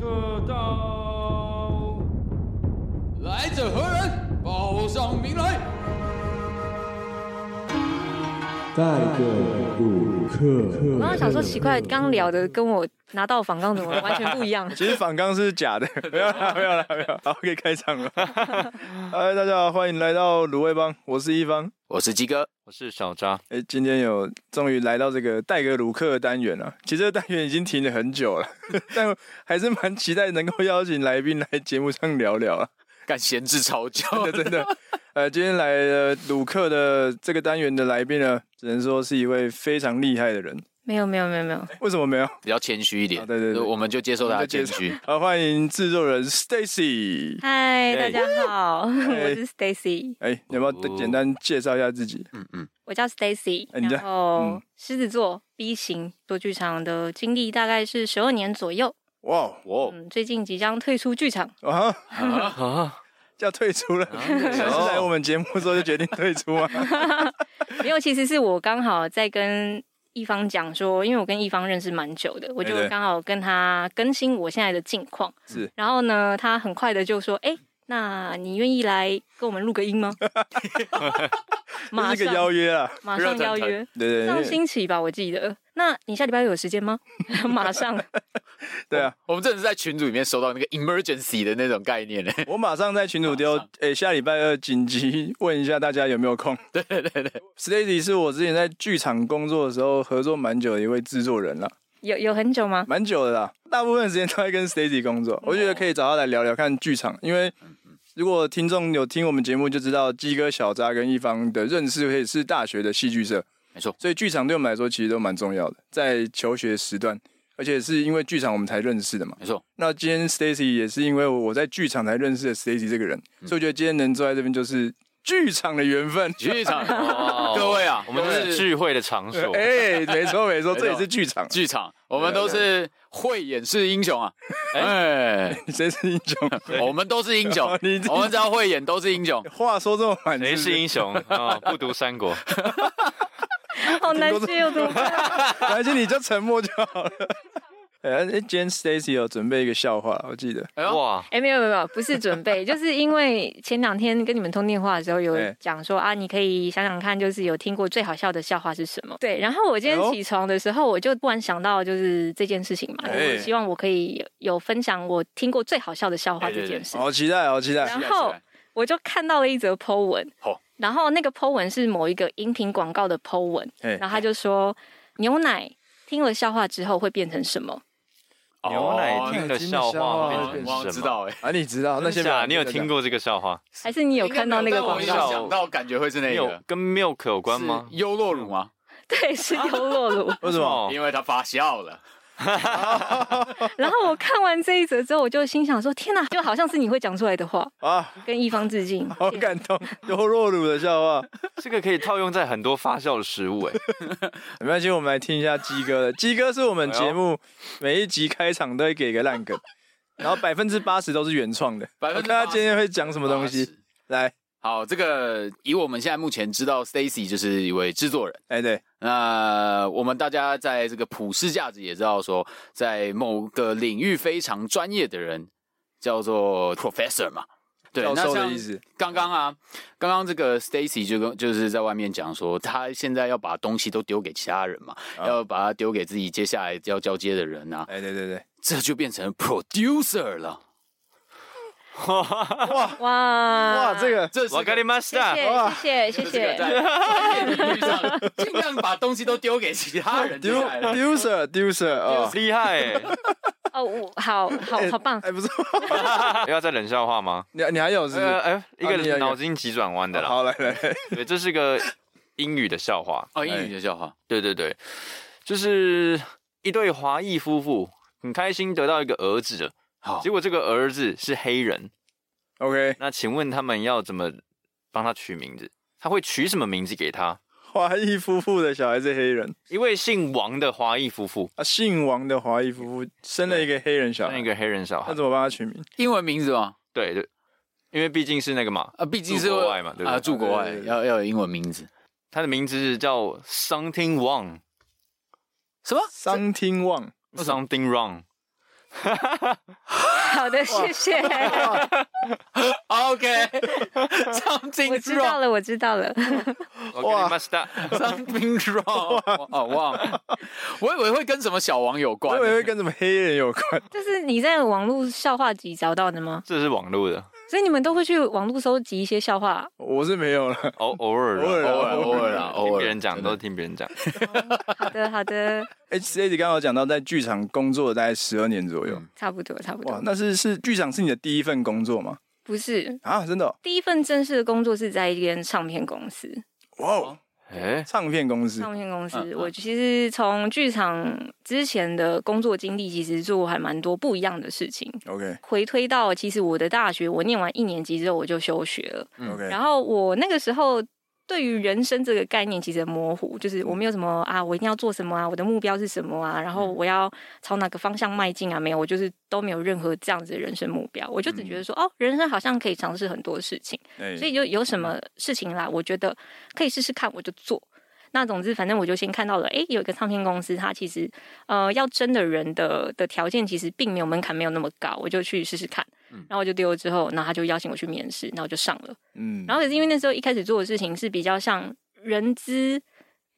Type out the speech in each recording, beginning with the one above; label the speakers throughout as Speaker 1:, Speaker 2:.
Speaker 1: 乐道。
Speaker 2: 来者何人？报上名来。
Speaker 3: 带个鲁
Speaker 4: 我刚刚
Speaker 3: 克，
Speaker 4: 想说奇怪，刚刚聊的跟我拿到访纲怎么完全不一
Speaker 5: ？
Speaker 4: 样
Speaker 5: 其实反刚是假的，没有啦，没有啦，没有啦。好，可以开场了。 嗨，大家好，欢迎来到卤味帮，我是一方。
Speaker 6: 我是鸡哥，
Speaker 7: 我是小张，
Speaker 5: 哎，今天有终于来到这个戴格鲁克的单元了、其实这个单元已经停了很久了， 但还是蛮期待能够邀请来宾来节目上聊聊啊。
Speaker 6: 干闲置超久，
Speaker 5: 真的真的。呃，今天来了鲁克的这个单元的来宾呢，只能说是一位非常厉害的人。
Speaker 4: 没有没有没有没有，
Speaker 5: 为什么没有？
Speaker 6: 比较谦虚一点，
Speaker 5: 啊对对对
Speaker 6: 我们就接受大家 谦虚。
Speaker 5: 好，欢迎制作人 Stacy。
Speaker 4: 嗨，大家好，
Speaker 5: 哎
Speaker 4: 我是 Stacy，
Speaker 5: 哎、你要不要
Speaker 7: 哦
Speaker 5: 简单介绍一下自己？
Speaker 4: 我叫 Stacy，
Speaker 5: 哎你叫
Speaker 4: 然后
Speaker 5: 嗯
Speaker 4: 狮子座 B 型，做剧场的经历大概是十二年左右。
Speaker 5: 哇哦
Speaker 6: 哦，
Speaker 4: 嗯，最近即将退出剧场，
Speaker 5: 啊！
Speaker 7: 啊，
Speaker 5: 要退出 了，是来我们节目之后就决定退出 吗？
Speaker 4: 没有，其实是我刚好在跟一方讲说，因为我跟一方认识蛮久的，我就
Speaker 5: 哎对
Speaker 4: 刚好跟他更新我现在的近况。
Speaker 5: 是，
Speaker 4: 然后呢，他很快的就说：“哎、那你愿意来跟我们录个音吗？” 马
Speaker 5: 这是个
Speaker 4: 上
Speaker 5: 邀约啊，
Speaker 4: 马上邀约，
Speaker 5: 对对
Speaker 4: 上
Speaker 5: 对对
Speaker 4: 星期吧，我记得。那你下礼拜有时间吗？ 马上，
Speaker 5: 对啊！
Speaker 6: 我们真的是在群组里面收到那个 emergency 的那种概念欸呢。
Speaker 5: 我马上在群主丢，哎、下礼拜二紧急问一下大家有没有空。 对对对对，Stacy 是我之前在剧场工作的时候合作蛮久的一位制作人了，
Speaker 4: 有有很久 吗？
Speaker 5: 蛮久的啦，大部分时间都在跟 Stacy 工作。我觉得可以找他来聊聊看剧场，因为。如果听众有听我们节目，就知道鸡哥、小扎跟一方的认识可以是大学的戏剧社，
Speaker 6: 没错，
Speaker 5: 所以剧场对我们来说其实都蛮重要的，在求学时段，而且是因为剧场我们才认识的嘛。
Speaker 6: 没错，
Speaker 5: 那今天 Stacy 也是因为我在剧场才认识的 Stacy 这个人，所以我觉得今天能坐在这边就是剧场的缘分。
Speaker 6: 剧场，
Speaker 7: 哇
Speaker 6: 各位啊，
Speaker 7: 哦我们
Speaker 6: 都
Speaker 7: 这是聚会的场所，
Speaker 5: 哎、没错没错，
Speaker 6: 没错
Speaker 5: 这也是剧场，
Speaker 6: 剧场，我们都是慧眼识英雄啊。哎，
Speaker 5: 谁是英雄？
Speaker 6: 我们都是英雄
Speaker 5: 哦你自己，
Speaker 6: 我们只要慧眼都是英雄。
Speaker 5: 话说这么满，
Speaker 7: 谁是英 雄啊？不读三国，
Speaker 4: 好难接哦，怎么办？
Speaker 5: 而且你就沉默就好了。 哎、哎今天 Stacy 有准备一个笑话，我记得。
Speaker 6: 哎呦，
Speaker 7: 哇，
Speaker 4: 哎、没有没有没有，不是准备，就是因为前两天跟你们通电话的时候有
Speaker 5: 哎
Speaker 4: 讲说、啊，你可以想想看，就是有听过最好笑的笑话是什么？对，然后我今
Speaker 5: 哎
Speaker 4: 天
Speaker 5: 呦
Speaker 4: 起床的时候，我就突然想到就是这件事情嘛，
Speaker 5: 哎
Speaker 4: 我希望我可以有分享我听过最好笑的笑话
Speaker 6: 哎对
Speaker 4: 这件事。
Speaker 5: 好期待，好期待！
Speaker 4: 然
Speaker 6: 起来
Speaker 4: 后
Speaker 6: 起来
Speaker 4: 我就看到了一则 Po 文
Speaker 6: 好，
Speaker 4: 然后那个 Po 文是某一个音频广告的 Po 文，
Speaker 5: 哎
Speaker 4: 然后他就说牛奶听了笑话之后会变成什么？
Speaker 7: 牛奶听的笑话
Speaker 5: 哦
Speaker 7: 变
Speaker 6: 哦我
Speaker 7: 成什
Speaker 6: 知
Speaker 7: 么？
Speaker 6: 道哎。
Speaker 5: 啊，你哦知道那些
Speaker 7: 真
Speaker 5: 没
Speaker 7: 的假
Speaker 5: 有
Speaker 7: 的你有听？过这个笑话？
Speaker 4: 还是你有看到那个广
Speaker 6: 应该没有但
Speaker 4: 告
Speaker 6: 我？一想到感觉会是那
Speaker 5: 哎
Speaker 7: 你有
Speaker 6: 个，
Speaker 7: 跟 milk 有关吗？
Speaker 6: 是优酪乳吗？
Speaker 4: 对， 是优酪乳。
Speaker 5: 为什
Speaker 7: 哦
Speaker 5: 么？
Speaker 6: 因为它发酵了。
Speaker 4: 然后我看完这一则之后，我就心想说：天哪，就好像是你会讲出来的话，
Speaker 5: 啊，
Speaker 4: 跟一方致 敬。
Speaker 5: 好感动，优若乳的笑话。
Speaker 7: 这个可以套用在很多发酵的食 物，哎，
Speaker 5: 没关系，我们来听一下鸡哥的。鸡哥是我们节目每一集开场都会给一个烂梗，然后百分之八十都是原创的。
Speaker 6: 百分
Speaker 5: 我
Speaker 6: 之
Speaker 5: 看他今天会讲什么 东西。来，
Speaker 6: 好，这个以我们现在目前知道，Stacy 就是一位制作人。
Speaker 5: 哎、对，
Speaker 6: 那我们大家在这个普世价值也知道说，在某个领域非常专业的人叫做 professor 嘛。对，
Speaker 5: 教
Speaker 6: 那
Speaker 5: 授的
Speaker 6: 像
Speaker 5: 意思。
Speaker 6: 刚刚啊，刚刚这个 Stacy 就跟就是在外面讲说，他现在要把东西都丢给其他人嘛，
Speaker 5: 啊
Speaker 6: 要把它丢给自己接下来要交接的人啊，
Speaker 5: 哎、对对对，
Speaker 6: 这就变成 producer 了。
Speaker 4: 哇
Speaker 5: 哇，
Speaker 4: 啊
Speaker 5: 这个
Speaker 6: 这是
Speaker 7: 我
Speaker 6: 个
Speaker 7: 跟你们
Speaker 4: 谢 谢谢谢谢
Speaker 6: 这个
Speaker 4: 谢。
Speaker 6: 在专业领域上尽量把东西都丢给其他人就
Speaker 5: d
Speaker 6: 来了
Speaker 5: u c e r d u c e r 啊，
Speaker 7: 厉害哎！
Speaker 4: 哦，我好好好棒
Speaker 5: 哎、。不错，
Speaker 7: 要再冷笑话吗？
Speaker 5: 你你还有是不是？
Speaker 7: 呃，哎，一
Speaker 5: 啊你有
Speaker 7: 个脑筋急转弯的啦，
Speaker 5: 好，来来来，
Speaker 7: 对，这是个英语的笑话，
Speaker 6: 哦，英语的笑话，
Speaker 7: 对对对，就是一对华裔夫妇很开心得到一个儿子了，
Speaker 6: 好
Speaker 7: 结果这个儿子是黑人，
Speaker 5: OK，
Speaker 7: 那请问他们要怎么帮他取名字？他会取什么名字给他？
Speaker 5: 华裔夫妇的小孩是黑人
Speaker 7: 一位姓王的华裔夫妇
Speaker 5: 啊，姓王的华裔夫妇生了一个黑人小
Speaker 7: 生
Speaker 5: 孩，
Speaker 7: 一个黑人小
Speaker 5: 那
Speaker 7: 孩，
Speaker 5: 怎么帮他取名？
Speaker 6: 英文名字吗？
Speaker 7: 对对，因为毕竟是那个嘛，
Speaker 6: 啊，毕竟是
Speaker 7: 住国外嘛对不哎对
Speaker 6: 啊，住国外
Speaker 5: 对对对
Speaker 6: 要要有英文名字。
Speaker 7: 他的名字叫 Something Wrong，Something
Speaker 6: 什么？
Speaker 5: 桑汀旺，
Speaker 7: Wrong，
Speaker 5: 哎
Speaker 4: 好的，谢 谢。我
Speaker 6: ？OK，something
Speaker 4: 知
Speaker 5: 啊
Speaker 4: 道了，我知道了。
Speaker 7: 哇，马斯达，
Speaker 6: wrong，something wrong，哦忘了，我以为会跟什么小王有
Speaker 5: 我
Speaker 6: 关
Speaker 5: 以，为会跟什么黑人有关。
Speaker 4: 这是你在网络笑话集找到的吗？
Speaker 7: 这是网络的，
Speaker 4: 所以你们都会去网络搜集一些笑话。
Speaker 5: 我是没有了，
Speaker 7: 偶偶尔
Speaker 5: 偶尔
Speaker 7: 啊
Speaker 5: 啊
Speaker 6: 偶尔偶尔啦，偶
Speaker 7: 听
Speaker 6: 尔
Speaker 7: 别人讲
Speaker 6: 真的
Speaker 7: 都是听别人讲，
Speaker 4: 好的，好的，
Speaker 5: 哎 s t a 刚好讲到在剧场工作大概十二年左右，
Speaker 4: 差不多，差不
Speaker 5: 哇
Speaker 4: 多，。
Speaker 5: 那是是剧场是你的第一份工作吗？
Speaker 4: 不是，
Speaker 5: 啊，真的哦、
Speaker 4: 第一份正式的工作是在一间唱片公司。
Speaker 5: 哇哦，
Speaker 7: 哎，
Speaker 5: 唱片公司
Speaker 4: 唱片公司，
Speaker 6: 嗯嗯
Speaker 4: 我其实从剧场之前的工作经历，其实做过还蛮多不一样的事情。
Speaker 5: ，OK
Speaker 4: 回推到其实我的大学，我念完一年级之后我就休学了，
Speaker 5: OK，
Speaker 4: 然后我那个时候。对于人生这个概念其实很模糊，就是
Speaker 6: 嗯
Speaker 4: 我没有什么啊，我一定要做什么啊，我的目标是什么啊，然后我要朝哪个方向迈进啊？没有，我就是都没有任何这样子的人生目标，我就只
Speaker 6: 嗯
Speaker 4: 觉得说，哦，人生好像可以尝试很多事情。
Speaker 5: 哎
Speaker 4: 所以就有什么事情啦，我觉得可以试试看，我就做。那总之，反正我就先看到了，诶，有一个唱片公司，它其实呃要真的人的的条件其实并没有门槛没有那么高，我就去试试看。然后我就丢了之后，然后他就邀请我去面试，然后我就上了。
Speaker 5: 嗯
Speaker 4: 然后可是因为那时候一开始做的事情是比较像人资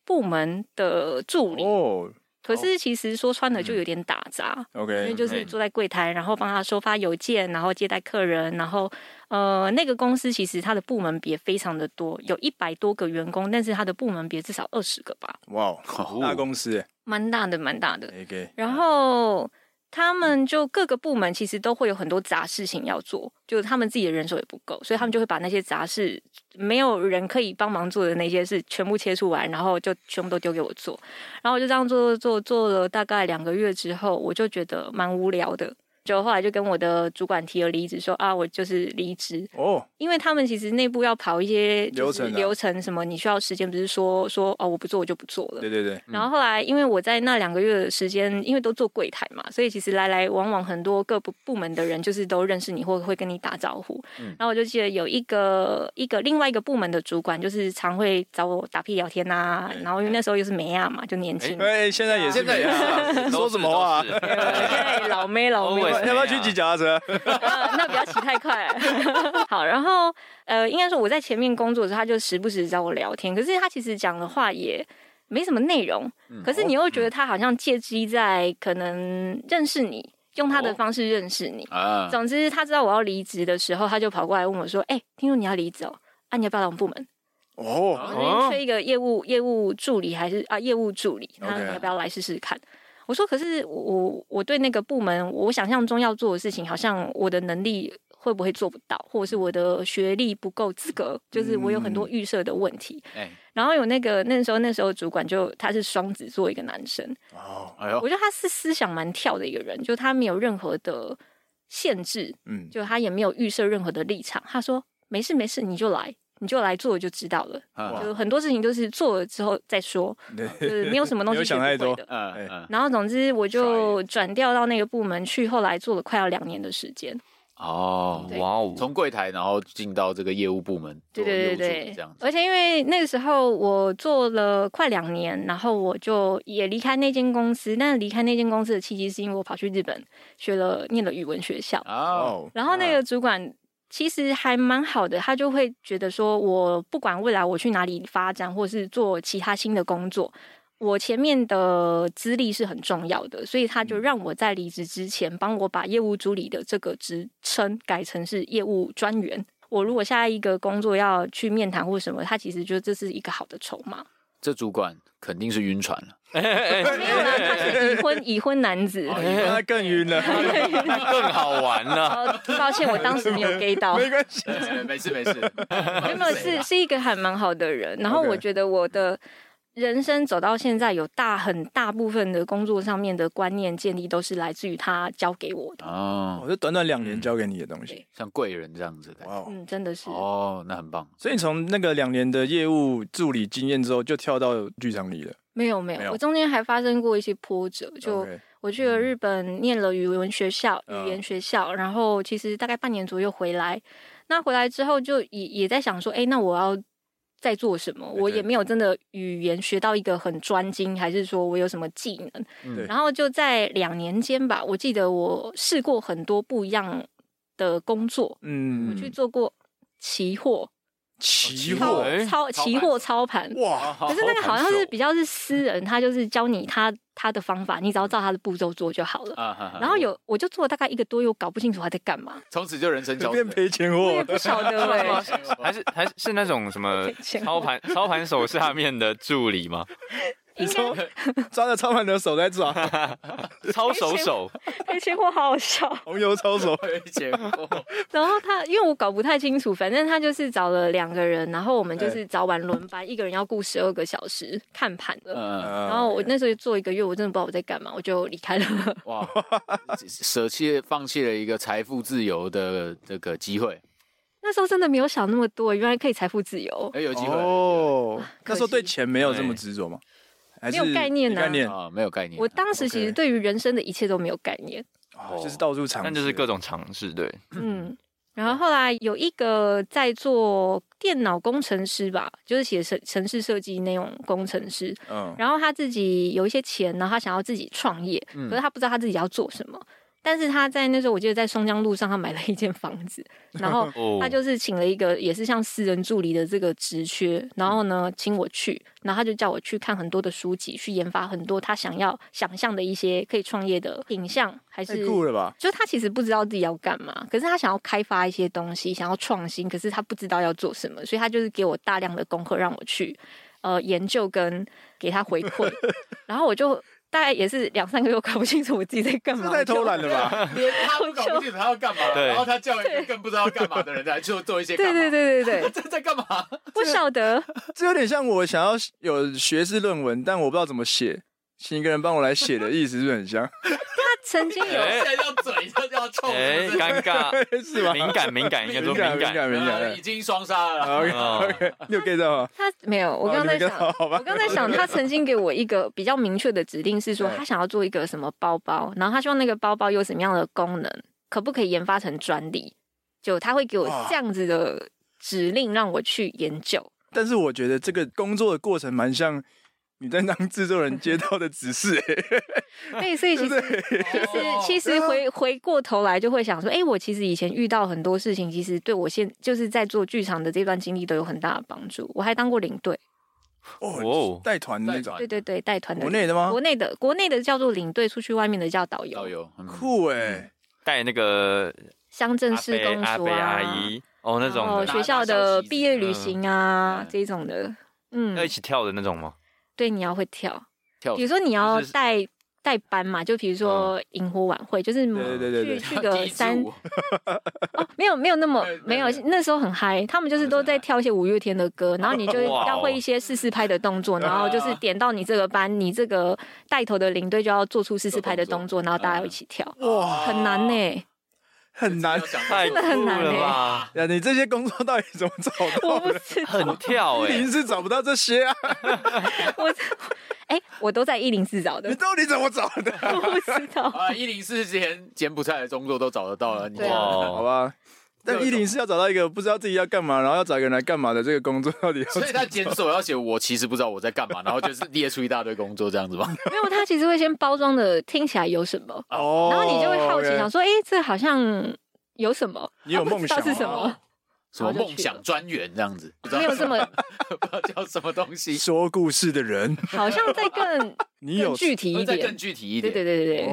Speaker 4: 部门的助理，
Speaker 5: 哦
Speaker 4: 可是其实说穿了就有点打杂。因为
Speaker 5: ，OK，
Speaker 4: 就是坐在柜台，然后帮他收发邮件，然后接待客人，然后呃，那个公司其实它的部门别非常的多，有一百多个员工，但是它的部门别至少二十个吧，
Speaker 5: 哇哦，大公司哎
Speaker 4: 蛮大的，蛮大的。
Speaker 5: ，OK，
Speaker 4: 然后他们就各个部门其实都会有很多杂事情要做，就是他们自己的人手也不够，所以他们就会把那些杂事没有人可以帮忙做的那些事全部切出来，然后就全部都丢给我做。然后我就这样做做做做了大概两个月之后，我就觉得蛮无聊的。就后来就跟我的主管提了离职，说啊，我就是离职。
Speaker 5: 哦，
Speaker 4: 因为他们其实内部要跑一些就
Speaker 5: 流
Speaker 4: 是
Speaker 5: 程啊
Speaker 4: 流程什么，你需要时间，不是说说哦，我不做我就不做了
Speaker 5: 对。对对，
Speaker 4: 然后后来，因为我在那两个月的时间，因为都做柜台嘛，所以其实来来往往很多各部部门的人，就是都认识你或会跟你打招呼。
Speaker 5: 嗯
Speaker 4: 然后我就记得有一个一个另外一个部门的主管，就是常会找我打屁聊天呐、
Speaker 5: 哎
Speaker 4: 然后因为那时候又是梅亚嘛，就年轻，
Speaker 5: 哎，现在也是
Speaker 6: 现在
Speaker 5: 没
Speaker 6: 也
Speaker 5: 有
Speaker 6: 是啊
Speaker 5: 啊，说什么话啊
Speaker 7: 都是都是
Speaker 4: 对老妹老妹，
Speaker 7: Always
Speaker 5: 要不要去骑脚踏车？
Speaker 4: 呃那不要骑太快。 好，然后呃，应该说我在前面工作的时候，他就时不时找我聊天，可是他其实讲的话也没什么内容，可是你又觉得他好像借机在可能认识你，用他的方式认识你。
Speaker 6: 啊，
Speaker 4: 总之，他知道我要离职的时候，他就跑过来问我说：“哎、听说你要离职哦，啊，你要不要来我们部门？
Speaker 5: 哦，
Speaker 4: 我那边缺一个业务业务助理还是啊业务助理，他
Speaker 5: OK
Speaker 4: 说你要不要来试试看？我说可是我我我对那个部门，我想象中要做的事情，好像我的能力会不会做不到，或者是我的学历不够资格，就是我有很
Speaker 5: 嗯
Speaker 4: 多预设的问题。
Speaker 6: 哎，
Speaker 4: 然后有那个那时候那时候主管就他是双子座一个男生，
Speaker 6: 哎
Speaker 5: 哦
Speaker 6: 呦，
Speaker 4: 我觉得他是思想蛮跳的一个人，就他没有任何的限制，
Speaker 5: 嗯，
Speaker 4: 就他也没有预设任何的立场。他说没事没事，你就来你就来做就知道了。
Speaker 6: 嗯
Speaker 4: 就很多事情都是做了之后再说，就
Speaker 5: 对，
Speaker 4: 是没有什么东
Speaker 5: 没
Speaker 4: 西
Speaker 5: 有
Speaker 4: 学
Speaker 5: 想太
Speaker 4: 不会
Speaker 5: 多
Speaker 4: 的。
Speaker 6: 嗯
Speaker 5: 哎
Speaker 6: 嗯，
Speaker 4: 然后总之我就转调到那个部门去，后来做了快要两年的时间。
Speaker 6: 哦，
Speaker 7: 哇哦，
Speaker 6: 从柜台然后进到这个业务部门，
Speaker 4: 对
Speaker 6: 做
Speaker 4: 对
Speaker 6: 业务助理
Speaker 4: 对
Speaker 6: 这
Speaker 4: 对
Speaker 6: 样，子，
Speaker 4: 而且因为那个时候我做了快两年，然后我就也离开那间公司。但是离开那间公司的契机是因为我跑去日本学了念了语文学校，
Speaker 6: 哦，
Speaker 5: 哦，
Speaker 4: 然后那个主管其实还蛮好的，他就会觉得说，我不管未来我去哪里发展，或是做其他新的工作，我前面的资历是很重要的，所以他就让我在离职之前帮我把业务助理的这个职称改成是业务专员。我如果下一个工作要去面谈或什么，他其实觉得这是一个好的筹码。
Speaker 6: 这主管肯定是晕船了，
Speaker 4: 没有啦，他是已婚已婚男子。
Speaker 5: 那更晕了，
Speaker 7: 更好玩了，
Speaker 4: 哦，抱歉，我当时没有 get 到。
Speaker 5: 没关系，
Speaker 6: 没 事没事，
Speaker 4: 没有是是一个还蛮好的人，然后
Speaker 5: OK
Speaker 4: 我觉得我的人生走到现在，有大很大部分的工作上面的观念建立都是来自于他教给我的。
Speaker 6: 哦，
Speaker 5: 我就短短两年交给你的东西，
Speaker 6: 像贵人这样子的感觉，
Speaker 5: 哇哦。
Speaker 4: 嗯，真的是，
Speaker 6: 哦，那很棒，
Speaker 5: 所以你从那个两年的业务助理经验之后，就跳到剧场里了。
Speaker 4: 没有没有，
Speaker 5: 没有
Speaker 4: 我中间还发生过一些波折，就
Speaker 5: OK
Speaker 4: 我去了日本念了语文学校、
Speaker 5: 嗯
Speaker 4: 语言学校，然后其实大概半年左右回来，那回来之后就也也在想说，哎，那我要在做什么，我也没有真的语言学到一个很专精，还是说我有什么技能。
Speaker 5: 对
Speaker 4: 然后就在两年间吧，我记得我试过很多不一样的工作，
Speaker 5: 嗯，
Speaker 4: 我去做过期货、
Speaker 5: 期
Speaker 4: 操
Speaker 5: 货
Speaker 7: 哎
Speaker 4: 操
Speaker 6: 操
Speaker 4: 期
Speaker 6: 盘
Speaker 4: 货操盘。
Speaker 6: 哦
Speaker 5: 哇，
Speaker 4: 可是那个好像是比较是私人，他就是教你他他的方法，你只要照他的步骤做就好了。
Speaker 6: 啊，哈哈
Speaker 4: 然后有我就做了大概一个多月，我搞不清楚他在干 嘛，
Speaker 6: 从此就人生焦虑
Speaker 5: 变
Speaker 6: 了。
Speaker 5: 赔钱
Speaker 4: 我也
Speaker 5: 货，
Speaker 4: 不晓得 哎、
Speaker 7: 还是还是是那种什 么
Speaker 4: 钱
Speaker 7: 操盘操盘手下面的助理 吗？
Speaker 5: 你说
Speaker 4: 啊
Speaker 5: 抓着操盘的手在抓，
Speaker 7: 操手手，
Speaker 4: 那期货哎好好笑。
Speaker 5: 红油抄手，
Speaker 6: 结果
Speaker 4: 然后他，因为我搞不太清楚，反正他就是找了两个人，然后我们就是早晚轮班，一个人要顾十二个小时看盘的。
Speaker 6: 嗯，
Speaker 5: 然
Speaker 4: 然后我那时候做一个月，我真的不知道我在干嘛，我就离开了。
Speaker 6: 哇，舍弃放弃了一个财富自由的这个机会，
Speaker 4: 那时候真的没有想那么多，原来可以财富自由。
Speaker 6: 哎，有机会
Speaker 5: 哦，
Speaker 4: 可惜
Speaker 5: 那时候对钱没有这么执着吗？还是
Speaker 4: 啊没有概念啊
Speaker 5: 没概念
Speaker 7: 哦
Speaker 6: 啊，没有概念
Speaker 4: 我，当时其实
Speaker 5: OK
Speaker 4: 对于人生的一切都没有概念。
Speaker 5: 哦就是到处尝试，
Speaker 7: 但就是各种尝试，对，
Speaker 4: 嗯，然后后来有一个在做电脑工程师吧，就是写城城市设计那种工程师，
Speaker 5: 嗯
Speaker 4: 然后他自己有一些钱，然后他想要自己创业，
Speaker 5: 嗯
Speaker 4: 可是他不知道他自己要做什么。但是他在那时候，我记得在松江路上，他买了一间房 子，然后
Speaker 7: 哦
Speaker 4: 他就是请了一个也是像私人助理的这个职缺，然后
Speaker 5: 嗯
Speaker 4: 呢，请我去，然后他就叫我去看很多的书籍，去研发很多他想要想象的一些可以创业的品相，还
Speaker 5: 太
Speaker 4: 是
Speaker 5: 酷了吧？
Speaker 4: 就是他其实不知道自己要干嘛，可是他想要开发一些东西，想要创新，可是他不知道要做什么，所以他就是给我大量的功课让我去呃研究跟给他回馈，然后我就大概也是两三个月我搞不清楚我自己在干
Speaker 5: 这
Speaker 4: 嘛，
Speaker 5: 太偷懒了
Speaker 4: 啊
Speaker 5: 吧？
Speaker 6: 连他都搞不清楚他要干嘛，
Speaker 7: 对
Speaker 6: 然后他叫一个更不知道干嘛的人来做做一些
Speaker 4: 我就。对
Speaker 6: 干
Speaker 4: 对
Speaker 6: 嘛，
Speaker 4: 对对对，
Speaker 6: 这在干嘛？
Speaker 4: 不晓得，
Speaker 5: 这有点像我想要有学士论文，但我不知道怎么写，请一个人帮我来写的意思，是不是很像？
Speaker 4: 他曾经有
Speaker 7: 哎
Speaker 6: 现在要嘴就要冲，
Speaker 7: 哎，
Speaker 6: 是不是
Speaker 7: 尴 尬，
Speaker 5: 是吧？
Speaker 7: 敏感敏感，应该说
Speaker 5: 敏感
Speaker 7: 感，
Speaker 5: 敏感
Speaker 6: 已经双杀了。
Speaker 5: OK
Speaker 7: 哦
Speaker 5: OK，你有 get 到 吗？
Speaker 4: 他没有，我刚刚在想，
Speaker 5: 哦你没看到好吧
Speaker 4: 我刚刚在想，他曾经给我一个比较明确的指令，是说
Speaker 5: 对
Speaker 4: 他想要做一个什么包包，然后他希望那个包包有什么样的功能，可不可以研发成专利？就他会给我
Speaker 5: 哇
Speaker 4: 这样子的指令让我去研究。
Speaker 5: 但是我觉得这个工作的过程蛮像你在当制作人接到的指示、欸，
Speaker 4: 对，所以 其实其实
Speaker 5: 哦
Speaker 4: 其
Speaker 5: 啊
Speaker 4: 实回回过头来就会想说，哎、我其实以前遇到很多事情，其实对我现就是在做剧场的这段经历都有很大的帮助。我还当过领队，
Speaker 5: 哦
Speaker 7: 哦，
Speaker 5: 带团的那种
Speaker 6: 带，
Speaker 4: 对对对，带团的
Speaker 5: 国内的吗
Speaker 4: 国内的国内的叫做领队，出去外面的叫导游。
Speaker 6: 导游，嗯
Speaker 5: 酷哎、
Speaker 7: 带那个
Speaker 4: 乡镇
Speaker 7: 阿
Speaker 4: 市
Speaker 7: 伯
Speaker 4: 公
Speaker 7: 阿
Speaker 4: 所
Speaker 7: 伯
Speaker 4: 啊，
Speaker 7: 阿姨，哦那
Speaker 4: 然
Speaker 7: 种
Speaker 4: 后
Speaker 7: 的
Speaker 4: 学校的毕业旅行啊
Speaker 6: 嗯
Speaker 4: 这种的，
Speaker 7: 要一
Speaker 4: 嗯，
Speaker 7: 起跳的那种吗？
Speaker 4: 对，你要会跳，
Speaker 6: 跳
Speaker 4: 比如说你要
Speaker 7: 就是
Speaker 4: 带带班嘛，就比如说萤火晚会，就是
Speaker 6: 嗯
Speaker 5: 对对对对
Speaker 4: 去去 个
Speaker 6: 第一支
Speaker 4: 三
Speaker 6: 舞
Speaker 4: 哦，没有没有那么
Speaker 6: 对对
Speaker 4: 没有
Speaker 6: 对，
Speaker 4: 那时候很嗨，他们就是都在跳一些五月天的歌，然后你就
Speaker 7: 哇哦
Speaker 4: 要会一些四四拍的动作，然后就是点到你这个班，你这个带头的领队就要做出四四拍的动作，然后大家要一起跳，
Speaker 5: 哇，
Speaker 4: 很难呢，
Speaker 5: 很难
Speaker 6: 要。想到
Speaker 7: 太
Speaker 4: 真的很难
Speaker 7: 酷了
Speaker 4: 欸
Speaker 7: 吧，
Speaker 5: 呀，你这些工作到底怎么找
Speaker 4: 我
Speaker 5: 到
Speaker 4: 不
Speaker 5: 的？
Speaker 4: 知 道，
Speaker 7: 很跳
Speaker 5: 一
Speaker 7: 哎
Speaker 5: 零，四找不到这些啊，
Speaker 4: 我 哎，我都在一零四找的
Speaker 5: 你，到底怎么找的？
Speaker 4: 我不知道。
Speaker 6: 啊，一零四连柬埔寨的工作都找得到了，你
Speaker 4: 对 啊
Speaker 5: 好
Speaker 7: 哇，
Speaker 5: 吧，但一零四要找到一个不知道自己要干嘛，然后要找一个人来干嘛的这个工作，到底要
Speaker 6: 所以他检索要写我其实不知道我在干嘛，然后就是列出一大堆工作这样 子吧。
Speaker 4: 没有，他其实会先包装的听起来有什么，
Speaker 5: 哦
Speaker 4: 然后你就会好奇
Speaker 5: OK
Speaker 4: 想说，哎、这好像有什么？
Speaker 5: 你有梦想
Speaker 4: 啊不知道是什
Speaker 5: 吗？
Speaker 4: 么？
Speaker 6: 什么梦想专员这样子，不知道
Speaker 4: 没有 这么，
Speaker 6: 不知道叫什么 东西，
Speaker 5: 说故事的人，
Speaker 4: 好像再更
Speaker 5: 你有
Speaker 4: 更具体一
Speaker 6: 再
Speaker 4: 点
Speaker 6: 更。具体一
Speaker 4: 对
Speaker 6: 点，
Speaker 4: 对对对对，
Speaker 5: 哦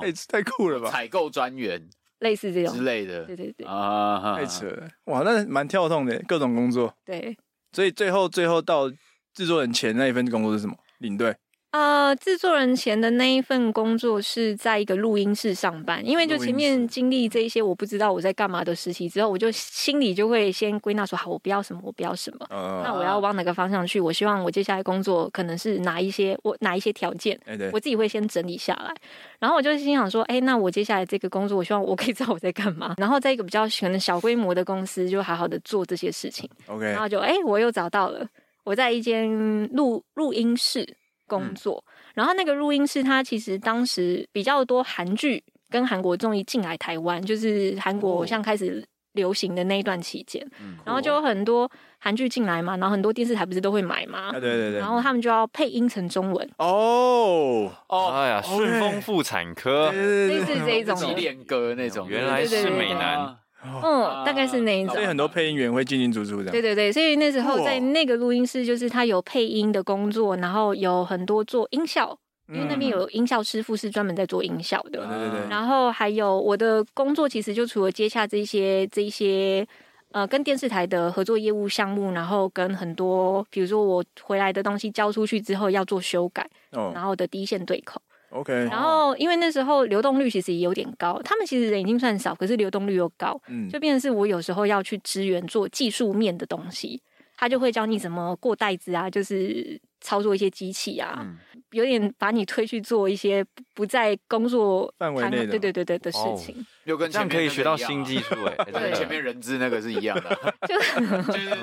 Speaker 5: 哇，太太酷了吧，
Speaker 6: 采购专员
Speaker 4: 类似这
Speaker 6: 之
Speaker 4: 种。
Speaker 6: 类的
Speaker 4: 对对对
Speaker 6: 啊，哈
Speaker 5: 太扯了，哇，那蛮跳动的，各种工作。
Speaker 4: 对，
Speaker 5: 所以最后最后到制作人前那一份工作是什么？领队
Speaker 4: 呃，制作人前的那一份工作是在一个录音室上班，因为就前
Speaker 5: 录音
Speaker 4: 面
Speaker 5: 室
Speaker 4: 经历这一些我不知道我在干嘛的实习之后，我就心里就会先归纳说，好，我不要什么，我不要什么。
Speaker 5: 嗯，
Speaker 4: 那
Speaker 5: 嗯
Speaker 4: 我要往哪个方向去？我希望我接下来工作可能是哪一些我哪一些条件，
Speaker 5: 哎对
Speaker 4: 我自己会先整理下来。然后我就心想说，哎，那我接下来这个工作，我希望我可以知道我在干嘛。 然后在一个比较可能小规模的公司，就好好的做这些事情。
Speaker 5: ，OK，
Speaker 4: 然后就哎，我又找到了，我在一间录录音室工作。
Speaker 5: 嗯
Speaker 4: 然后那个录音室，它其实当
Speaker 5: 哦
Speaker 4: 时比较多韩剧跟韩国综艺进来台湾，就是韩国像开始流行的那一段期间，
Speaker 6: 嗯
Speaker 4: 然后就有很多韩剧进来嘛，然后很多电视台不是都会买嘛
Speaker 5: 啊，，对对对
Speaker 4: 然，后他们就要配音成中文，
Speaker 5: 哦，
Speaker 6: 哦，
Speaker 7: 哎呀，顺丰妇产科
Speaker 5: 对，对
Speaker 4: 类
Speaker 5: 对
Speaker 4: 似
Speaker 5: 对，
Speaker 4: 这一种
Speaker 6: 几
Speaker 4: 的，
Speaker 6: 恋歌那种，
Speaker 7: 原来
Speaker 4: 是美
Speaker 7: 男
Speaker 6: 啊
Speaker 4: 嗯，大概是那一种
Speaker 5: 所以。很多配音员会进进出出这
Speaker 4: 对
Speaker 5: 样。
Speaker 4: 对对，所以那时候
Speaker 5: 酷哦
Speaker 4: 在那个录音室，就是他有配音的工作，然后有很多做音效，因为那边有音效师傅是专门在做音效的。
Speaker 5: 嗯对嗯对对对，
Speaker 4: 然后还有我的工作，其实就除了接下这一些这一些呃跟电视台的合作业务项目，然后跟很多比如说我回来的东西交出去之后要做修改，嗯然
Speaker 5: 哦
Speaker 4: 后的第一线对口。
Speaker 5: ，OK，
Speaker 4: 然后因为那时候流动率其实也有点高，他们其实人已经算少，可是流动率又高，
Speaker 5: 嗯
Speaker 4: 就变成是我有时候要去支援做技术面的东西，他就会教你怎么过袋子啊，就是操作一些机器啊，
Speaker 6: 嗯
Speaker 4: 有点把你推去做一些不不在工作
Speaker 5: 范围
Speaker 4: 涵
Speaker 5: 内的
Speaker 4: 对对对对的事
Speaker 7: 哦
Speaker 4: 情，
Speaker 6: 又跟
Speaker 7: 这样
Speaker 6: 前面
Speaker 7: 可以学到
Speaker 6: 那个一样
Speaker 7: 新
Speaker 6: 啊
Speaker 7: 技术哎，哎
Speaker 6: 跟
Speaker 7: 真
Speaker 6: 前
Speaker 7: 的
Speaker 6: 面人资那个是一样 的， 就是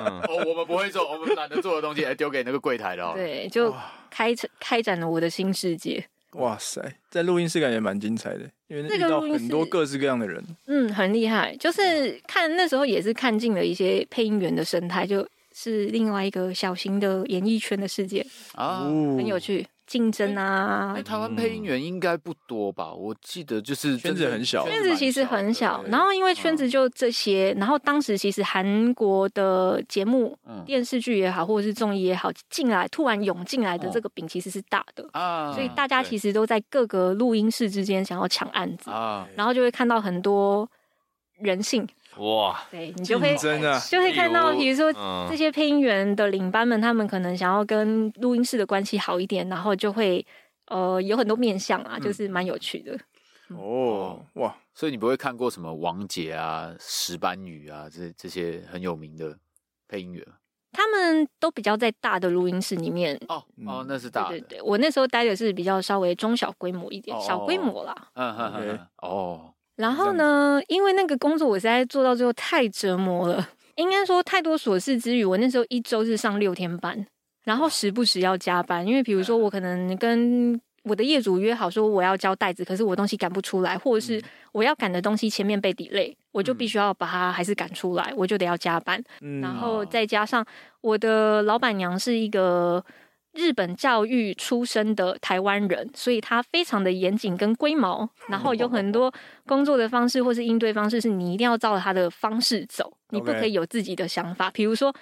Speaker 6: 哦，我们不会做，我们懒得做的东西，哎，丢给那个柜台的哦。
Speaker 4: 对，就开展开展了我的新世界。
Speaker 5: 哇塞，在录音室感觉蛮精彩的，因为
Speaker 4: 这
Speaker 5: 遇
Speaker 4: 个
Speaker 5: 到
Speaker 4: 录音
Speaker 5: 很多
Speaker 4: 室
Speaker 5: 各式各样的人。
Speaker 4: 嗯，很厉害，就是看那时候也是看尽了一些配音员的生态，就是另外一个小型的演艺圈的世界。
Speaker 6: 啊，
Speaker 5: 哦
Speaker 4: 很有趣，竞争啊
Speaker 6: 哎，。台湾配音员应该不多吧？我记得就是
Speaker 5: 圈子
Speaker 6: 真的
Speaker 5: 很小
Speaker 4: 圈子其实很小，
Speaker 6: 对
Speaker 4: 然后因为圈子就这些，然后当时其实韩国的节目、
Speaker 6: 嗯
Speaker 4: 电视剧也好，或者是综艺也好，进来突然涌进来的这个饼其实是大的，
Speaker 6: 啊，
Speaker 4: 所以大家
Speaker 7: 对
Speaker 4: 其实都在各个录音室之间想要抢案子，
Speaker 6: 啊，
Speaker 4: 然后就会看到很多人性，
Speaker 7: 哇，
Speaker 4: 对你就会
Speaker 5: 竞争啊，
Speaker 4: 就会看到，
Speaker 7: 比如
Speaker 4: 比如说
Speaker 7: 嗯
Speaker 4: 这些配音员的领班们，他们可能想要跟录音室的关系好一点，然后就会呃有很多面向啊，就是蛮有趣的。
Speaker 5: 哦，哇，
Speaker 6: 所以你不会看过什么王杰啊、石斑鱼啊这这些很有名的配音员
Speaker 4: 他们都比较在大的录音室里面。
Speaker 6: 哦哦，那是大
Speaker 4: 对
Speaker 6: 的，
Speaker 4: 对，我那时候待的是比较稍微中小规模一点，
Speaker 6: 哦
Speaker 4: 小规模啦。
Speaker 6: 嗯哼哼
Speaker 5: OK
Speaker 6: 哼，哦，
Speaker 4: 然后呢，因为那个工作我实在做到最后太折磨了， 应该说太多琐事之余，我那时候一周是上六天班，然后时不时要加班，因为比如说我可能跟我的业主约好说我要交袋子，可是我东西赶不出来，或者是
Speaker 6: 嗯
Speaker 4: 我要赶的东西前面被 delay，我就必须要把它还是赶出来，我就得要加班。
Speaker 5: 嗯，
Speaker 4: 然后再加上我的老板娘是一个日本教育出身的台湾人，所以她非常的严谨跟龟毛，然后有很多工作的方式或是应对方式是你一定要照她的方式走，你不
Speaker 5: OK
Speaker 4: 可以有自己的想法。比如说，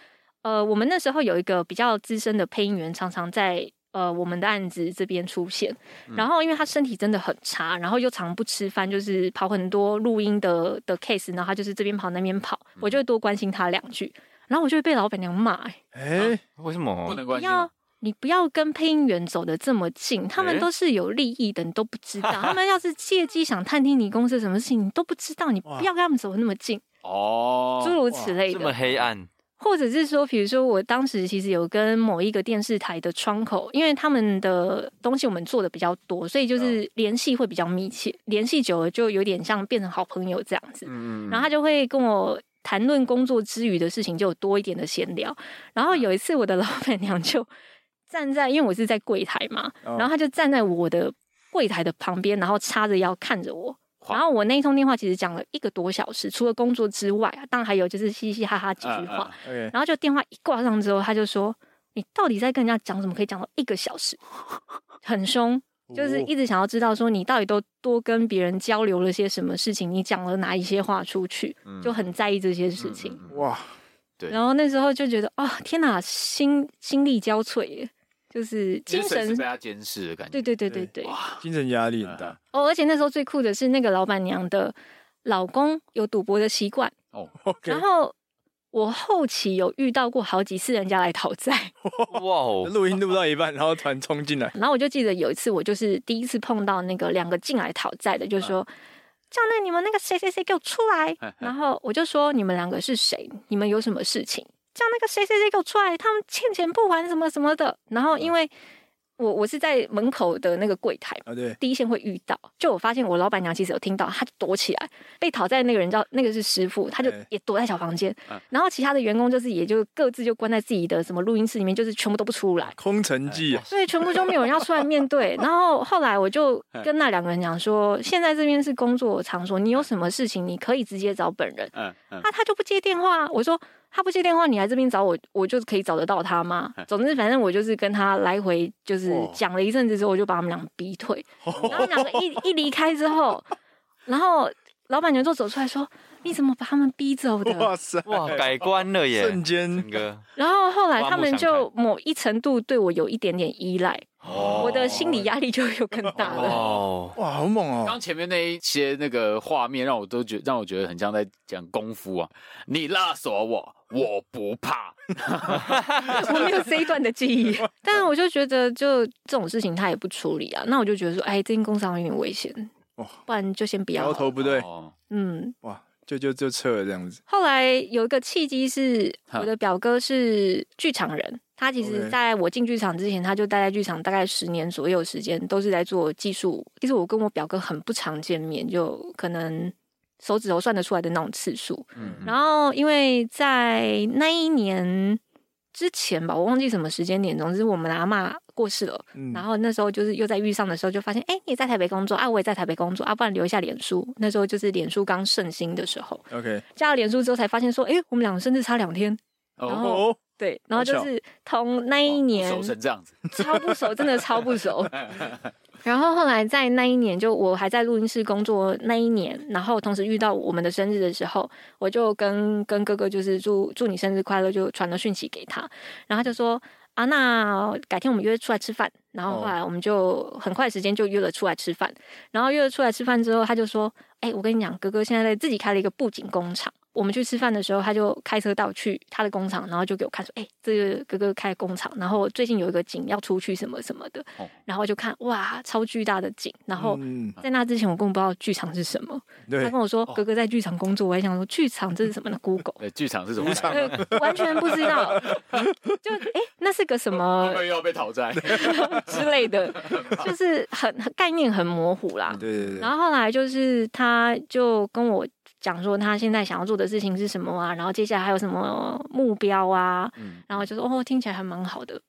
Speaker 4: 呃，我们那时候有一个比较资深的配音员，常常在。呃，我们的案子这边出现，然后因为他身体真的很差，然后又常不吃饭，就是跑很多录音的的 case，然后他就是这边跑那边跑，我就会多关心他两句，然后我就会被老板娘骂、哎
Speaker 5: 哎，
Speaker 7: 为什
Speaker 6: 不
Speaker 7: 么？
Speaker 6: 能
Speaker 4: 不
Speaker 6: 关心
Speaker 4: 要
Speaker 6: 吗。
Speaker 4: 你不要跟配音员走的这么近，他们
Speaker 7: 哎
Speaker 4: 都是有利益的，你都不知道。他们要是借机想探听你公司什么事情，你都不知道，你不
Speaker 5: 哇
Speaker 4: 要跟他们走得那么近，
Speaker 6: 哦
Speaker 4: 诸，如此类
Speaker 7: 这么
Speaker 4: 的。
Speaker 7: 黑暗？
Speaker 4: 或者是说，比如说，我当时其实有跟某一个电视台的窗口，因为他们的东西我们做的比较多，所以就是联系会比较密切，联系久了就有点像变成好朋友这样子。
Speaker 6: 嗯
Speaker 4: 然后他就会跟我谈论工作之余的事情，就有多一点的闲聊。然后有一次，我的老板娘就站在，因为我是在柜台嘛，
Speaker 5: 哦
Speaker 4: 然后她就站在我的柜台的旁边，然后叉着腰看着我。然后我那一通电话其实讲了一个多小时，除了工作之外啊，当然还有就是嘻嘻哈哈几
Speaker 6: 嗯
Speaker 4: 句话。
Speaker 5: ，OK，
Speaker 4: 然后就电话一挂上之后，他就说：“你到底在跟人家讲什么？可以讲到一个小时， 很凶。”就是一直想要知道说你到底都多跟别人交流了些什么事情，你讲了哪一些话出去，
Speaker 6: 嗯
Speaker 4: 就很在意这些事情。
Speaker 5: 哇，
Speaker 6: 对
Speaker 4: 然后那时候就觉得啊、天哪，心心力交瘁耶，就是
Speaker 6: 其
Speaker 4: 精
Speaker 6: 实随时
Speaker 4: 神
Speaker 6: 被。他监视的感觉
Speaker 4: 对。对对对对。
Speaker 5: 精神压力很大，
Speaker 4: 哦，而且那时候最酷的是那个老板娘的老公有赌博的习惯，
Speaker 6: 哦，
Speaker 4: 然后我后期有遇到过好几次人家来讨债。
Speaker 7: 哇哦，
Speaker 5: 录音录到一半，然后突然冲进来，
Speaker 4: 然后我就记得有一次，我就是第一次碰到那个两个进来讨债的，就说：“叫那你们那个谁谁谁给我出来。
Speaker 6: 嘿嘿”
Speaker 4: 然后我就说：“你们两个是谁？你们有什么事情？叫那个谁谁谁给我出来，他们欠钱不还什么什么的。”然后因为我我是在门口的那个柜台
Speaker 5: 啊，对，
Speaker 4: 第一线会遇到，就我发现我老板娘其实有听到，她就躲起来，被讨债的那个人叫那个是师傅，他就
Speaker 5: 哎
Speaker 4: 也躲在小房间
Speaker 6: 嗯，
Speaker 4: 然后其他的员工就是也就各自就关在自己的什么录音室里面，就是全部都不出来，
Speaker 5: 空城计啊，
Speaker 4: 所以全部就没有人要出来面对。然后后来我就
Speaker 7: 嗯
Speaker 4: 跟那两个人讲说，现在这边是工作场所，你有什么事情你可以直接找本人。
Speaker 6: 嗯嗯
Speaker 4: 那他就不接电话。啊我说他不接电话，你来这边找我，我就可以找得到他吗
Speaker 6: 嗯？
Speaker 4: 总之，反正我就是跟他来回就是
Speaker 6: 哦
Speaker 4: 讲了一阵子之后，我就把他们俩 逼退。然后两个一一离开之后，然后老板娘就走出来说：“你怎么把他们逼走
Speaker 5: 哇
Speaker 4: 的
Speaker 5: 塞，
Speaker 7: 哇，改观了耶，
Speaker 5: 瞬间
Speaker 7: 整个？”
Speaker 4: 然后后来
Speaker 7: 刮目
Speaker 4: 他们
Speaker 7: 相
Speaker 4: 就某一程度对我有一点点依赖，
Speaker 7: 哦
Speaker 4: 我的心理压力就又更大
Speaker 7: 哇
Speaker 4: 了。
Speaker 7: 哦，
Speaker 5: 哇，好猛哦！
Speaker 6: 刚前面那一些那个画面，让我都觉让我觉得很像在讲功夫啊！你勒索我，我不怕。
Speaker 4: 我没有这一段的记 忆，但我就觉得就这种事情他也不处理啊，那我就觉得说，哎，这间工厂有点危险
Speaker 5: 哇，
Speaker 4: 不然就先不要好
Speaker 5: 哦摇
Speaker 4: 了。
Speaker 5: 头不对，
Speaker 6: 哦
Speaker 4: 嗯，
Speaker 5: 哇，就就就撤了这样子。
Speaker 4: 后来有一个契机是，
Speaker 6: 哈
Speaker 4: 我的表哥是剧场人，他其实
Speaker 5: OK
Speaker 4: 在我进剧场之前，他就待在剧场大概十年左右时间，都是在做技术。其实我跟我表哥很不常见面，就可能手指头算得出来的那种次数。
Speaker 6: 嗯
Speaker 4: 然后因为在那一年之前吧，我忘记什么时间点，总之我们的阿嬷过世了。
Speaker 5: 嗯，
Speaker 4: 然后那时候就是又在遇上的时候，就发现哎、诶你也在台北工作啊，我也在台北工作啊，不然留一下脸书。那时候就是脸书刚盛行的时候，
Speaker 5: OK，
Speaker 4: 加了脸书之后才发现说，哎、我们两个甚至差两天。然
Speaker 6: 哦，
Speaker 4: 后、对，然后就
Speaker 5: 好巧
Speaker 4: 是从那一年
Speaker 6: 手哦成这样子，
Speaker 4: 超不 熟，真的超不熟。然后后来在那一年，就我还在录音室工作那一年，然后同时遇到我们的生日的时候，我就跟跟哥哥就是祝祝你生日快乐，就传了讯息给他，然后他就说啊，那改天我们约出来吃饭。然后后来我们就很快的时间就约了出来吃饭，然后约了出来吃饭之后，他就说，哎、我跟你讲，哥哥现在在自己开了一个布景工厂。我们去吃饭的时候，他就开车带我去他的工厂，然后就给我看说，哎、这个哥哥开工厂，然后最近有一个景要出去什么什么的，
Speaker 6: 哦
Speaker 4: 然后就看哇，超巨大的景，然后。
Speaker 5: 嗯，
Speaker 4: 在那之前，我根本不知道剧场是什么。他
Speaker 5: 对哦
Speaker 4: 跟，我说哥哥在剧场工作，我还想说剧场这是什么呢？Google
Speaker 6: 对，剧场是什么？
Speaker 5: 啊
Speaker 4: 呃 完全不知道， 就哎、那是个什么
Speaker 6: 会不会又要被讨债？
Speaker 4: 之类的，就是很很概念很模糊啦。
Speaker 5: 对对对
Speaker 4: 然，后后来就是他就跟我讲说他现在想要做的事情是什么啊，然后接下来还有什么目标啊，
Speaker 6: 嗯
Speaker 4: 然后就说哦，听起来还蛮好的。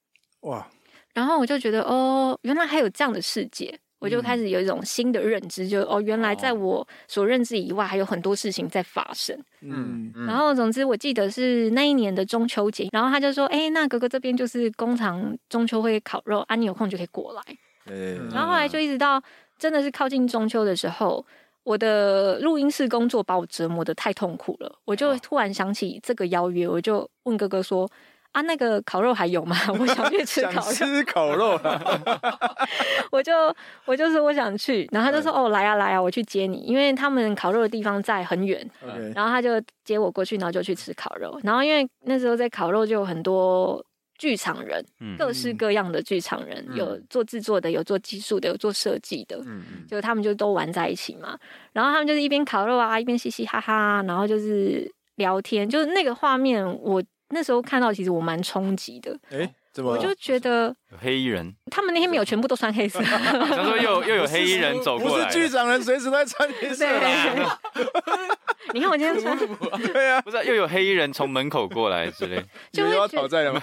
Speaker 5: 哇，
Speaker 4: 然后我就觉得哦，原来还有这样的世界。我就开始有一种新的认知，就哦，原来在我所认知以外，还有很多事情在发生。
Speaker 5: 嗯，
Speaker 6: 嗯
Speaker 4: 然后，总之我记得是那一年的中秋节，然后他就说：“哎、那哥哥这边就是工厂中秋会烤肉啊，你有空就可以过来。
Speaker 5: 对，”
Speaker 6: 嗯
Speaker 4: 嗯然后后来就一直到真的是靠近中秋的时候，我的录音室工作把我折磨的太痛苦了，我就突然想起这个邀约，我就问哥哥说：“啊，那个烤肉还有吗？我想去吃
Speaker 5: 想
Speaker 4: 烤肉。”
Speaker 5: 吃烤肉 啊，
Speaker 4: 我就我就说我想去，然后他就说：“哦，来啊来啊，我去接你，因为他们烤肉的地方在很远，
Speaker 5: OK，
Speaker 4: 然后他就接我过去，然后就去吃烤肉。然后因为那时候在烤肉就有很多剧场人，
Speaker 7: 嗯
Speaker 4: 各式各样的剧场人，
Speaker 6: 嗯
Speaker 4: 有做制作的，有做技术的，有做设计的，
Speaker 6: 嗯嗯
Speaker 4: 就他们就都玩在一起嘛。然后他们就是一边烤肉啊，一边嘻嘻哈哈，然后就是聊天，就是那个画面，我那时候看到，其实我蛮冲击的，
Speaker 5: 哎，怎么
Speaker 7: 啊
Speaker 4: 我
Speaker 5: 了？
Speaker 4: 就觉得。
Speaker 7: 有黑衣 人，
Speaker 4: 他们那天没有全部都穿黑色，
Speaker 7: 他说又又有黑衣人走
Speaker 5: 不
Speaker 7: 过来
Speaker 5: 是
Speaker 7: 了，
Speaker 5: 剧场人随时都在穿 黑色啦，
Speaker 4: 对。 你看我今天穿，
Speaker 5: 啊对啊，
Speaker 7: 不是又有黑衣人从门口过来之 类，
Speaker 5: 你
Speaker 4: 就
Speaker 5: 们
Speaker 4: 会
Speaker 5: 又要
Speaker 4: 觉
Speaker 5: 讨债了吗？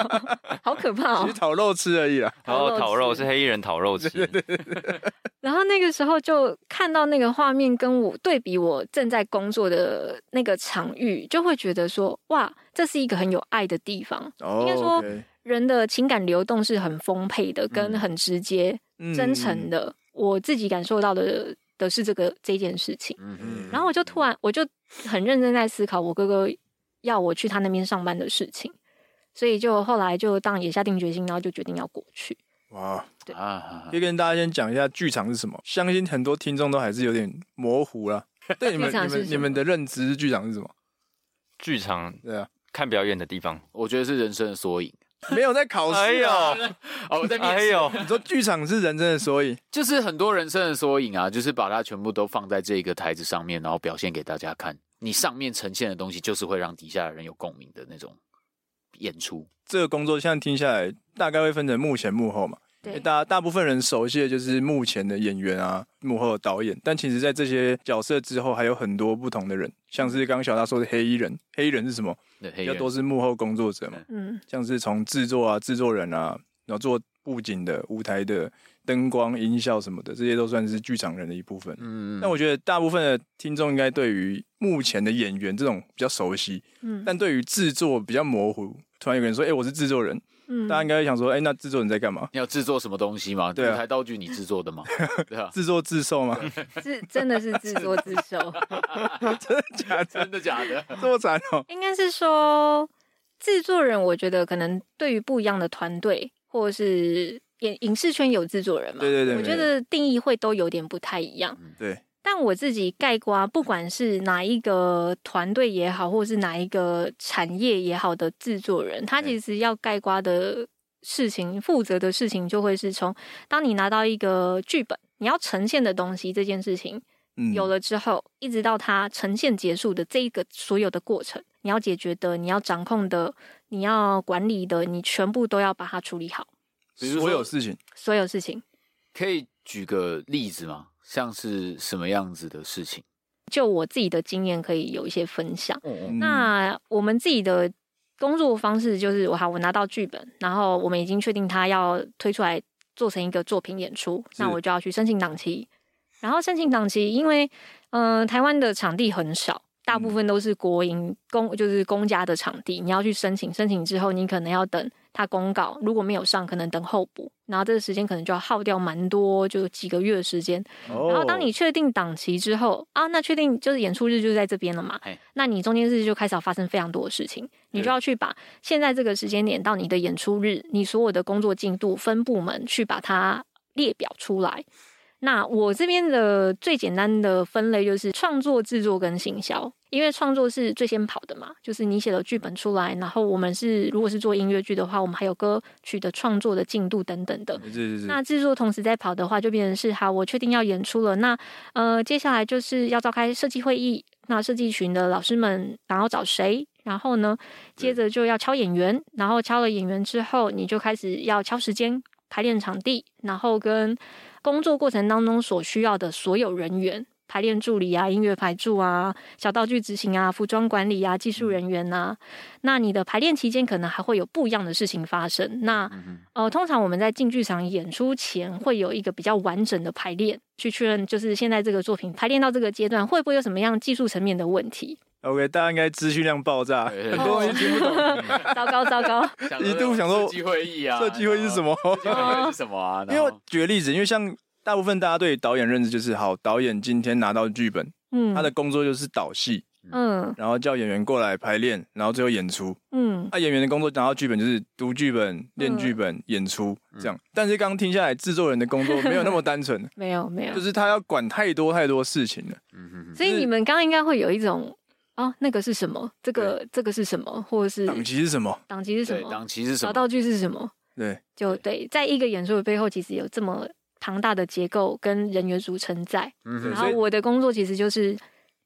Speaker 4: 好可怕哦
Speaker 5: 只是！讨肉吃而已啦。
Speaker 7: 然后
Speaker 4: 烤
Speaker 7: 烤
Speaker 4: 肉
Speaker 7: 肉
Speaker 4: 吃
Speaker 7: 是黑衣人烤肉吃，
Speaker 4: 然后那个时候就看到那个画面，跟我对比我正在工作的那个场域，就会觉得说，哇，这是一个很有爱的地方。
Speaker 5: 哦
Speaker 4: 应该说
Speaker 5: OK
Speaker 4: 人的情感流动是很丰沛的，跟很直接、
Speaker 5: 嗯
Speaker 4: 真诚的。我自己感受到的的是这个这件事情。
Speaker 6: 嗯
Speaker 5: 嗯
Speaker 4: 然后我就突然，我就很认真在思考我哥哥要我去他那边上班的事情，所以就后来就当然也下定决心，然后就决定要过去。
Speaker 5: 哇，
Speaker 6: 嗯啊
Speaker 5: 可以跟大家先讲一下剧场是什么，相信很多听众都还是有点模糊啦。 对你们、
Speaker 4: 剧场
Speaker 5: 你
Speaker 4: 是什么
Speaker 5: 们、你们的认知是剧场是什么？
Speaker 7: 剧场
Speaker 5: 对啊，
Speaker 7: 看表演的地方。
Speaker 6: 我觉得是人生的缩影。
Speaker 5: 没有在考试、啊
Speaker 7: 哎呦，
Speaker 6: 哦，我在面
Speaker 7: 哎
Speaker 6: 试，
Speaker 7: 呦，
Speaker 5: 你说剧场是人真的缩影，
Speaker 6: 就是很多人生的缩影啊，就是把它全部都放在这个台子上面，然后表现给大家看。你上面呈现的东西，就是会让底下的人有共鸣的那种演出。
Speaker 5: 这个工作现在听下来大概会分成幕前幕后嘛。
Speaker 4: 对
Speaker 5: 大大部分人熟悉的就是幕前的演员啊，幕后的导演，但其实在这些角色之后，还有很多不同的人，像是刚刚小大说的黑衣人，黑衣人是什么？
Speaker 6: 对，黑
Speaker 5: 比
Speaker 6: 人
Speaker 5: 较多是幕后工作者嘛，
Speaker 4: 嗯，
Speaker 5: 像是从制作啊、制作人啊，然后做布景的、舞台的、灯光、音效什么的，这些都算是剧场人的一部分。
Speaker 6: 嗯，
Speaker 5: 但我觉得大部分的听众应该对于目前的演员这种比较熟悉，
Speaker 4: 嗯
Speaker 5: 但对于制作比较模糊。突然有个人说：“哎、我是制作人。”
Speaker 4: 嗯
Speaker 5: 大家应该会想说：“哎、那制作人在干嘛？
Speaker 6: 你要制作什么东西吗？
Speaker 5: 对啊
Speaker 6: 舞台道具你制作 的吗？对啊，
Speaker 5: 自作自受 吗？
Speaker 4: 是真的是自作自受，
Speaker 5: 假的，
Speaker 6: 真的假的？
Speaker 5: 这么惨哦、
Speaker 4: 应该是说制作人，我觉得可能对于不一样的团队或者是演影视圈有制作人嘛，
Speaker 5: 对对对，
Speaker 4: 我觉得定义会都有点不太一样。
Speaker 5: 对，
Speaker 4: 但我自己概括，啊不管是哪一个团队也好，或是哪一个产业也好的制作人，他
Speaker 5: 对
Speaker 4: 其实要概括的事情、负责的事情，就会是从当你拿到一个剧本，你要呈现的东西这件事情
Speaker 5: 嗯，
Speaker 4: 有了之后，一直到它呈现结束的这一个所有的过程，你要解决的、你要掌控的、你要管理的，你全部都要把它处理好，
Speaker 6: 比如说
Speaker 5: 所有事情，
Speaker 4: 所有事情。
Speaker 6: 可以举个例子吗？像是什么样子的 事情？
Speaker 4: 就我自己的经验，可以有一些分享。
Speaker 6: 嗯
Speaker 5: 嗯
Speaker 4: 那我们自己的工作方式就是，我好，我拿到剧本，然后我们已经确定它要推出来做成一个作品演出，
Speaker 5: 是
Speaker 4: 那我就要去申请档期。然后申请档期，因为嗯、呃台湾的场地很少，大部
Speaker 5: 嗯
Speaker 4: 分都是国营公就是公家的场地，你要去申请，申请之后你可能要等他公告，如果没有上，可能等候补，然后这个时间可能就要耗掉蛮多，就几个月的时间。
Speaker 5: 然
Speaker 4: 然后当你确定档期之后啊，那确定就是演出日就在这边了嘛
Speaker 6: 嘿，
Speaker 4: 那你中间日就开始要发生非常多的事情，你就要去把现在这个时间点到你的演出日，你所有的工作进度分部门去把它列表出来。那我这边的最简单的分类就是创作、制作跟行销，因为创作是最先跑的嘛，就是你写了剧本出来，然后我们是如果是做音乐剧的话，我们还有歌曲的创作的进度等等的。
Speaker 5: 是是是，
Speaker 4: 那制作同时在跑的话，就变成是好，我确定要演出了。那呃，接下来就是要召开设计会议，那设计群的老师们，然后找谁？然后呢，接着就要敲演员，然后敲了演员之后，你就开始要敲时间、排练场地，然后跟工作过程当中所需要的所有人员。排练助理啊，音乐排助啊，小道具执行啊，服装管理啊，技术人员啊，那你的排练期间可能还会有不一样的事情发生。那呃，通常我们在进剧场演出前会有一个比较完整的排练，去确认就是现在这个作品排练到这个阶段会不会有什么样技术层面的问题。
Speaker 5: OK，大家应该资讯量爆炸，
Speaker 6: 对
Speaker 5: 很
Speaker 4: 哦
Speaker 5: 多人听不懂，
Speaker 4: 糟糕糟糕，
Speaker 5: 一度想说
Speaker 6: 设计会议啊，
Speaker 5: 这机会是 什么？
Speaker 6: 然后？设计会议是什么啊？
Speaker 5: 因为
Speaker 6: 然后
Speaker 5: 我举个例子，因为像大部分大家对导演认知就是，好，导演今天拿到剧本，
Speaker 4: 嗯，
Speaker 5: 他的工作就是导戏，
Speaker 4: 嗯
Speaker 5: 然后叫演员过来排练，然后最后演出。啊
Speaker 4: 嗯
Speaker 5: 那、演员的工作拿到剧本就是读剧本、练剧本、演出
Speaker 4: 嗯
Speaker 5: 这样。但是刚刚听下来，制作人的工作没有那么单 纯，嗯
Speaker 4: 没有没有
Speaker 5: 就，是他要管太多太多事情了。
Speaker 6: 嗯
Speaker 4: 所以你们刚刚应该会有一种哦，那个是什么？这个这个是什么？或者
Speaker 5: 档
Speaker 4: 是
Speaker 5: 期是什么？
Speaker 4: 档期是什
Speaker 6: 对
Speaker 4: 么？
Speaker 6: 档期是什
Speaker 4: 小
Speaker 6: 么？
Speaker 4: 道具是什么？
Speaker 5: 对，
Speaker 4: 就对，在一个演出的背后，其实有这么庞大的结构跟人员组成在。
Speaker 6: 嗯
Speaker 5: 对
Speaker 6: 哼
Speaker 4: 然后
Speaker 5: 所以
Speaker 4: 我的工作其实就是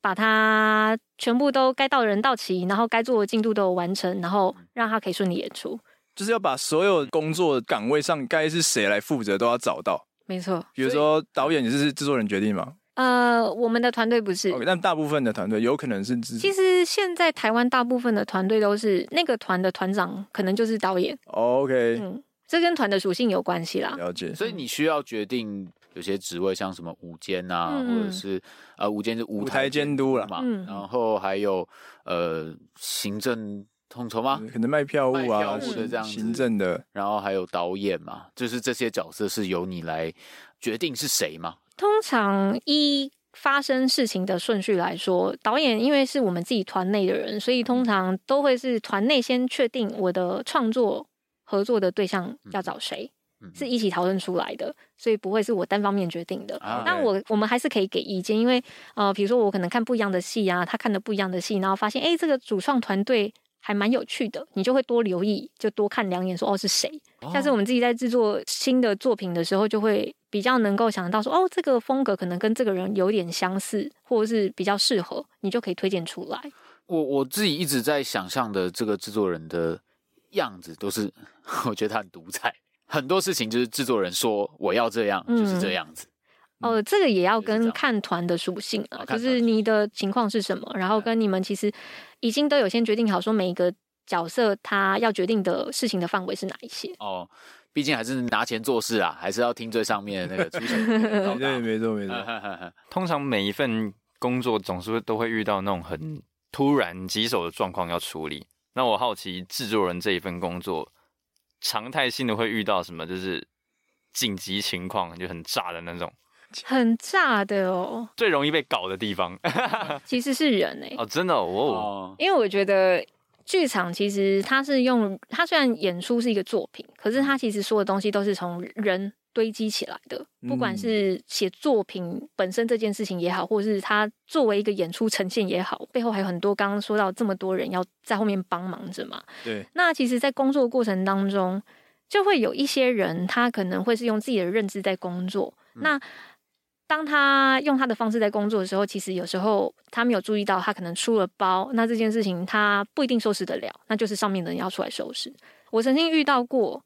Speaker 4: 把它全部都该到的人到齐，然后该做的进度都有完成，然后让它可以顺利演出。
Speaker 5: 就是要把所有工作岗位上该是谁来负责都要找到。
Speaker 4: 没错，
Speaker 5: 比如说
Speaker 4: 嗯
Speaker 5: 导演也是制作人决定嘛
Speaker 4: 呃，我们的团队不是。
Speaker 5: ，OK，但大部分的团队有可能是制
Speaker 4: 其实现在台湾大部分的团队都是那个团的团长，可能就是导演。
Speaker 5: OK，、
Speaker 4: 嗯，这跟团的属性有关系啦。
Speaker 5: 了解。
Speaker 6: 所以你需要决定有些职位，像什么舞监啊，
Speaker 4: 嗯
Speaker 6: 或者是呃舞监是舞
Speaker 5: 舞台监督啦
Speaker 6: 嘛，
Speaker 4: 嗯
Speaker 6: 然后还有呃行政统筹吗？
Speaker 5: 可能卖票务
Speaker 6: 啊卖
Speaker 5: 啊，
Speaker 6: 票务的这样子
Speaker 5: 行政的，
Speaker 6: 然后还有导演嘛，就是这些角色是由你来决定是谁嘛？
Speaker 4: 通常依发生事情的顺序来说，导演因为是我们自己团内的人，所以
Speaker 5: 嗯
Speaker 4: 通常都会是团内先确定我的创作合作的对象要找谁，
Speaker 6: 嗯
Speaker 4: 是一起讨论出来的，所以不会是我单方面决定的。
Speaker 6: 啊
Speaker 4: 但我我们还是可以给意见，因为呃，比如说我可能看不一样的戏啊，他看的不一样的戏，然后发现哎，诶这个主创团队还蛮有趣的，你就会多留意，就多看两眼说，哦是谁。下次我们自己在制作新的作品的时候，就会比较能够想到说，哦，这个风格可能跟这个人有点相似，或者是比较适合，你就可以推荐出来。
Speaker 6: 我我自己一 直在想象的这个制作人的样子，都是我觉得他很独裁，很多事情就是制作人说我要这样，
Speaker 4: 嗯
Speaker 6: 就是这样子。
Speaker 4: 哦，这个也要
Speaker 6: 就是这
Speaker 4: 跟
Speaker 6: 样
Speaker 4: 看团的属性啊，
Speaker 6: 哦看
Speaker 4: 就
Speaker 6: 团的
Speaker 4: 是
Speaker 6: 属
Speaker 4: 你的情况是什么，然后跟你们其实已经都有先决定好，说每一个角色他要决定的事情的范围是哪一些。
Speaker 6: 哦，毕竟还是拿钱做事啊，还是要听最上面的那个出钱 的人到
Speaker 5: 对，没错没错。
Speaker 6: 达。
Speaker 7: 通常每一份工作总是会都会遇到那种很突然棘手的状况要处理。那我好奇制作人这一份工作，常态性的会遇到什么？就是紧急情况，就很炸的那种，
Speaker 4: 很炸的哦，
Speaker 7: 最容易被搞的地方。
Speaker 5: 哎
Speaker 4: 其实是人哎、
Speaker 7: 哦，真的哦，哦
Speaker 6: 哦，
Speaker 4: 因为我觉得剧场其实它是用它虽然演出是一个作品，可是它其实所有东西都是从人堆积起来的，
Speaker 5: 嗯
Speaker 4: 不管是写作品本身这件事情也好，或是它作为一个演出呈现也好，背后还有很多刚刚说到这么多人要在后面帮忙着嘛。
Speaker 5: 对，
Speaker 4: 那其实，在工作过程当中，就会有一些人，他可能会是用自己的认知在工作。
Speaker 6: 嗯
Speaker 4: 那当他用他的方式在工作的时候，其实有时候他没有注意到，他可能出了包，那这件事情他不一定收拾得了，那就是上面的人要出来收拾。我曾经遇到过，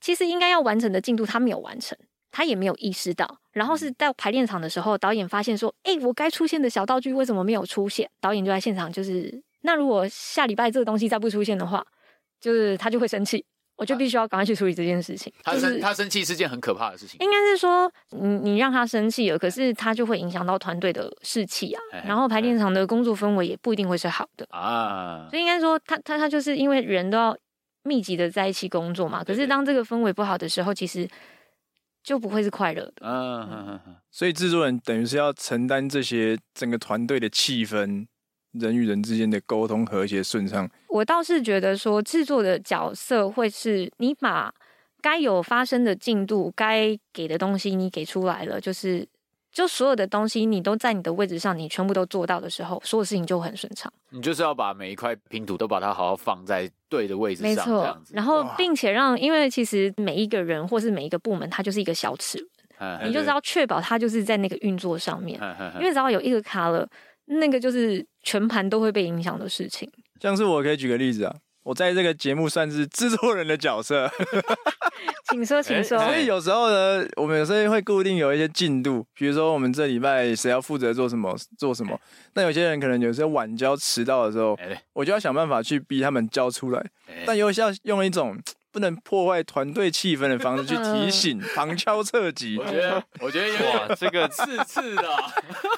Speaker 4: 其实应该要完成的进度他没有完成。他也没有意识到，然后
Speaker 6: 嗯
Speaker 4: 是到排练场的时候，导演发现说：“诶，我该出现的小道具为什么没有出现？”导演就在现场，就是那如果下礼拜这个东西再不出现的话，就是他就会生气，我就必须要赶快去处理这件事情。
Speaker 6: 啊他
Speaker 4: 就
Speaker 6: 生
Speaker 4: 是
Speaker 6: 他生气是件很可怕的事情。
Speaker 4: 应该是说，你你让他生气了，可是他就会影响到团队的士气啊
Speaker 6: 哎，
Speaker 4: 然后排练场的工作氛围也不一定会是好的。
Speaker 6: 啊，
Speaker 4: 所以应该说他，他他就是因为人都要密集的在一起工作嘛，可
Speaker 6: 对
Speaker 4: 是当这个氛围不好的时候，其实就不会是快乐的。
Speaker 6: 嗯哼哼哼
Speaker 5: 所以制作人等于是要承担这些整个团队的气氛，人与人之间的沟通和谐顺畅。
Speaker 4: 我倒是觉得说，制作的角色会是你把该有发生的进度、该给的东西你给出来了，就是就所有的东西你都在你的位置上，你全部都做到的时候，所有事情就会很顺畅。
Speaker 6: 你就是要把每一块拼图都把它好好放在对的位置
Speaker 4: 没
Speaker 6: 上，这
Speaker 4: 错
Speaker 6: 样，子。
Speaker 4: 然后
Speaker 5: 哇
Speaker 4: 并且让，因为其实每一个人或是每一个部门，它就是一个小齿轮，
Speaker 6: 嗯
Speaker 5: 哎
Speaker 4: 你就是要确保它就是在那个运作上面，
Speaker 6: 嗯嗯
Speaker 4: 因为只要有一个卡了，那个就是全盘都会被影响的事情。
Speaker 5: 像是我可以举个例子啊，我在这个节目算是制作人的角色，
Speaker 4: 请说，请说。
Speaker 5: 所以有时候呢，我们有时候会固定有一些进度，比如说我们这礼拜谁要负责做什么做什么。那有些人可能有时候晚交迟到的时候，
Speaker 6: 哎
Speaker 5: 我就要想办法去逼他们交出来，
Speaker 6: 哎
Speaker 5: 但又是要用一种不能破坏团队气氛的方式去
Speaker 4: 嗯
Speaker 5: 提醒，旁敲侧击
Speaker 6: 我。觉得我觉得有点
Speaker 7: 哇，这 个
Speaker 6: 刺刺的啊，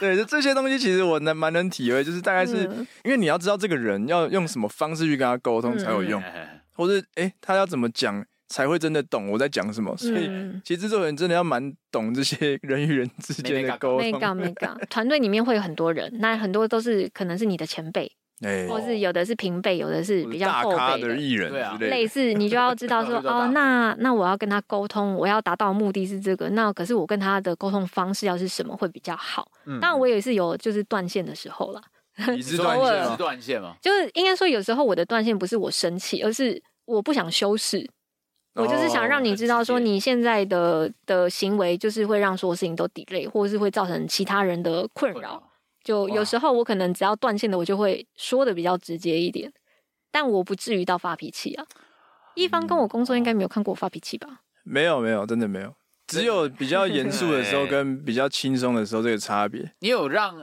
Speaker 5: 对，就这些东西其实我能蛮能体会，就是大概是、
Speaker 4: 嗯
Speaker 5: 因为你要知道这个人要用什么方式去跟他沟通才有用，
Speaker 4: 嗯
Speaker 6: 哎
Speaker 5: 或是哎、诶他要怎么讲才会真的懂我在讲什么。所以
Speaker 4: 嗯
Speaker 5: 其实制作人真的要蛮懂这些人与人之间的沟
Speaker 4: 没
Speaker 5: 通。
Speaker 4: 搞 没搞，团队里面会有很多人，那很多都是可能是你的前辈，
Speaker 5: 哎
Speaker 4: 或是有的是平辈，有的是比较
Speaker 5: 大
Speaker 4: 后
Speaker 5: 咖
Speaker 4: 辈
Speaker 5: 的
Speaker 4: 的。
Speaker 5: 艺人
Speaker 6: 对啊
Speaker 5: 之类
Speaker 4: 类
Speaker 5: 的，
Speaker 4: 似，你就要知 道说
Speaker 6: 遇到大
Speaker 4: 哦，那那我要跟他沟通，我要达到的目的是这个，那可是我跟他的沟通方式要是什么会比较好？
Speaker 6: 嗯
Speaker 4: 当然，我也是有就是断线的时候啦，
Speaker 5: 理智断线
Speaker 6: 是
Speaker 5: 啊。
Speaker 6: 断线嘛？
Speaker 4: 就是应该说有时候我的断线不是我生气，而是我不想修饰，我就是想让你知道说
Speaker 6: 哦很直接
Speaker 4: 你现在的的行为就是会让所有事情都 delay，或是会造成其他人的困扰。就有时候我可能只要断线的，我就会说的比较直接一点，但我不至于到发脾气啊。一方跟我工作应该没有看过我发脾气吧？
Speaker 5: 没有没有，真的没有，只有比较严肃的时候
Speaker 6: 哎
Speaker 5: 跟比较轻松的时候这个差别。
Speaker 6: 你有让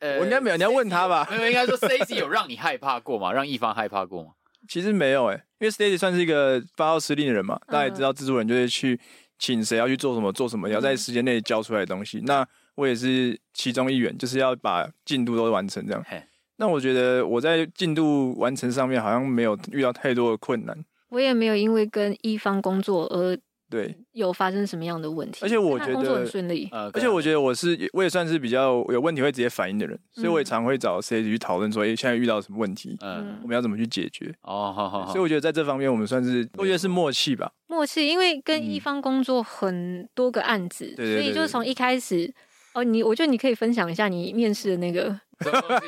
Speaker 6: 呃，
Speaker 5: 我应该没有，你要问他吧
Speaker 6: 没？有，应该说 Stacy 有让你害怕过吗？让一方害怕过吗？
Speaker 5: 其实没有哎、因为 Stacy 算是一个发号施令的人嘛，大家也
Speaker 6: 嗯
Speaker 5: 知道制作人就是去请谁要去做什么做什么，也要在时间内交出来的东西。那我也是其中一员，就是要把进度都完成这样
Speaker 6: 嘿。
Speaker 5: 那我觉得我在进度完成上面好像没有遇到太多的困难，
Speaker 4: 我也没有因为跟一方工作而
Speaker 5: 对，
Speaker 4: 有发生什么样的问题，
Speaker 5: 而且我
Speaker 4: 他
Speaker 5: 觉
Speaker 4: 工作很
Speaker 5: 得。
Speaker 4: 顺利。
Speaker 6: 呃，
Speaker 5: 而且我觉得我是我也算是比较有问题会直接反应的人，所以
Speaker 6: 嗯
Speaker 5: 我也常会找 Stacy 去讨论说，哎、现在遇到什么问题，
Speaker 6: 得
Speaker 4: 呃
Speaker 6: 嗯，
Speaker 5: 我们要怎么去解决。
Speaker 6: 哦，好好好，
Speaker 5: 所以我觉得在这方面我们算是，我觉得是默契吧。
Speaker 4: 默契，因为跟
Speaker 5: 嗯
Speaker 4: 一方工作很多个案子，
Speaker 5: 对对对
Speaker 4: 所以就
Speaker 5: 对
Speaker 4: 是从一开始。哦，你我觉得你可以分享一下你面试的那个，
Speaker 6: 什么东西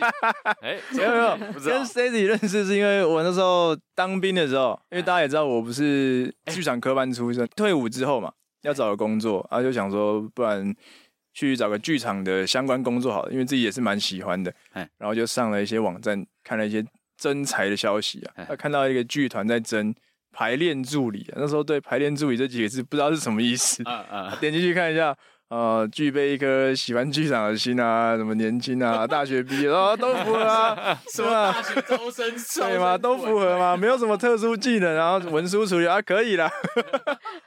Speaker 7: 哎，
Speaker 5: 没有没有， 跟 Stacy 认识是因为我那时候当兵的时候，因为大家也知道我不是
Speaker 6: 哎
Speaker 5: 剧场科班出身，退伍之后嘛，要找个工作，啊然后就想说，不然去找个剧场的相关工作好了，因为自己也是蛮喜欢的，
Speaker 6: 哎
Speaker 5: 然后就上了一些网站，看了一些征才的消息啊
Speaker 6: 哎，
Speaker 5: 看到一个剧团在征排练助理、啊，那时候对排练助理这几个字不知道是什么意思，
Speaker 6: 嗯嗯，
Speaker 5: 点进去看一下。呃，具备一颗喜欢剧场的心啊，什么年轻啊，大学毕业哦，都符合 啊， 是吧？
Speaker 6: 学招生
Speaker 5: 对吗？都符合吗？没有什么特殊技能，然后文书处理啊，可以啦。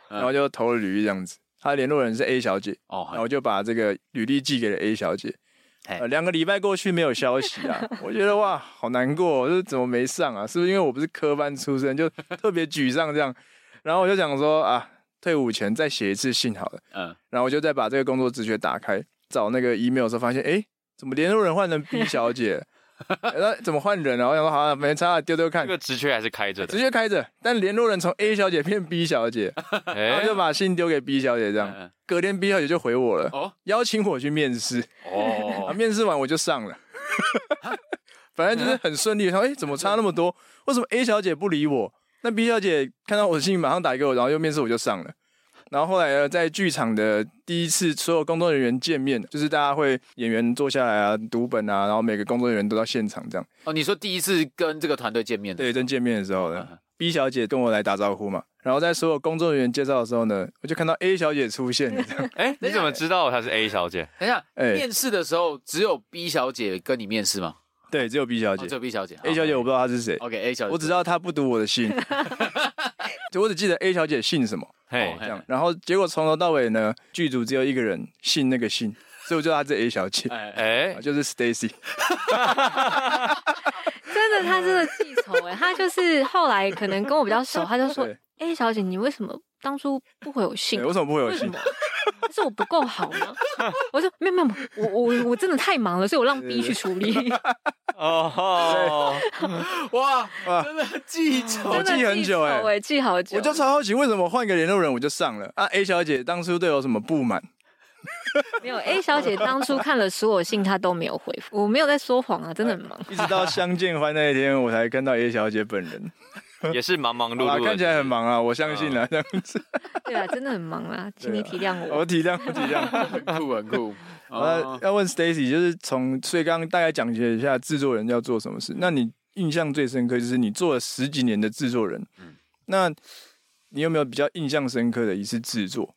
Speaker 5: 然后就投了履历这样子。他联络人是 A 小姐，
Speaker 6: 哦，
Speaker 7: 啊
Speaker 5: 然后我就把这个履历寄给了 A 小姐。
Speaker 6: 嘿
Speaker 5: 呃，两个礼拜过去没有消息 啊，我觉得哇，好难过、哦，这怎么没上啊？是不是因为我不是科班出身，就特别沮丧这样？然后我就想说啊，退伍前再写一次信好了。
Speaker 6: 嗯，
Speaker 5: 然后我就再把这个工作直觉打开，找那个 email 的时候发现，哎，怎么联络人换成 B 小 姐？那怎么换人啊？我想说好、啊，没差啊，丢丢看
Speaker 7: 这，个职缺还是开着
Speaker 5: 直
Speaker 7: 的，
Speaker 5: 接开着。但联络人从 A 小姐变 B 小姐，然
Speaker 7: 哎
Speaker 5: 后就把信丢给 B 小姐，这样。
Speaker 6: 嗯
Speaker 5: 隔天 B 小姐就回我了，
Speaker 6: 哦
Speaker 5: 邀请我去面试。啊，
Speaker 6: 哦，
Speaker 5: 面试完我就上了， 反正就是很顺利。然后哎、怎么差那么多？为什么 A 小姐不理我？那 B 小姐看到我的信马上打给我，然后又面试我就上了。然后后来呢，在剧场的第一次，所有工作人员见面，就是大家会演员坐下来啊，读本啊，然后每个工作人员都到现场这样。
Speaker 6: 哦，你说第一次跟这个团队见面的，
Speaker 5: 对，真见面的时候
Speaker 6: 嗯
Speaker 5: 呢，B 小姐跟我来打招呼嘛，然后在所有工作人员介绍的时候呢，我就看到 A 小姐出现了这 样。
Speaker 7: 哎，你怎么知道她是 A 小姐？
Speaker 6: 等一下，
Speaker 5: 哎
Speaker 6: 面试的时候只有 B 小姐跟你面试吗？
Speaker 5: 对，只有 B 小
Speaker 6: 哦
Speaker 5: 姐
Speaker 6: 只有 B 小姐好哦
Speaker 5: A 小姐我不知道她是谁，
Speaker 6: ，OK，A 小姐，
Speaker 5: 我只知道她不读我的信，就我只记得 A 小姐姓什么
Speaker 7: 嘿
Speaker 6: 哦，
Speaker 5: 这样，然后结果从头到尾呢，剧组只有一个人姓那个姓，所以我就她是 A 小姐，
Speaker 6: 哎哎，
Speaker 7: 哎
Speaker 5: 啊，就是 Stacy。
Speaker 4: 真的，他真的记 仇哎、他就是后来可能跟我比较熟，他就说
Speaker 5: 对：“
Speaker 4: 哎、小姐，你为什么当初不回我信
Speaker 5: 对，？为什么不会有
Speaker 4: 为 什
Speaker 5: 姓
Speaker 4: 么？是我不够好吗？” 我说：“没有没有，我我我真的太忙了，所以我让 B 去处理。
Speaker 7: 哦吼，
Speaker 6: 哇，
Speaker 5: 哇
Speaker 6: 真的记仇
Speaker 5: 我
Speaker 4: 真的
Speaker 5: 记很久哎
Speaker 4: 哎、记好久。
Speaker 5: 我就超好奇，为什么换一个联络人我就上了啊？A 小姐当初对我有什么不满？
Speaker 4: 没有 A 小姐当初看了所有信，她都没有回复，我没有在说谎啊，真的很 忙。
Speaker 5: 一直到相见欢那一天，我才看到 A 小姐本人。
Speaker 7: 也是忙忙
Speaker 5: 好
Speaker 7: 碌
Speaker 5: 啦
Speaker 7: 碌的，
Speaker 5: 看起来很忙啊，我相信了，这样子，
Speaker 4: 对啊，真的很忙啊，请你体谅我。
Speaker 5: 我体谅，我体谅。
Speaker 6: 很酷很 酷。
Speaker 5: 呃
Speaker 6: 哦，
Speaker 5: 要问 Stacy，就是从所以刚刚大概讲解一下制作人要做什么事。那你印象最深刻就是你做了十几年的制作人，
Speaker 6: 嗯
Speaker 5: 那你有没有比较印象深刻的一次制作？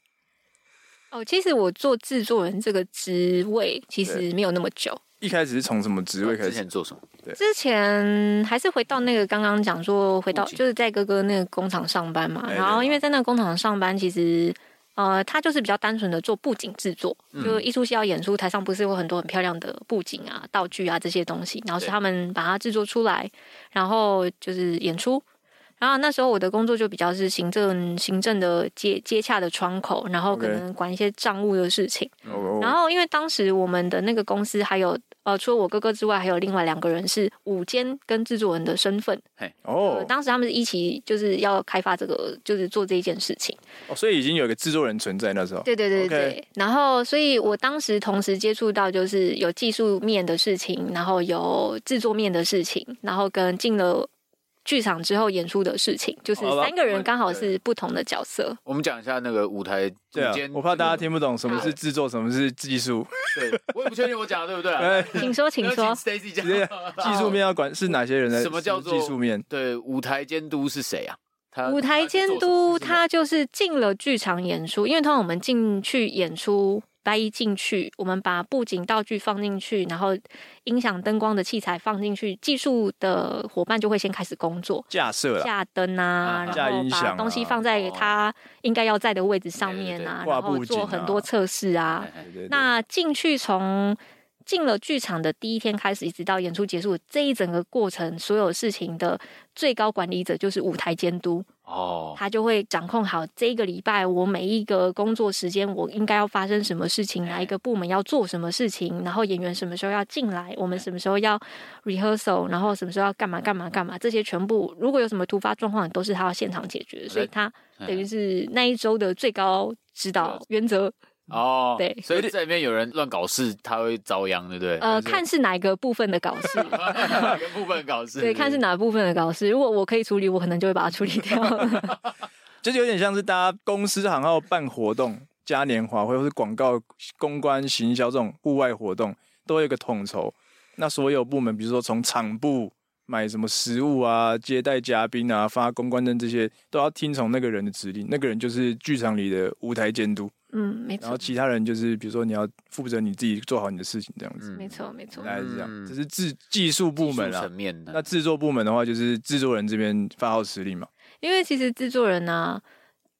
Speaker 4: 哦，其实我做制作人这个职位其实没有那么久，
Speaker 5: 一开始是从什么职位开
Speaker 6: 哦之
Speaker 5: 始？
Speaker 6: 前做什么？
Speaker 4: 之前还是回到那个刚刚讲说，回到
Speaker 6: 物景
Speaker 4: 就是在哥哥那个工厂上班嘛。
Speaker 5: 哎
Speaker 4: 然后
Speaker 5: 对
Speaker 4: 因为在那个工厂上班，其实呃，他就是比较单纯的做布景制作，
Speaker 5: 嗯
Speaker 4: 就一出戏要演出，台上不是有很多很漂亮的布景啊、道具啊这些东西，然后是
Speaker 6: 对
Speaker 4: 他们把它制作出来，然后就是演出。然后那时候我的工作就比较是行政行政的接接洽的窗口，然后可
Speaker 5: OK
Speaker 4: 能管一些账务的事情。
Speaker 6: 嗯
Speaker 5: 哦
Speaker 4: 然后因为当时我们的那个公司还有呃，除了我哥哥之外，还有另外两个人是午间跟制作人的身份。呃，
Speaker 5: 哦
Speaker 4: 当时他们是一起就是要开发这个，就是做这一件事情。
Speaker 5: 哦，所以已经有一个制作人存在那时候。
Speaker 4: 对对对
Speaker 5: OK
Speaker 4: 对对。然后，所以我当时同时接触到就是有技术面的事情，然后有制作面的事情，然后跟进了。剧场之后演出的事情，就是
Speaker 5: 好吧
Speaker 4: 三个人刚好
Speaker 5: 对
Speaker 4: 是不同的角色。
Speaker 6: 我们讲一下那个舞台
Speaker 5: 对啊
Speaker 6: 中间，
Speaker 5: 我怕大家听不懂什么是制作，什么是技 术。
Speaker 6: 对，我也不确定我讲的对不对啊。
Speaker 5: 哎，
Speaker 4: 请说，请说。
Speaker 6: ，Stacy 讲
Speaker 5: 直。接技术面要管是哪些人在？
Speaker 6: 什么叫做
Speaker 5: 技术面？
Speaker 6: 对，舞台监督是谁啊？他
Speaker 4: 舞台监督他就是进了剧场演出，因为通常我们进去演出，白衣进去，我们把布景道具放进去，然后音响、灯光的器材放进去，技术的伙伴就会先开始工作。
Speaker 5: 架设啦，
Speaker 4: 架灯啊，
Speaker 6: 啊
Speaker 4: 然
Speaker 5: 架
Speaker 4: 后
Speaker 5: 音响
Speaker 4: 把
Speaker 5: 啊
Speaker 4: 东西放在它应该要在的位置上面啊，
Speaker 5: 对对对
Speaker 4: 然
Speaker 5: 挂
Speaker 4: 后
Speaker 5: 布景啊
Speaker 4: 做很多测试啊。
Speaker 6: 哎
Speaker 5: 对对对
Speaker 4: 那进去从进了剧场的第一天开始，一直到演出结束这一整个过程，所有事情的最高管理者就是舞台监督。
Speaker 6: 哦，
Speaker 4: 他就会掌控好这一个礼拜我每一个工作时间，我应该要发生什么事情，哪一个部门要做什么事情，然后演员什么时候要进来，我们什么时候要 rehearsal，然后什么时候要干嘛干嘛干嘛，这些全部如果有什么突发状况，都是他要现场解决，所以他
Speaker 6: 嗯
Speaker 4: 等于是那一周的最高指导原则。
Speaker 6: 哦，
Speaker 4: 对
Speaker 6: 所以这里面有人乱搞事，他会遭殃，对不对？
Speaker 4: 呃，看是哪一个部分的搞事，
Speaker 6: 哪个部分搞事？
Speaker 4: 对，看是哪部分的搞事。如果我可以处理，我可能就会把它处理掉。
Speaker 5: 就是有点像是大家公司行号办活动、嘉年华会，或是广告、公关、行销这种户外活动，都有一个统筹。那所有部门，比如说从场部、买什么食物啊、接待嘉宾啊、发公关证这些，都要听从那个人的指令。那个人就是剧场里的舞台监督，
Speaker 4: 嗯，没
Speaker 5: 然后
Speaker 4: 错，
Speaker 5: 其他人就是比如说你要负责你自己做好你的事情这样子，
Speaker 4: 没错，没错
Speaker 5: 大。概是这
Speaker 6: 嗯
Speaker 5: 样。这是制技术部门
Speaker 6: 技术
Speaker 5: 啊
Speaker 6: 层，面的
Speaker 5: 那制作部门的话就是制作人这边发号施令嘛。
Speaker 4: 因为其实制作人呢、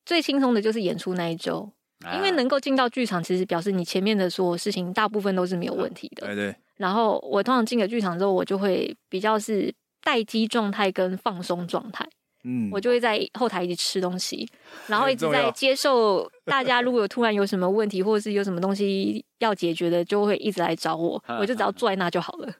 Speaker 4: 最轻松的就是演出那一周，因为
Speaker 6: 啊
Speaker 4: 能够进到剧场，其实表示你前面的所有事情大部分都是没有问题的。
Speaker 5: 啊哎对对，
Speaker 4: 然后我通常进了剧场之后，我就会比较是待机状态跟放松状态。
Speaker 5: 嗯，
Speaker 4: 我就会在后台一直吃东西，然后一
Speaker 5: 很
Speaker 4: 直
Speaker 5: 重要
Speaker 4: 在接受大家如果有突然有什么问题，或者是有什么东西要解决的，就会一直来找我，我就只要坐在那就好了。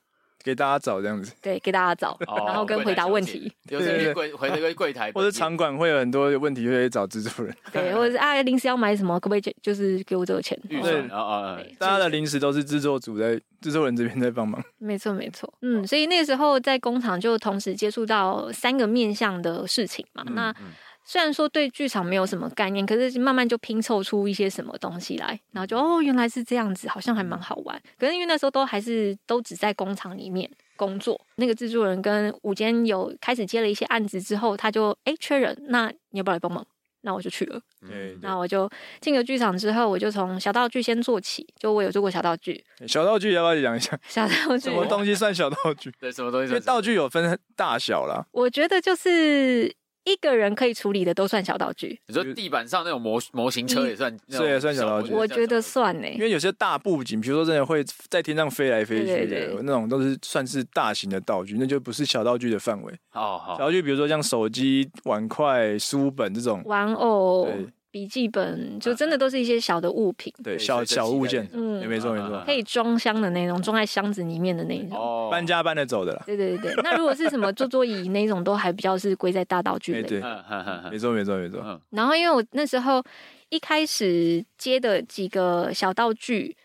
Speaker 5: 给大家找这样子。
Speaker 4: 对，给大家找，
Speaker 6: 哦
Speaker 4: 然后跟回答问题，
Speaker 6: 有时候去柜回到柜 台，
Speaker 5: 或者场馆会有很多问题，会找制作 人。
Speaker 4: 对，或者是啊临时要买什么，可不可以就就是给我这个钱？
Speaker 6: 预
Speaker 5: 对
Speaker 6: 算，然后啊
Speaker 4: 对
Speaker 5: 大家的零食都是制作组在制作人这边在帮忙。
Speaker 4: 没错，没错，嗯，所以那个时候在工厂就同时接触到三个面向的事情嘛。
Speaker 5: 嗯
Speaker 4: 那虽然说对剧场没有什么概念，可是慢慢就拼凑出一些什么东西来，然后
Speaker 5: 嗯
Speaker 4: 就哦，原来是这样子，好像还蛮好玩。可是因为那时候都还是都只在工厂里面工作，那个制作人跟午间有开始接了一些案子之后，他就哎缺人，那你要不要来帮忙？那我就去了。
Speaker 5: 对
Speaker 6: 嗯
Speaker 4: 那我就进了剧场之后，我就从小道具先做起，就我有做过小道具，
Speaker 5: 欸小道具要不要讲一下？
Speaker 4: 小道具
Speaker 5: 什么东西算小道 具？
Speaker 6: 对什么东西
Speaker 5: 因为
Speaker 6: 算
Speaker 5: 道具有分大小啦，
Speaker 4: 我觉得就是一个人可以处理的都算小道具，
Speaker 6: 你说地板上那种模模型车也算，那种
Speaker 5: 嗯是也算小道具
Speaker 4: 我觉得算欸呢、
Speaker 5: 因为有些大布景，比如说真的会在天上飞来飞去
Speaker 4: 对
Speaker 5: 的
Speaker 4: 对对
Speaker 5: 那种，都是算是大型的道具，那就不是小道具的范围。
Speaker 6: 哦
Speaker 5: 小
Speaker 6: 好，
Speaker 5: 道具比如说像手机、碗筷、书本这种，
Speaker 4: 玩偶
Speaker 5: 对、
Speaker 4: 笔记本，就真的都是一些小的物品，
Speaker 5: 对
Speaker 6: 对
Speaker 5: 小
Speaker 6: 随身
Speaker 5: 小
Speaker 6: 携带
Speaker 5: 物
Speaker 6: 那
Speaker 5: 件，
Speaker 4: 种
Speaker 5: 对没错
Speaker 6: 嗯
Speaker 5: 没
Speaker 6: 嗯
Speaker 5: 错
Speaker 6: 嗯，
Speaker 4: 可以装箱的那种，装在箱子里面的那种。
Speaker 6: 哦
Speaker 5: 搬家搬得走的啦，
Speaker 4: 对对对，对那如果是什么坐座椅那种，都还比较是归在大道具
Speaker 5: 哎
Speaker 4: 类。
Speaker 5: 对，
Speaker 6: 嗯哼哼哼
Speaker 5: 没错没错没错，
Speaker 6: 嗯
Speaker 4: 然后因为我那时候一开始接的几个小道具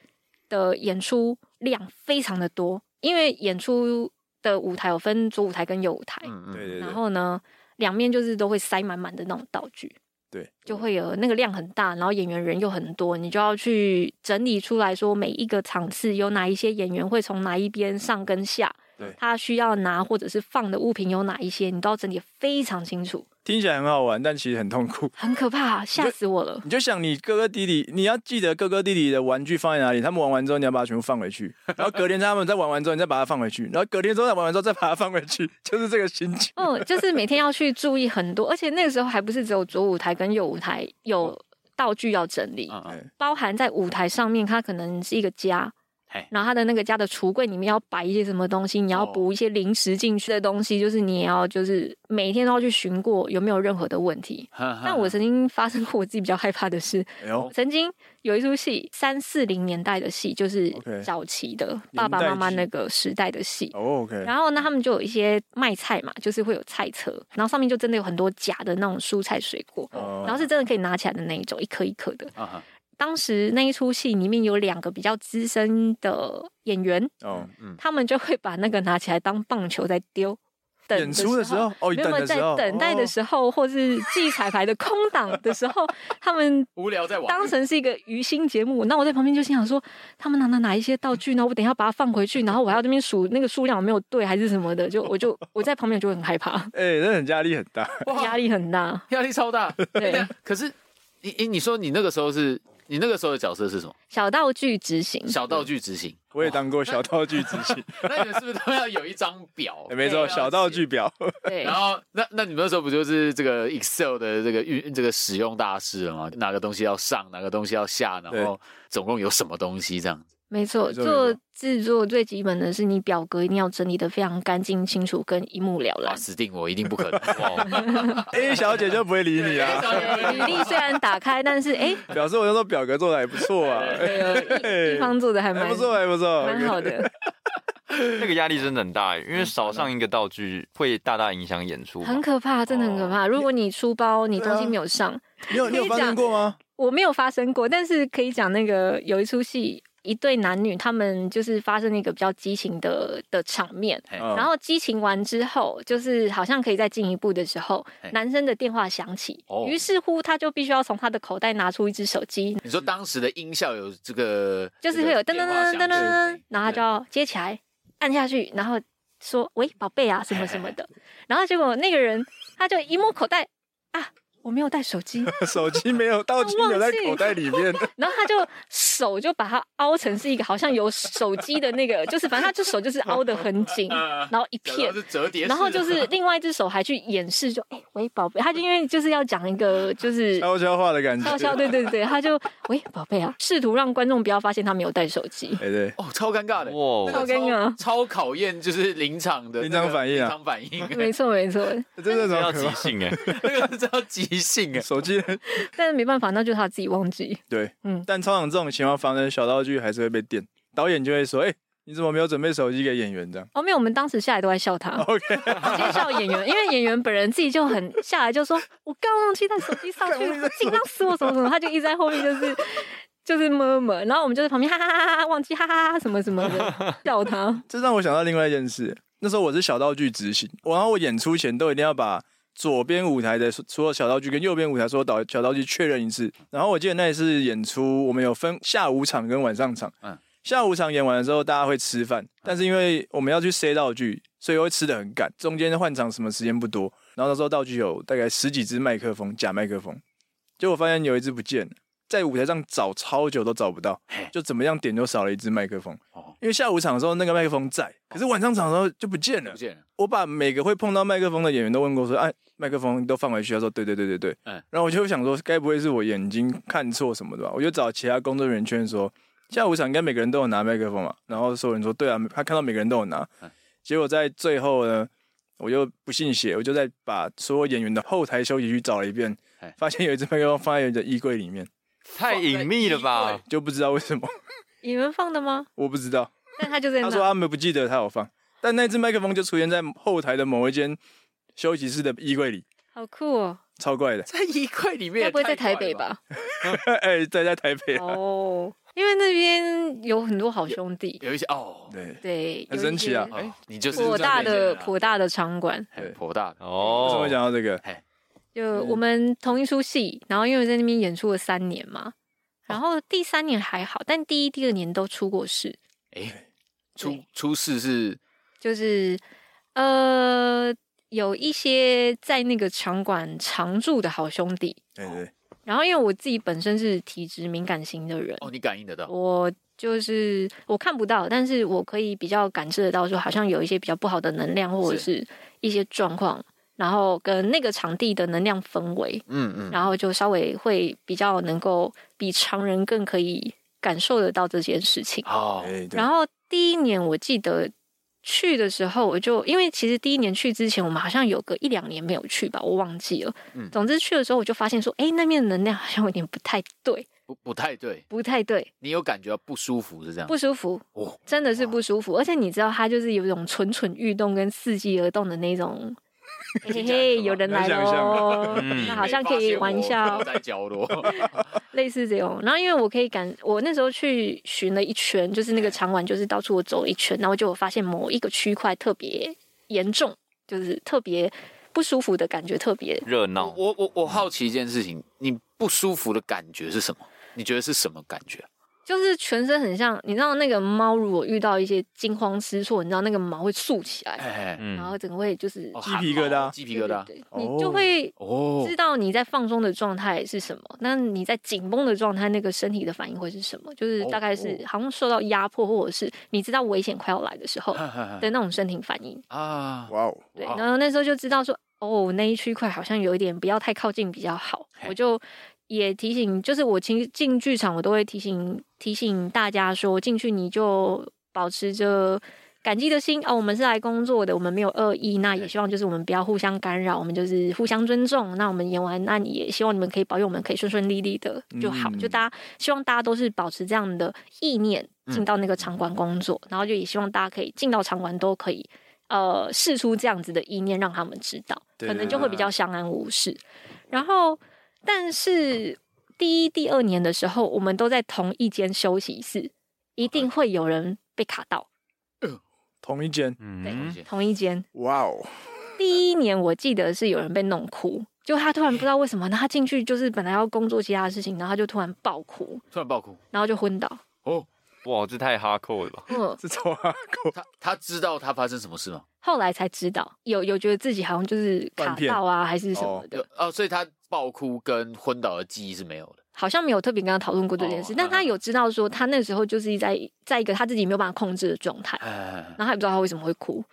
Speaker 4: 的演出量非常的多，因为演出的舞台有分左舞台跟右舞台，
Speaker 6: 嗯嗯
Speaker 5: 对对
Speaker 4: 然
Speaker 5: 对，
Speaker 4: 后呢，两面就是都会塞满满的那种道具，
Speaker 5: 对，
Speaker 4: 就会有那个量很大，然后演员人又很多，你就要去整理出来说每一个场次有哪一些演员会从哪一边上跟下，
Speaker 5: 对
Speaker 4: 他需要拿或者是放的物品有哪一些，你都要整理得非常清楚，
Speaker 5: 听起来很好玩，但其实很痛苦。
Speaker 4: 很可怕，吓死我了。
Speaker 5: 你就想你哥哥弟弟，你要记得哥哥弟弟的玩具放在哪里，他们玩完之后你要把它全部放 回去，然后隔天他们再玩完之后你再把它放回去，然后隔天之后再玩完之后再把它放回去， 就是这个心情。
Speaker 4: 嗯，就是每天要去注意很多，而且那个时候还不是只有左舞台跟右舞台有
Speaker 5: 哦
Speaker 4: 道具要整理，
Speaker 5: 啊
Speaker 6: 嗯
Speaker 5: 哎
Speaker 6: 嗯，
Speaker 4: 包含在舞台上面，它可能是一个家
Speaker 6: 嘿，
Speaker 4: 然后它的那个家的橱柜里面要摆一些什么东西，你要
Speaker 6: 哦
Speaker 4: 补一些零食进去的东西，就是你也要就是每天都要去巡过有没有任何的问题。但
Speaker 6: 但
Speaker 4: 我曾经发生过我自己比较害怕的事，
Speaker 5: 哎呦，
Speaker 4: 曾经有一出戏，三四零年代的戏，就是
Speaker 5: OK
Speaker 4: 早期的爸爸妈妈那个时代的戏。
Speaker 5: 哦，OK，
Speaker 4: 然后呢，他们就有一些卖菜嘛，就是会有菜车，然后上面就真的有很多假的那种蔬菜水果，
Speaker 5: 哦
Speaker 4: 然后是真的可以拿起来的那一种，一颗一颗的。
Speaker 6: 啊
Speaker 4: 当时那一出戏里面有两个比较资深的演员，
Speaker 5: 哦，
Speaker 4: 他们就会把那个拿起来当棒球在丢。等
Speaker 5: 演出的时候，哦，
Speaker 4: 没有
Speaker 5: 等
Speaker 4: 没有
Speaker 5: 的
Speaker 4: 在
Speaker 5: 时候，哦
Speaker 4: 等待的时候，或是记彩排的空档的时候，他们
Speaker 6: 无聊在玩，
Speaker 4: 当成是一个娱心节目。那我在旁边就心想说，他们拿了哪一些道具呢？我等一下把它放回去，然后我还要这边数那个数量有没有对，还是什么的。就我就我在旁边就很害怕，
Speaker 5: 哦，哎，那很压力很大。
Speaker 4: 压力很大。
Speaker 6: 压力超大。
Speaker 4: 对，
Speaker 6: 可是你你你说你那个时候是你那个时候的角色是什么？
Speaker 4: 小道具执行，
Speaker 6: 小道具执行，
Speaker 5: 我也当过小道具执 行，
Speaker 6: 那你们是不是都要有一张表
Speaker 5: 哎？ 没错，
Speaker 6: 对啊
Speaker 5: 小道具表，
Speaker 4: 对
Speaker 6: 然，后，那那你们那时候不就是这个 Excel 的这个运这个使用大师了吗？哪个东西要上，哪个东西要下，然后总共有什么东西这样子？
Speaker 4: 没错，
Speaker 5: 没错
Speaker 4: 做
Speaker 5: 没
Speaker 4: 制作最基本的是你表格一定要整理的非常干净、清楚跟一目了
Speaker 6: 哇，
Speaker 4: 然。
Speaker 6: 死定我，一定 不可能！
Speaker 5: A 哎小姐就不会理 你啊，
Speaker 4: 履历虽然打开，但是 哎，
Speaker 5: 表示我就说表格做的还不错啊，哎
Speaker 4: 对哦一地方做的还
Speaker 5: 还
Speaker 4: 蛮
Speaker 5: 不错，啊还不错，
Speaker 4: 蛮好的，
Speaker 7: 那个压力真的很大欸，因
Speaker 5: 嗯
Speaker 7: 为少上一个道具会大大影响演出嘛。
Speaker 4: 很可怕，真的很
Speaker 5: 哦
Speaker 4: 可怕。如果你出包，
Speaker 5: 啊
Speaker 4: 你东西没有上，
Speaker 5: 你有你有
Speaker 4: 可以
Speaker 5: 发
Speaker 4: 讲
Speaker 5: 生 过吗？
Speaker 4: 我没有发生过，但是可以讲那个有一出戏，一对男女他们就是发生了一个比较激情的的场面。
Speaker 6: 嘿
Speaker 5: 嗯
Speaker 4: 然后激情完之后，就是好像可以再进一步的时候
Speaker 6: 嘿，
Speaker 4: 男生的电话响起
Speaker 6: 哦，
Speaker 4: 于是乎他就必须要从他的口袋拿出一只手机，
Speaker 6: 你说当时的音效有这个，
Speaker 4: 就是会有
Speaker 6: 这
Speaker 4: 噔噔
Speaker 6: 个电话
Speaker 4: 噔噔
Speaker 6: 响
Speaker 4: 噔噔，
Speaker 6: 声
Speaker 4: 然后他就要接起来，按下去，然后说：“喂，宝贝啊，什么什么的。” 然后结果那个人他就一摸口袋啊，我没有带手机，
Speaker 5: 手机没有到期，有在口袋里面。
Speaker 4: 然后他就手就把它凹成是一个好像有手机的那个，就是反正他就手就是凹得很 紧，然后一
Speaker 6: 啊讲到
Speaker 4: 片。
Speaker 6: 是折叠式的，
Speaker 4: 然后就是另外一只手还去掩饰，就哎、喂宝贝，他就因为就是要讲一个就是
Speaker 5: 悄悄话的感觉。
Speaker 4: 笑笑，对对对，他就喂宝贝啊，试图让观众不要发现他没有带手机。
Speaker 5: 哎对，
Speaker 6: 哦，超尴尬的，
Speaker 7: 哇，
Speaker 4: 超尴尬
Speaker 6: 超考验就是临场的
Speaker 5: 临场反应啊
Speaker 6: 临场反应，
Speaker 4: 没错没错，
Speaker 5: 真的
Speaker 7: 这要
Speaker 5: 超可
Speaker 7: 即
Speaker 5: 怕。
Speaker 7: 兴 哎，
Speaker 6: 那个叫即兴啊。
Speaker 5: 手机
Speaker 4: 但是没办法，那就是他自己忘记。
Speaker 5: 对，
Speaker 4: 嗯
Speaker 5: 但操场这种情况发生，小道具还是会被电，导演就会说：“哎、你怎么没有准备手机给演员？”这样
Speaker 4: 哦，没有，我们当时下来都在笑他，
Speaker 5: ，OK，
Speaker 4: 直接笑演员，因为演员本人自己就很下来就说：“我刚忘记带手机上去，紧张死我，什么什么。”他就一直在后面就是就是摸摸，然后我们就在旁边哈哈哈哈，忘记哈哈哈什么什么的笑他。
Speaker 5: 这让我想到另外一件事。那时候我是小道具执行，我然后我演出前都一定要把左边舞台的所所有小道具跟右边舞台所有导小道具确认一次。然后我记得那一次演出，我们有分下午场跟晚上场。
Speaker 6: 嗯
Speaker 5: 嗯，下午场演完了之后，大家会吃饭，但是因为我们要去塞道具，所以会吃的很赶，中间换场什么时间不多。然后那时候道具有大概十几支麦克风，假麦克风，结果我发现有一支不见了。在舞台上找超久都找不到
Speaker 6: 嘿，
Speaker 5: 就怎么样点都少了一支麦克风
Speaker 6: 哦。
Speaker 5: 因为下午场的时候那个麦克风在，可是晚上场的时候就不见了
Speaker 6: 不。见了，
Speaker 5: 我把每个会碰到麦克风的演员都问过说，哎，麦克风都放回去。他说，对对对对对。
Speaker 6: 嗯
Speaker 5: 然后我就想说，该不会是我眼睛看错什么的吧？我就找其他工作人员确认说，下午场应该每个人都有拿麦克风嘛。然后所有人说，对啊，他看到每个人都有拿
Speaker 6: 嗯。
Speaker 5: 结果在最后呢，我就不信邪，我就再把所有演员的后台休息区找了一遍
Speaker 6: 哎，
Speaker 5: 发现有一只麦克风放在你的衣柜里面，
Speaker 7: 太隐秘了吧？
Speaker 5: 就不知道为什么。
Speaker 4: 你们放的吗？
Speaker 5: 我不知道，
Speaker 4: 但他就在那。
Speaker 5: 他说他们不记得他有放，但那只麦克风就出现在后台的某一间休息室的衣柜里，
Speaker 4: 好酷哦！
Speaker 5: 超怪的。
Speaker 6: 在衣柜里面，
Speaker 4: 该不会在
Speaker 6: 太快
Speaker 4: 台北？
Speaker 6: 了
Speaker 4: 吧？
Speaker 5: 哎、在在台北、啊，
Speaker 4: 哦，因为那边有很多好兄弟，
Speaker 6: 有一些哦，
Speaker 5: 对，
Speaker 4: 对，
Speaker 5: 很神奇啊
Speaker 4: 有一
Speaker 6: 哎，你就是
Speaker 4: 些颇大的啊
Speaker 6: 这
Speaker 4: 颇大的场馆。
Speaker 6: 样的人啊，颇大的，
Speaker 5: 为什么
Speaker 7: 哦
Speaker 5: 会，讲到这个？
Speaker 4: 就我们同一出戏，然后因为在那边演出了三年嘛，然后第三年还好，但第一、第二年都出过事，
Speaker 6: 哎，出出事是
Speaker 4: 就是呃有一些在那个场馆常住的好兄弟，
Speaker 5: 对哎对
Speaker 4: 然后因为我自己本身是体质敏感型的人，
Speaker 6: 哦，你感应得到，
Speaker 4: 我就是我看不到，但是我可以比较感知得到，说好像有一些比较不好的能量或者是一些状况，然后跟那个场地的能量氛围，
Speaker 6: 嗯嗯，
Speaker 4: 然后就稍微会比较能够比常人更可以感受得到这件事情。
Speaker 6: 哦
Speaker 5: 哎、，对，
Speaker 4: 然后第一年我记得去的时候，我就因为其实第一年去之前，我们好像有个一两年没有去吧，我忘记了。
Speaker 6: 嗯
Speaker 4: 总之去的时候，我就发现说，哎，那边的能量好像有点不太对，
Speaker 6: 不不太对，
Speaker 4: 不太对，
Speaker 6: 你有感觉到不舒服是这样？
Speaker 4: 不舒服，
Speaker 6: 哦，
Speaker 4: 真的是不舒服。而且你知道，它就是有一种蠢蠢欲动跟伺机而动的那种。嘿嘿嘿，有人来
Speaker 5: 能
Speaker 4: 了
Speaker 5: 想象
Speaker 4: 哦，
Speaker 7: 嗯
Speaker 4: 那好像可以玩一下哦
Speaker 6: 我。在角落，
Speaker 4: 类似这种。然后因为我可以感，我那时候去巡了一圈，就是那个场馆，就是到处我走一圈，然后就有发现某一个区块特别严重，就是特别不舒服的感觉，特别
Speaker 7: 热闹
Speaker 6: 我我我好奇一件事情，你不舒服的感觉是什么？你觉得是什么感觉？
Speaker 4: 就是全身很像，你知道那个猫如果遇到一些惊慌失措，你知道那个毛会竖起来，
Speaker 6: 哎，
Speaker 7: 嗯
Speaker 4: 然后整个会就是
Speaker 6: 哦
Speaker 5: 鸡皮疙瘩
Speaker 6: 鸡皮疙瘩，
Speaker 4: 对对对
Speaker 5: 哦
Speaker 4: 你就会。
Speaker 6: 啊哦
Speaker 4: 知，道你在放松的状态是什么，那你在紧绷的状态，那个身体的反应会是什么？就是大概是好像受到压迫，或者是你知道危险快要来的时候的那种身体反应。
Speaker 6: 啊，
Speaker 5: 哇哦，
Speaker 4: 对，
Speaker 6: 哇
Speaker 4: 然后那时候就知道说，哦，那一区块好像有一点不要太靠近比较好。
Speaker 6: 嘿
Speaker 4: 我就也提醒，就是我进进剧场，我都会提醒提醒大家说，进去你就保持着。感激的心哦，我们是来工作的，我们没有恶意。那也希望就是我们不要互相干扰，我们就是互相尊重。那我们演完，那你也希望你们可以保佑我们可以顺顺利利的就好。
Speaker 5: 嗯
Speaker 4: 就大家希望大家都是保持这样的意念
Speaker 6: 嗯
Speaker 4: 进到那个场馆工作，然后就也希望大家可以进到场馆都可以呃试出这样子的意念，让他们知道，
Speaker 5: 对
Speaker 4: 可能就会比较相安无事。然后，但是第一、第二年的时候，我们都在同一间休息室，一定会有人被卡到。
Speaker 5: 同一间，
Speaker 7: 嗯，
Speaker 4: 同一间，
Speaker 5: 哇哦，
Speaker 4: 第一年我记得是有人被弄哭。就他突然不知道为什么，那他进去就是本来要工作其他的事情，然后他就突然爆哭，
Speaker 6: 突然爆哭
Speaker 4: 然后就昏倒。
Speaker 6: 哦，
Speaker 7: 哇，这太 hardcore 了吧？
Speaker 4: 嗯，
Speaker 5: 这啊 超哈狗，
Speaker 6: 他他知道他发生什么事吗？
Speaker 4: 后来才知道，有有觉得自己好像就是卡
Speaker 5: 断片
Speaker 4: 到啊，还是什么的，
Speaker 6: 有哦，所以他爆哭跟昏倒的记忆是没有的。
Speaker 4: 好像没有特别跟他讨论过这件事。
Speaker 6: 哦
Speaker 4: 但他有知道说，他那时候就是在在一个他自己没有办法控制的状态，
Speaker 6: 哎，
Speaker 4: 然后他也不知道他为什么会哭，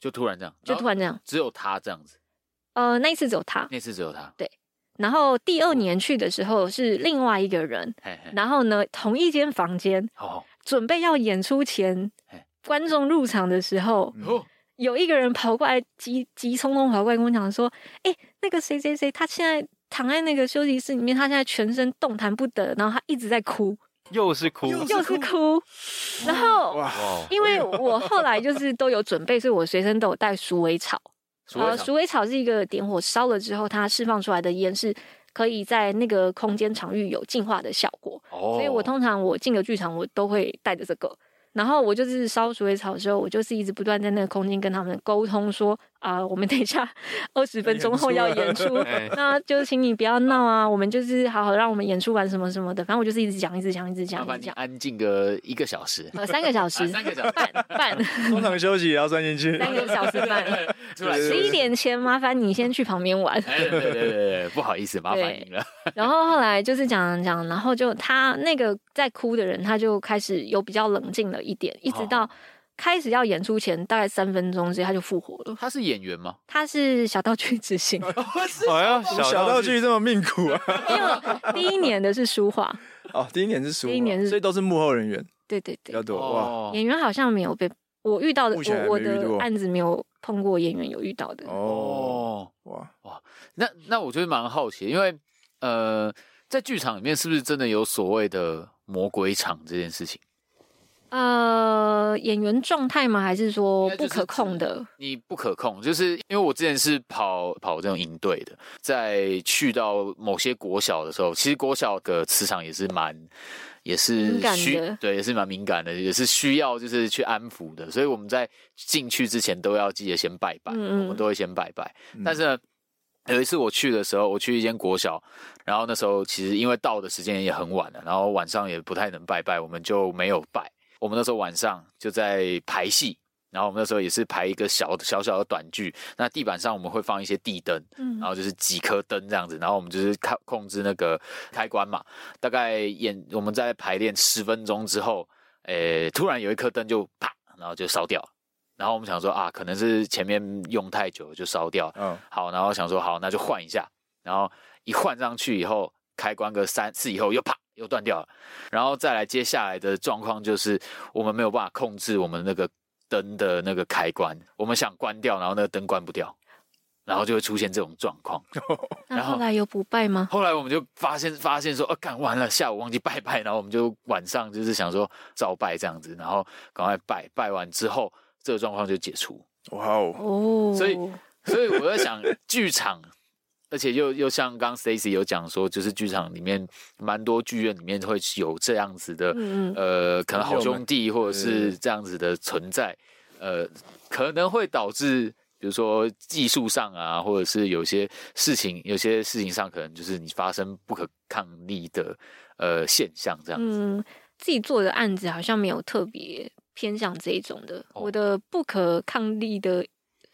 Speaker 6: 就突然这样，
Speaker 4: 就突
Speaker 6: 然后
Speaker 4: 然这样。
Speaker 6: 只有他这样子，
Speaker 4: 呃，那一次只有他。
Speaker 6: 那次只有他。
Speaker 4: 然后第二年去的时候是另外一个人，
Speaker 6: 嘿嘿，
Speaker 4: 然后呢，同一间房间，
Speaker 6: 好
Speaker 4: 准备要演出前
Speaker 6: 哎，
Speaker 4: 观众入场的时候，
Speaker 6: 哦，
Speaker 4: 有一个人跑过来，急急匆匆跑过来跟我讲说：“哎、那个谁谁谁，他现在躺在那个休息室里面，他现在全身动弹不得，然后他一直在哭，
Speaker 7: 又是哭，
Speaker 4: 又是哭。”然后，
Speaker 5: 哇，
Speaker 7: 哇，
Speaker 4: 因为我后来就是都有准备，所以我随身都有带鼠尾草。
Speaker 6: 鼠尾
Speaker 4: 呃，
Speaker 6: 草
Speaker 4: 鼠尾草是一个点火烧了之后，它释放出来的烟是可以在那个空间场域有净化的效果。
Speaker 6: 哦，
Speaker 4: 所以我通常我进个剧场，我都会带着这个。然后我就是烧鼠尾草的时候，我就是一直不断在那个空间跟他们沟通说啊、我们等一下 二十分钟后要演出，
Speaker 7: 哎
Speaker 4: 那就是请你不要闹啊，我们就是好好让我们演出完什么什么的。反正我就是一直讲，一直讲，一直讲，
Speaker 6: 麻
Speaker 4: 一直
Speaker 6: 烦你
Speaker 4: 讲，
Speaker 6: 安静个一个小时，
Speaker 4: 呃，三个小
Speaker 6: 啊
Speaker 4: 时，
Speaker 6: 三个小时
Speaker 4: 半半，
Speaker 5: 中场休息也要算 进去，
Speaker 4: 三个小时半，
Speaker 6: 出来
Speaker 4: 十
Speaker 6: 吃
Speaker 4: 一。点前麻烦你先去旁边玩。
Speaker 6: 哎，对对对对，不好意思，麻烦您了。
Speaker 4: 然后后来就是讲讲，然后就他那个在哭的人，他就开始有比较冷静了一点，一直到开始要演出前大概三分钟之内，他就复活了。
Speaker 6: 他是演员吗？
Speaker 4: 他是小道具之星，
Speaker 7: 哎呀，
Speaker 5: 小道
Speaker 7: 道
Speaker 5: 具这么命苦啊！
Speaker 4: 因为我第一年的是书画，
Speaker 5: 哦，第一年是熟，
Speaker 4: 第一年是
Speaker 5: 所以都是幕后人员
Speaker 4: 对对对
Speaker 5: 比较，多哇。
Speaker 6: 哦
Speaker 4: 演员好像没有被我遇到的，
Speaker 5: 目前还没
Speaker 4: 我我
Speaker 5: 遇
Speaker 4: 的
Speaker 5: 过
Speaker 4: 案子没有碰过演员有遇到的。
Speaker 5: 哦，
Speaker 6: 哦，
Speaker 5: 哇，
Speaker 6: 那那我觉得蛮好奇的，因为呃，在剧场里面是不是真的有所谓的魔鬼场这件事情？
Speaker 4: 呃，演员状态吗？还是说不可控的？
Speaker 6: 你不可控，就是因为我之前是跑跑这种营队的，在去到某些国小的时候，其实国小的磁场也是蛮，也是
Speaker 4: 敏感
Speaker 6: 需
Speaker 4: 的
Speaker 6: 对，也是蛮敏感的，也是需要就是去安抚的，所以我们在进去之前都要记得先拜拜，
Speaker 4: 嗯嗯
Speaker 6: 我们都会先拜拜。但是呢，有一次我去的时候，我去一间国小，然后那时候其实因为到的时间也很晚了，然后晚上也不太能拜拜，我们就没有拜。我们那时候晚上就在排戏，然后我们那时候也是排一个小小小的短剧，那地板上我们会放一些地灯，
Speaker 4: 嗯
Speaker 6: 然，后就是几颗灯这样子，然后我们就是看控制那个开关嘛，大概演我们在排练十分钟之后，诶，突然有一颗灯就啪，然后就烧掉了。然后我们想说啊，可能是前面用太久了就烧掉了，
Speaker 5: 嗯，
Speaker 6: 好，然后想说好，那就换一下，然后一换上去以后，开关个三次以后又啪又断掉了，然后再来接下来的状况就是我们没有办法控制我们那个灯的那个开关，我们想关掉，然后那个灯关不掉，然后就会出现这种状况。
Speaker 4: 那
Speaker 6: 然后
Speaker 4: 后来有不拜吗？
Speaker 6: 后来我们就发现发现说，呃、干完了，下午忘记拜拜，然后我们就晚上就是想说照拜这样子，然后赶快拜，拜完之后这个状况就解除。
Speaker 5: 哇哦，
Speaker 4: 哦，
Speaker 6: 所以所以我在想，剧场，而且又又像刚 Stacy 有讲说，就是剧场里面蛮多剧院里面会有这样子的，
Speaker 4: 嗯嗯
Speaker 6: 呃，可能好
Speaker 5: 朋友们
Speaker 6: 兄弟或者是这样子的存在，呃，可能会导致。比如说技术上啊，或者是有些事情，有些事情上可能就是你发生不可抗力的呃现象这样子。
Speaker 4: 嗯，自己做的案子好像没有特别偏向这一种的。
Speaker 6: 哦
Speaker 4: 我的不可抗力的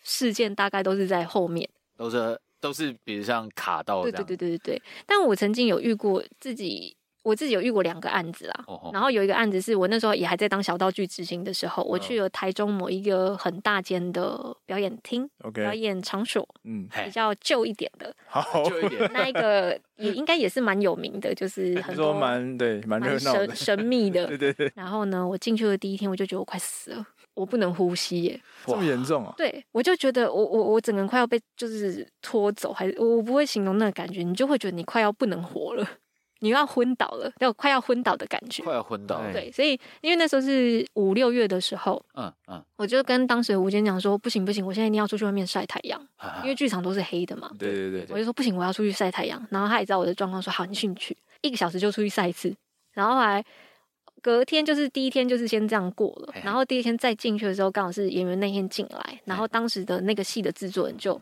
Speaker 4: 事件大概都是在后面。
Speaker 6: 都是都是，比如像卡
Speaker 5: 哦
Speaker 6: 到这
Speaker 4: 对
Speaker 6: 样
Speaker 4: 对
Speaker 6: 子。
Speaker 4: 对对对对。但我曾经有遇过自己，我自己有遇过两个案子啦。
Speaker 6: 哦吼
Speaker 4: 然后有一个案子是我那时候也还在当小道具执行的时候，我
Speaker 5: 嗯
Speaker 4: 去了台中某一个很大间的表演厅、表
Speaker 5: OK，
Speaker 4: 演场所，
Speaker 5: 嗯，
Speaker 4: 比较旧一点的
Speaker 5: 好，
Speaker 6: 就一点
Speaker 4: 那一个 也应该也是蛮有名的，就是很
Speaker 5: 哎说
Speaker 4: 多
Speaker 5: 蛮对，蛮热
Speaker 4: 蛮
Speaker 5: 闹的
Speaker 4: 神，神秘的。
Speaker 5: 对对对，
Speaker 4: 然后呢，我进去的第一天我就觉得我快死了，我不能呼吸耶。
Speaker 5: 这么严重啊？
Speaker 4: 对我就觉得我我我整个人快要被就是拖走，还是我我不会形容那个感觉，你就会觉得你快要不能活了， 你要昏倒了，要快要昏倒的感觉
Speaker 6: 快。要昏倒了。
Speaker 4: 对，所以因为那时候是五六月的时候，
Speaker 6: 嗯嗯，
Speaker 4: 我就跟当时的吴坚讲说，不行不行，我现在一定要出去外面晒太阳，
Speaker 6: 啊
Speaker 4: 因为剧场都是黑的嘛。
Speaker 5: 对对对，
Speaker 4: 我就说不行，我要出去晒太阳。然后他也知道我的状况，说好，你去你去，一个小时就出去晒一次。然后后来隔天就是第一天就是先这样过了
Speaker 6: 嘿，嘿
Speaker 4: 然后第一天再进去的时候，刚好是演员那天进来，然后当时的那个戏的制作人就。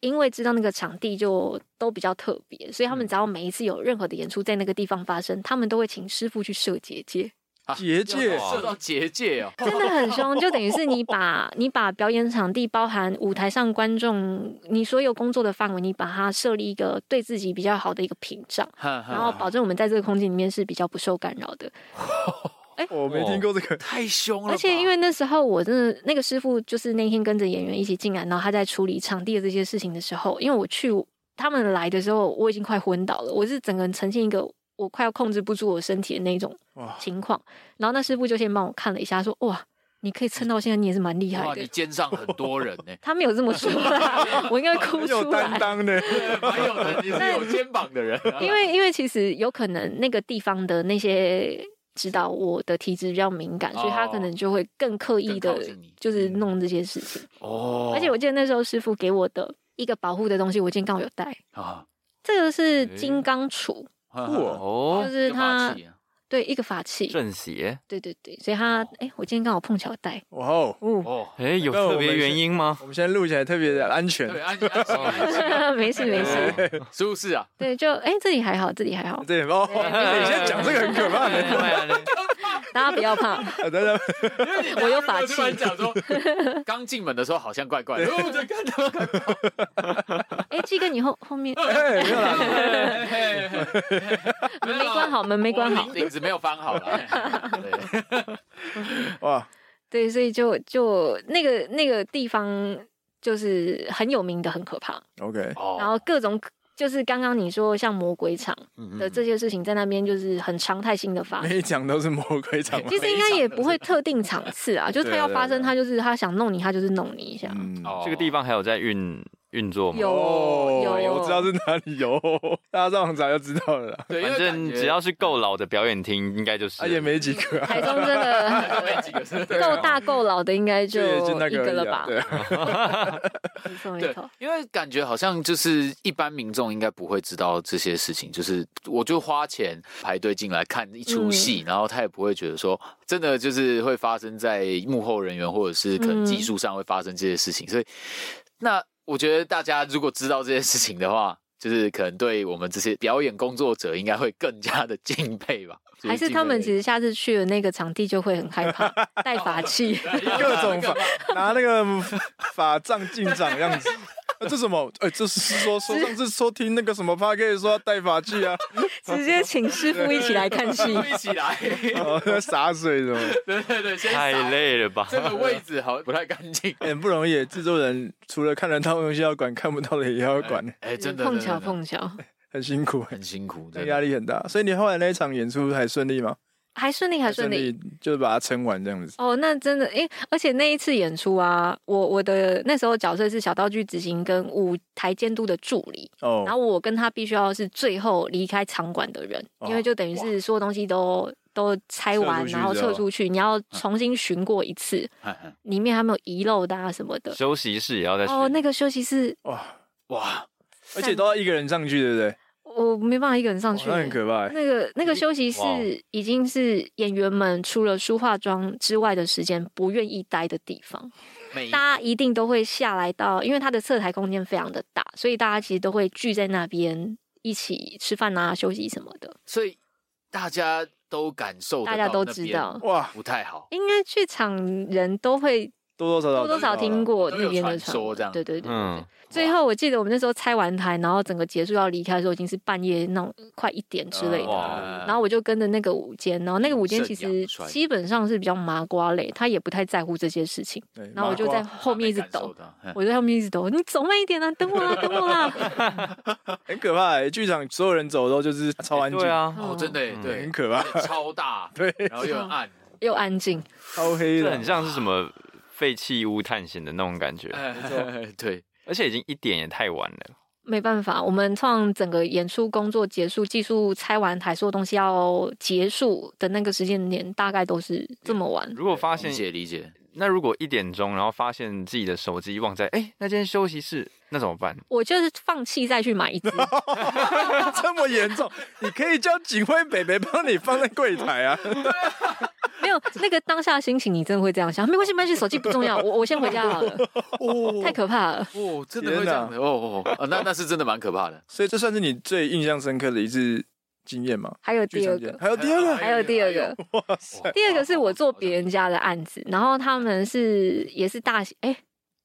Speaker 4: 因为知道那个场地就都比较特
Speaker 5: 嗯
Speaker 4: 别，所以他们只要每一次有任何的演出在那个地方发生，他们都会请师傅去设结界。
Speaker 5: 结界
Speaker 6: 受到结界哦，
Speaker 4: 真的很凶，就等于是你把 你把表演场地包含舞台上观众，你所有工作的范围，你把它设立一个对自己比较好的一个屏障，然
Speaker 6: 然
Speaker 4: 后保证我们在这个空间里面是比较不受干扰的。
Speaker 5: 我没听过这 个，
Speaker 6: 太凶了吧，
Speaker 4: 而且因为那时候我真的那个师傅就是那天跟着演员一起进来，然后他在处理场地的这些事情的时候，因为我去他们来的时候，我已经快昏倒了，我是整个人呈现一个我快要控制不住我身体的那种
Speaker 5: 哇
Speaker 4: 情况。然后那师傅就先帮我看了一下，说：“哇，你可以撑到现在，你也是蛮厉害
Speaker 6: 哇，
Speaker 4: 的，
Speaker 6: 你。肩上很多人呢
Speaker 4: 他没有这么说啦，我应该哭
Speaker 5: 很
Speaker 4: 出
Speaker 5: 有担
Speaker 4: 来。
Speaker 5: 当的，
Speaker 6: 蛮有人，你是有肩膀的人啊，
Speaker 4: 因为因为其实有可能那个地方的那些指导我的体质比较敏感，所以他可能就会更刻意的
Speaker 6: 更靠近你，
Speaker 4: 就是弄这些事情。
Speaker 6: 哦，
Speaker 4: 而且我记得那时候师傅给我的一个保护的东西，我今天刚好有带。
Speaker 6: 啊，
Speaker 4: 这个是金刚杵，
Speaker 5: 哇，
Speaker 7: 哦
Speaker 4: 就，是它
Speaker 6: 跟法器啊
Speaker 4: 对一个法器，
Speaker 7: 正邪，
Speaker 4: 对对对，所以它哎、我今天刚好碰巧带，
Speaker 5: 哇哦，
Speaker 6: 哦，
Speaker 7: 哎，有特别原因吗？
Speaker 5: 我们现在录起来特别的安
Speaker 6: 对，
Speaker 5: 全，
Speaker 6: 安安心安心
Speaker 4: 没事没
Speaker 7: 哎
Speaker 4: 事，
Speaker 6: 哦是不是啊？
Speaker 4: 对，就哎、这里还好，这里还好，
Speaker 5: 对哦，你现在讲这个很可
Speaker 7: 哎
Speaker 5: 怕哎的，
Speaker 4: 大家不要怕，
Speaker 5: 大家
Speaker 4: 我有 法器
Speaker 6: 突然讲 说，刚进门的时候好像怪怪的，哦这干的干的
Speaker 4: 哎、鸡哥你后后面
Speaker 5: 哎没有啦，
Speaker 6: 嘿嘿嘿
Speaker 4: 门 没关好，门没关好
Speaker 6: 我，领子没有翻 好了。对，
Speaker 5: 哇，
Speaker 4: 对，所以就就那个那个地方就是很有名的，很可怕，
Speaker 5: OK，
Speaker 6: 哦
Speaker 4: 然后各种。就是刚刚你说像魔鬼场
Speaker 5: 嗯
Speaker 4: 的这些事情，在那边就是很常态性的发生。
Speaker 5: 每一讲都是魔鬼 场嘛
Speaker 4: 其实应该也不会特定场次 啊，就是他要发生，他就是他想弄你，他就是弄你一下。
Speaker 5: 嗯，哦
Speaker 6: 哦
Speaker 7: 这个地方还有在运运作吗？
Speaker 4: 有有，
Speaker 5: 我知道是哪里 有，大家上网查就知道了啦，
Speaker 6: 对，因为
Speaker 7: 反正
Speaker 6: 感觉
Speaker 7: 只要是够老的表演厅，应该就是
Speaker 5: 啊也没几个啊，
Speaker 4: 台 中真的
Speaker 6: 没几个是
Speaker 4: 够大够老的，应该就
Speaker 5: 也就那
Speaker 4: 一个
Speaker 5: 而
Speaker 4: 了
Speaker 5: 已啊
Speaker 4: 吧？
Speaker 5: 对啊，
Speaker 4: 没错没
Speaker 6: 对
Speaker 4: 错，，
Speaker 6: 因为感觉好像就是一般民众应该不会知道这些事情，就是我就花钱排队进来看一
Speaker 4: 嗯
Speaker 6: 出戏，然后他也不会觉得说真的就是会发生在幕后人员或者是可能
Speaker 4: 嗯
Speaker 6: 技术上会发生这些事情，所以那我觉得大家如果知道这些事情的话。就是可能对我们这些表演工作者应该会更加的敬佩吧，就
Speaker 4: 还是他们其
Speaker 6: 敬佩
Speaker 4: 实下次去的那个场地就会很害 怕，带法器。
Speaker 5: 各 种法拿那个法杖进掌的样子。 啊这什么？哎、这是说说上次说听那个什么 p a r k 说要带法器 啊，
Speaker 4: 直接请师傅一起来看戏。
Speaker 6: 一起来，
Speaker 5: 哦，洒水什么？
Speaker 6: 对对对，先
Speaker 7: 太
Speaker 6: 扫
Speaker 7: 累了吧？
Speaker 6: 这个位置好像不太干净。
Speaker 5: 哎很不容易，制作人除了看得到的东西要管，看不到的也要管，
Speaker 6: 哎、真的
Speaker 4: 碰
Speaker 6: 真的
Speaker 4: 巧碰巧，
Speaker 5: 很辛苦，
Speaker 6: 很辛苦，真
Speaker 5: 压
Speaker 6: 的。
Speaker 5: 力很大。所以你后来那一场演出还顺利吗？
Speaker 4: 还顺利还顺利。，
Speaker 5: 就是把它撑完这样子。
Speaker 4: 哦，那真的，诶，而且那一次演出啊，我我的那时候角色是小道具执行跟舞台监督的助理，然
Speaker 5: 哦，
Speaker 4: 后我跟他必须要是最后离开场馆的人，
Speaker 5: 哦
Speaker 4: 因为就等于是所有东西都都拆
Speaker 5: 撤
Speaker 4: 完，
Speaker 5: 出去
Speaker 4: 然后
Speaker 5: 之后
Speaker 4: 撤出去，你要重新巡过一次，里面还没有遗漏的啊什么的。
Speaker 7: 休息室也要在
Speaker 4: 哦，那个休息室
Speaker 5: 哇，
Speaker 6: 哇，
Speaker 5: 而且都要一个人上去，对不对？
Speaker 4: 我没办法一个人上
Speaker 5: 哇
Speaker 4: 去，
Speaker 5: 那很可
Speaker 6: 哎
Speaker 5: 怕欸。
Speaker 4: 那个那个休息室
Speaker 7: 哇
Speaker 6: 哦
Speaker 4: 已经是演员们除了梳化妆之外的时间不愿意待的地方，
Speaker 6: 每
Speaker 4: 大家一定都会下来到，因为它的侧台空间非常的大，所以大家其实都会聚在那边一起吃饭啊、休息什么的，
Speaker 6: 所以大家都感受得到
Speaker 4: 大
Speaker 6: 那边，
Speaker 4: 家都知道。
Speaker 5: 哇，
Speaker 6: 不太好，
Speaker 4: 应该剧场人都会
Speaker 5: 多多少少
Speaker 4: 多多少听过
Speaker 6: 都有
Speaker 4: 那边的
Speaker 6: 传说
Speaker 4: 闻
Speaker 6: 这样
Speaker 4: 对对对。
Speaker 7: 嗯，
Speaker 4: 最后我记得我们那时候拆完台，然后整个结束要离开的时候，已经是半夜那种快一点之
Speaker 6: 嗯呃
Speaker 4: 类的。
Speaker 7: 哇
Speaker 4: 然后我就跟着那个舞间，然后那个舞间
Speaker 6: 盛
Speaker 4: 其
Speaker 6: 阳
Speaker 4: 实
Speaker 6: 帅
Speaker 4: 基本上是比较麻瓜类，他也不太在乎这些事情。
Speaker 5: 对
Speaker 4: 然后我就在后面一直抖，
Speaker 6: 嗯
Speaker 4: 我就在后面一直抖，你走慢一点啊，等我啦，等我啊啦。
Speaker 5: 很可怕欸。剧场所有人走的时候就是超安静，
Speaker 7: 对，啊，
Speaker 6: 哦，真的耶
Speaker 7: 嗯
Speaker 6: 对，
Speaker 5: 很可怕，
Speaker 6: 而且超大，
Speaker 5: 对，
Speaker 6: 然后又很暗，
Speaker 4: 又安静，
Speaker 5: 超黑
Speaker 7: 这
Speaker 5: 的，
Speaker 7: 很像是什么废弃屋探险的那种感觉，
Speaker 6: 哎对，
Speaker 7: 而且已经一点也太晚了。
Speaker 4: 没办法，我们通常整个演出工作结束，技术拆完台，所有东西要结束的那个时间点，大概都是这么晚。
Speaker 7: 如果发
Speaker 6: 理
Speaker 7: 现
Speaker 6: 解理解，
Speaker 7: 那如果一点钟，然后发现自己的手机忘在哎、那间休息室，那怎么办？
Speaker 4: 我就是放弃再去买一只，
Speaker 5: 这么严重，你可以叫警卫北北帮你放在柜台 啊。
Speaker 4: 没有那个当下心情，你真的会这样想。没关系，没关系，手机不重要，我我先回家好 了。太可怕了，
Speaker 6: 哦，真的会这样的，哦哦，哦啊那那是真的蛮可怕的，
Speaker 5: 所以这算是你最印象深刻的一次经验嘛，
Speaker 4: 还有
Speaker 5: 剧
Speaker 4: 第
Speaker 5: 场
Speaker 4: 二
Speaker 5: 经验
Speaker 4: 个，
Speaker 5: 还有第二个，
Speaker 4: 还有第二个，
Speaker 5: 哇塞，
Speaker 4: 第二个是我做别人家的案子，然后他们是也是大哎、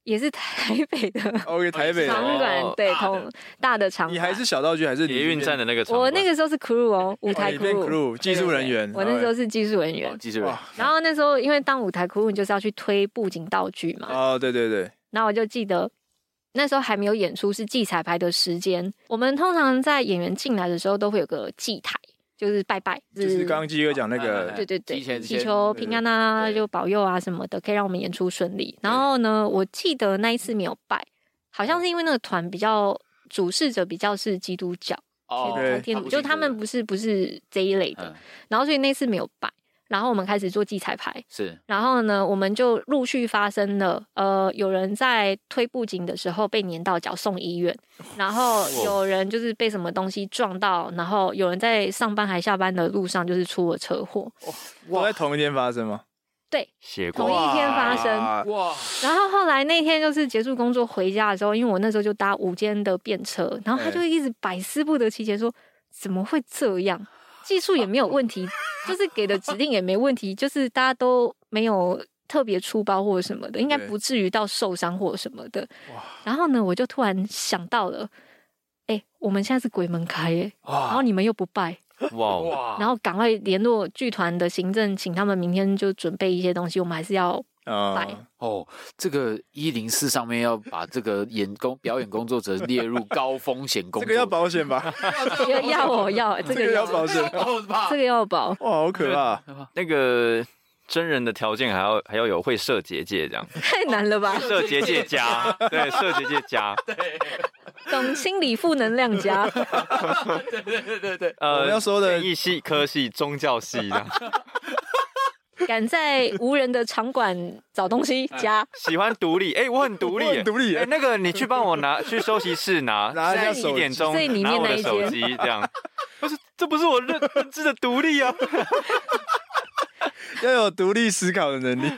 Speaker 4: 也是台北的
Speaker 5: OK，台哦北的
Speaker 4: 场馆，对，
Speaker 6: 大的
Speaker 4: 同大的场
Speaker 5: 你
Speaker 4: 馆
Speaker 5: 还。是小道具还是
Speaker 7: 捷运站的那个场
Speaker 4: 我
Speaker 7: 馆
Speaker 4: 那个时候是 crew 哦，舞台
Speaker 5: 你变 crew 技术人员
Speaker 4: 对对对我那时候是技术人
Speaker 6: 哦
Speaker 4: 员，
Speaker 6: 继续。
Speaker 5: 哇
Speaker 4: 然后那时候因为当舞台 crew 你就是要去推布景道具嘛，
Speaker 5: 哦，对对对，
Speaker 4: 然后我就记得那时候还没有演出，是记彩排的时间。我们通常在演员进来的时候都会有个祭台，就是拜拜，
Speaker 5: 就是刚刚基哥讲那
Speaker 6: 哎
Speaker 5: 个
Speaker 4: 对对对，
Speaker 6: 提前
Speaker 4: 祈求
Speaker 5: 对对
Speaker 4: 平安啊，
Speaker 6: 对
Speaker 4: 就保佑啊什么的，可以让我们演出顺利。然后呢，我记得那一次没有拜，好
Speaker 6: 哦
Speaker 4: 像是因为那个团比较主事者比较是基督教，
Speaker 6: 哦
Speaker 5: 对
Speaker 4: 天主，就他们不
Speaker 6: 是
Speaker 4: 是不是这一类的
Speaker 6: 嗯，
Speaker 4: 然后所以那次没有拜。然后我们开始做记彩排，
Speaker 6: 是
Speaker 4: 然后呢，我们就陆续发生了，呃，有人在推布景的时候被粘到脚送医院，然后有人就是被什么东西撞到，然后有人在上班还下班的路上就是出了车祸，
Speaker 5: 都在同一天发生吗？
Speaker 7: 写
Speaker 4: 同
Speaker 7: 过
Speaker 4: 一天发生。
Speaker 5: 哇
Speaker 2: 哇，
Speaker 4: 然后后来那天就是结束工作回家的时候，因为我那时候就搭午间的便车，然后他就一直百思不得其解说怎么会这样，技术也没有问 题，就是给的指令也没问题，就是大家都没有特别出包或者什么的，应该
Speaker 5: 对
Speaker 4: 不至于到受伤或者什么的
Speaker 5: 哇。
Speaker 4: 然后呢，我就突然想到了，哎、我们现在是鬼门开耶、然后
Speaker 5: 哇啊
Speaker 4: 你们又不拜，
Speaker 7: 哇哦，
Speaker 6: 哇
Speaker 4: 然后赶快联络剧团的行政，请他们明天就准备一些东西，我们还是要
Speaker 5: 啊！
Speaker 6: 哦，这个一零四上面要把这个演工表演工作者列入高风险工作，
Speaker 5: 这个要保险吧？
Speaker 4: 要要我 要这
Speaker 5: 这
Speaker 4: 个
Speaker 5: 个
Speaker 4: 要
Speaker 5: 要保险，哇，
Speaker 6: 哦吧
Speaker 4: 这个要保。
Speaker 5: 好可怕！
Speaker 7: 那个真人的条件还要还要有会设结界这样，
Speaker 4: 太难了 吧？
Speaker 7: 设结界加，对，设结界加，
Speaker 4: 懂心理负能量 加，
Speaker 5: 我
Speaker 7: 呃，
Speaker 5: 们要说的
Speaker 7: 演艺系、科系、宗教系这样，
Speaker 4: 敢在无人的场馆找东西 加，
Speaker 7: 喜欢独立，哎，我很独立
Speaker 5: 我
Speaker 7: 耶，
Speaker 5: 很独立耶
Speaker 7: 哎，那个你去帮我 拿去休息室拿，
Speaker 5: 拿一下手
Speaker 7: 一
Speaker 5: 机
Speaker 7: 点钟，
Speaker 4: 最里面
Speaker 7: 拿我
Speaker 4: 那
Speaker 7: 的
Speaker 4: 一
Speaker 7: 手
Speaker 4: 间
Speaker 7: 机这样， 不是，这不是我认认知的独立 啊，
Speaker 5: 要有独立思考的能力，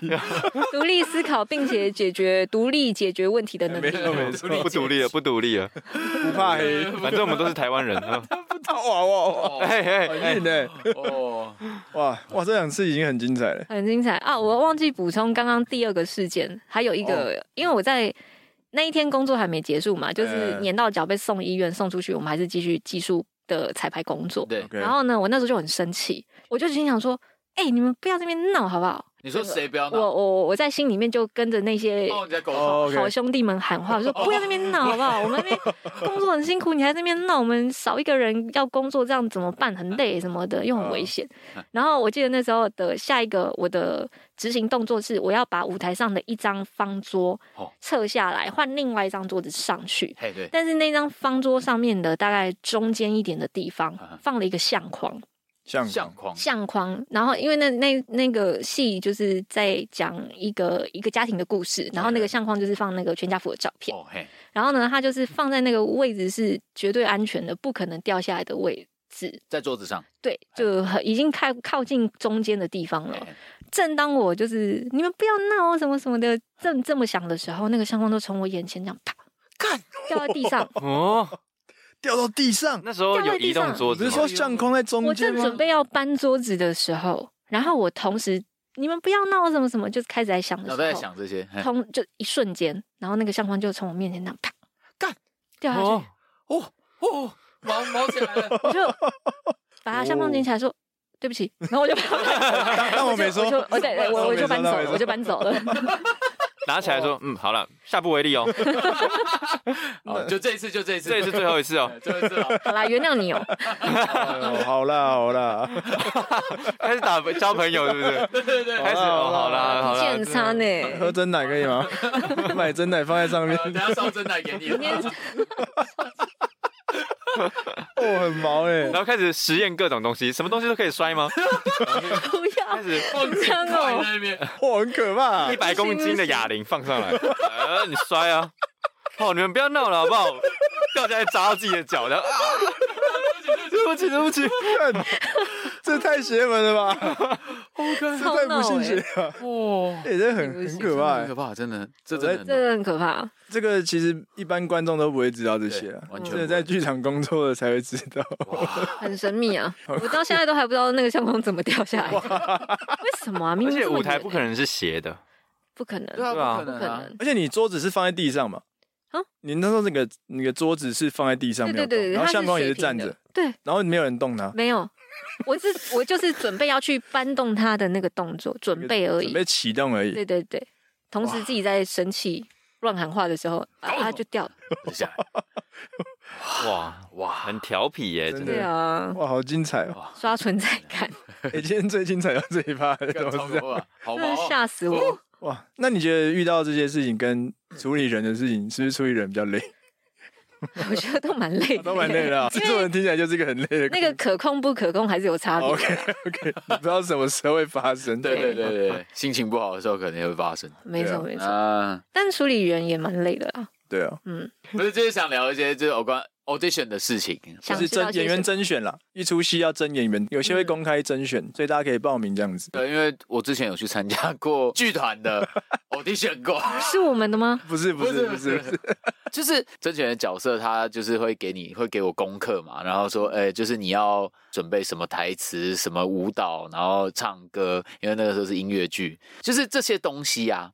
Speaker 4: 独立思考并且解决独立解决问题的能
Speaker 5: 没
Speaker 4: 力。
Speaker 5: 错没错，
Speaker 7: 不独 立了，啊不独立了，
Speaker 5: 不怕黑，
Speaker 7: 反正我们都是台湾人 啊，
Speaker 5: 不怕哇哇 哇！
Speaker 7: 哎哎
Speaker 5: 很
Speaker 7: 哎
Speaker 5: 硬，哎，
Speaker 6: 哦，
Speaker 5: 哇哇，这两次已经很精彩了。
Speaker 4: 很精彩啊！我忘记补充刚刚第二个事件，还有一个，因为我在那一天工作还没结束嘛，就是
Speaker 5: 嗯
Speaker 4: 年到脚被送医院送出去，我们还是继续技术的彩排工作。
Speaker 6: 对，
Speaker 5: OK
Speaker 4: 然后呢，我那时候就很生气，我就心想说：“哎、你们不要这边闹好不好？”
Speaker 6: 你说谁不要
Speaker 4: 我
Speaker 6: 闹？
Speaker 4: 我我我在心里面就跟着那些
Speaker 6: 哦，你在狗
Speaker 5: 哦
Speaker 4: 好兄弟们喊 话，说不要在那边闹好不 好？我们那边工作很辛苦，你还在那边闹，我们少一个人要工作，这样怎么办？很累什么的，又
Speaker 6: 哦
Speaker 4: 很危险。
Speaker 6: 嗯
Speaker 4: 然后我记得那时候的下一个我的执行动作是，我要把舞台上的一张方桌
Speaker 6: 哦
Speaker 4: 撤下来，换另外一张桌子上去。
Speaker 6: 嘿，对，
Speaker 4: 但是那张方桌上面的大概中间一点的地方
Speaker 6: 啊
Speaker 4: 放了一个相框，
Speaker 5: 像
Speaker 6: 相框
Speaker 4: 相框，然后因为那那那个戏就是在讲一个一个家庭的故事，然后那个相框就是放那个全家福的照片，
Speaker 6: 哦嘿，
Speaker 4: 然后呢，它就是放在那个位置是绝对安全的，不可能掉下来的位置，
Speaker 6: 在桌子上，
Speaker 4: 对，就很已经靠靠近中间的地方
Speaker 6: 嘿
Speaker 4: 了
Speaker 6: 嘿。
Speaker 4: 正当我就是你们不要闹哦什么什么的，正这么想的时候，那个相框都从我眼前这样啪
Speaker 5: 干
Speaker 4: 掉在地 上，
Speaker 7: 哦，
Speaker 5: 掉到地上，
Speaker 7: 那时候有移动桌
Speaker 5: 我不
Speaker 7: 子
Speaker 5: 是
Speaker 7: 吗，
Speaker 5: 说相框在中
Speaker 4: 我
Speaker 5: 间
Speaker 4: 正
Speaker 5: 吗
Speaker 4: 准？备要搬桌子的时候，然后我同时你们不要闹哦什么什么，就是开始在想的时
Speaker 6: 脑
Speaker 4: 候，
Speaker 6: 袋在想这些，
Speaker 5: 嗯
Speaker 6: 嘿
Speaker 4: 通就一瞬间，然后那个相框就从我面前那样啪
Speaker 6: 干
Speaker 4: 掉下去，
Speaker 7: 哦，
Speaker 6: 哦，
Speaker 2: 毛毛起来了，
Speaker 4: 我就把它相框捡起来说。对不起，然后我 就把它
Speaker 5: 当当我哦没说
Speaker 4: 我就我对对我
Speaker 5: 当我
Speaker 4: 我
Speaker 5: 没
Speaker 4: 就
Speaker 5: 说
Speaker 4: 搬走
Speaker 5: 当我没
Speaker 4: 了，
Speaker 5: 说
Speaker 4: 我就搬走了。
Speaker 7: 拿起来说，嗯，好了，下不为例 哦，
Speaker 6: 哦，就这一次，就这一次，
Speaker 7: 这也是最后一 次哦，
Speaker 6: 哎，最后一次了，
Speaker 4: 好啦，原谅你哦。
Speaker 5: 哎呦好啦好啦，
Speaker 7: 开始打交朋友是不是？
Speaker 6: 对对对，
Speaker 7: 开始哦，好啦好
Speaker 4: 你
Speaker 7: 啦
Speaker 4: 见，差呢？
Speaker 5: 喝真奶可以吗？买真奶放在上面
Speaker 6: 呃，等下烧真奶给你 了，
Speaker 5: 哦，很毛哎
Speaker 7: 然。后开始实验各种东西，什么东西都可以摔吗？
Speaker 4: 不要
Speaker 7: 开始
Speaker 6: 放
Speaker 4: 这样
Speaker 6: 放
Speaker 4: 哦
Speaker 5: 啊
Speaker 6: 在，那边，
Speaker 5: 哇，很可 怕
Speaker 7: 一！百公斤的哑铃放上来， 呃，你摔啊！哦，你们不要闹了好不 好？掉下来砸到自己的脚，然后啊！对不起，对不起，
Speaker 5: 看这太邪门了吧？这
Speaker 4: 超
Speaker 5: 太不
Speaker 4: 闹
Speaker 5: 信
Speaker 4: 欸
Speaker 5: 邪了吧，
Speaker 6: 哇，
Speaker 5: 也真的很很可怕
Speaker 6: 很可
Speaker 5: 欸。
Speaker 6: 怕，真的，这
Speaker 5: 我
Speaker 6: 真
Speaker 5: 在
Speaker 6: 的很
Speaker 4: 这个很可怕。
Speaker 5: 这个其实一般观众都不会知道这
Speaker 6: 对
Speaker 5: 些啊，
Speaker 6: 完全
Speaker 5: 真的
Speaker 6: 不
Speaker 5: 在
Speaker 6: 会
Speaker 5: 剧场工作的才会知道。
Speaker 4: 很神秘啊！我到现在都还不知道那个相框怎么掉下来，为什么啊？明
Speaker 7: 而
Speaker 4: 明
Speaker 7: 且
Speaker 4: 这么
Speaker 7: 舞台
Speaker 4: 远
Speaker 7: 不可能是斜的，
Speaker 4: 不可能，
Speaker 6: 对
Speaker 7: 对啊
Speaker 6: 啊，不可
Speaker 4: 不
Speaker 6: 能
Speaker 4: 可
Speaker 6: 啊，
Speaker 4: 能。
Speaker 5: 而且你桌子是放在地上嘛？
Speaker 4: 啊
Speaker 5: 你那时候那个那个桌子是放在地上
Speaker 4: 对对
Speaker 5: 没有动，
Speaker 4: 对对，
Speaker 5: 然
Speaker 4: 它
Speaker 5: 后相框也
Speaker 4: 水
Speaker 5: 是
Speaker 4: 平
Speaker 5: 站
Speaker 4: 的
Speaker 5: 着，
Speaker 4: 对，
Speaker 5: 然后没有人动它，
Speaker 4: 没有。我是我就是准备要去搬动它的那个动作，准备而
Speaker 5: 准
Speaker 4: 已。
Speaker 5: 备启动而已。
Speaker 4: 对对对，同时自己在生气乱喊话的时候，啊它就掉了。
Speaker 6: 等一下
Speaker 7: 哇，
Speaker 6: 哇，
Speaker 7: 很调皮耶，真
Speaker 5: 真
Speaker 7: 的
Speaker 4: 对
Speaker 5: 的
Speaker 4: 啊，
Speaker 5: 哇，好精彩哦！
Speaker 4: 刷存在感，
Speaker 5: 哎，今天最精彩到这一趴，怎么
Speaker 6: 超
Speaker 5: 是这样？
Speaker 6: 过了，好
Speaker 4: 真
Speaker 6: 毛
Speaker 4: 的
Speaker 6: 哦，
Speaker 4: 吓死我！
Speaker 5: 哇，那你觉得遇到这些事情跟处理人的事情，是不是处理人比较累？
Speaker 4: 我觉得都蛮累，
Speaker 5: 都蛮累。的啊，制 作人听起来就是一个很累的工
Speaker 4: 那
Speaker 5: 作。
Speaker 4: 个可控不可控还是有差别。
Speaker 5: OK OK，你不知道什么时候会发生。
Speaker 6: 对对对对对，心情不好的时候可能也会发生。
Speaker 4: 没
Speaker 5: 对
Speaker 4: 错
Speaker 5: 啊
Speaker 4: 没错，
Speaker 6: 啊，
Speaker 4: 但处理人也蛮累的啊。
Speaker 5: 对啊，
Speaker 4: 嗯，
Speaker 6: 不是，就是想聊一些就是有关 audition 的事情。
Speaker 5: 就
Speaker 4: 想
Speaker 5: 是
Speaker 4: 知道
Speaker 5: 甄
Speaker 4: 些什
Speaker 5: 演员
Speaker 4: 么嗯
Speaker 5: 甄选啦，一出戏要甄演员，有些会公开甄选，所以大家可以报名这样子。
Speaker 6: 对，因为我之前有去参加过剧 团的 audition 过，
Speaker 4: 是我们的吗？
Speaker 5: 不是不是不是不是，
Speaker 6: 就是甄选的角色，他就是会给你会给我功课嘛，然后说，哎、就是你要准备什么台词、什么舞蹈，然后唱歌，因为那个时候是音乐剧，就是这些东西啊，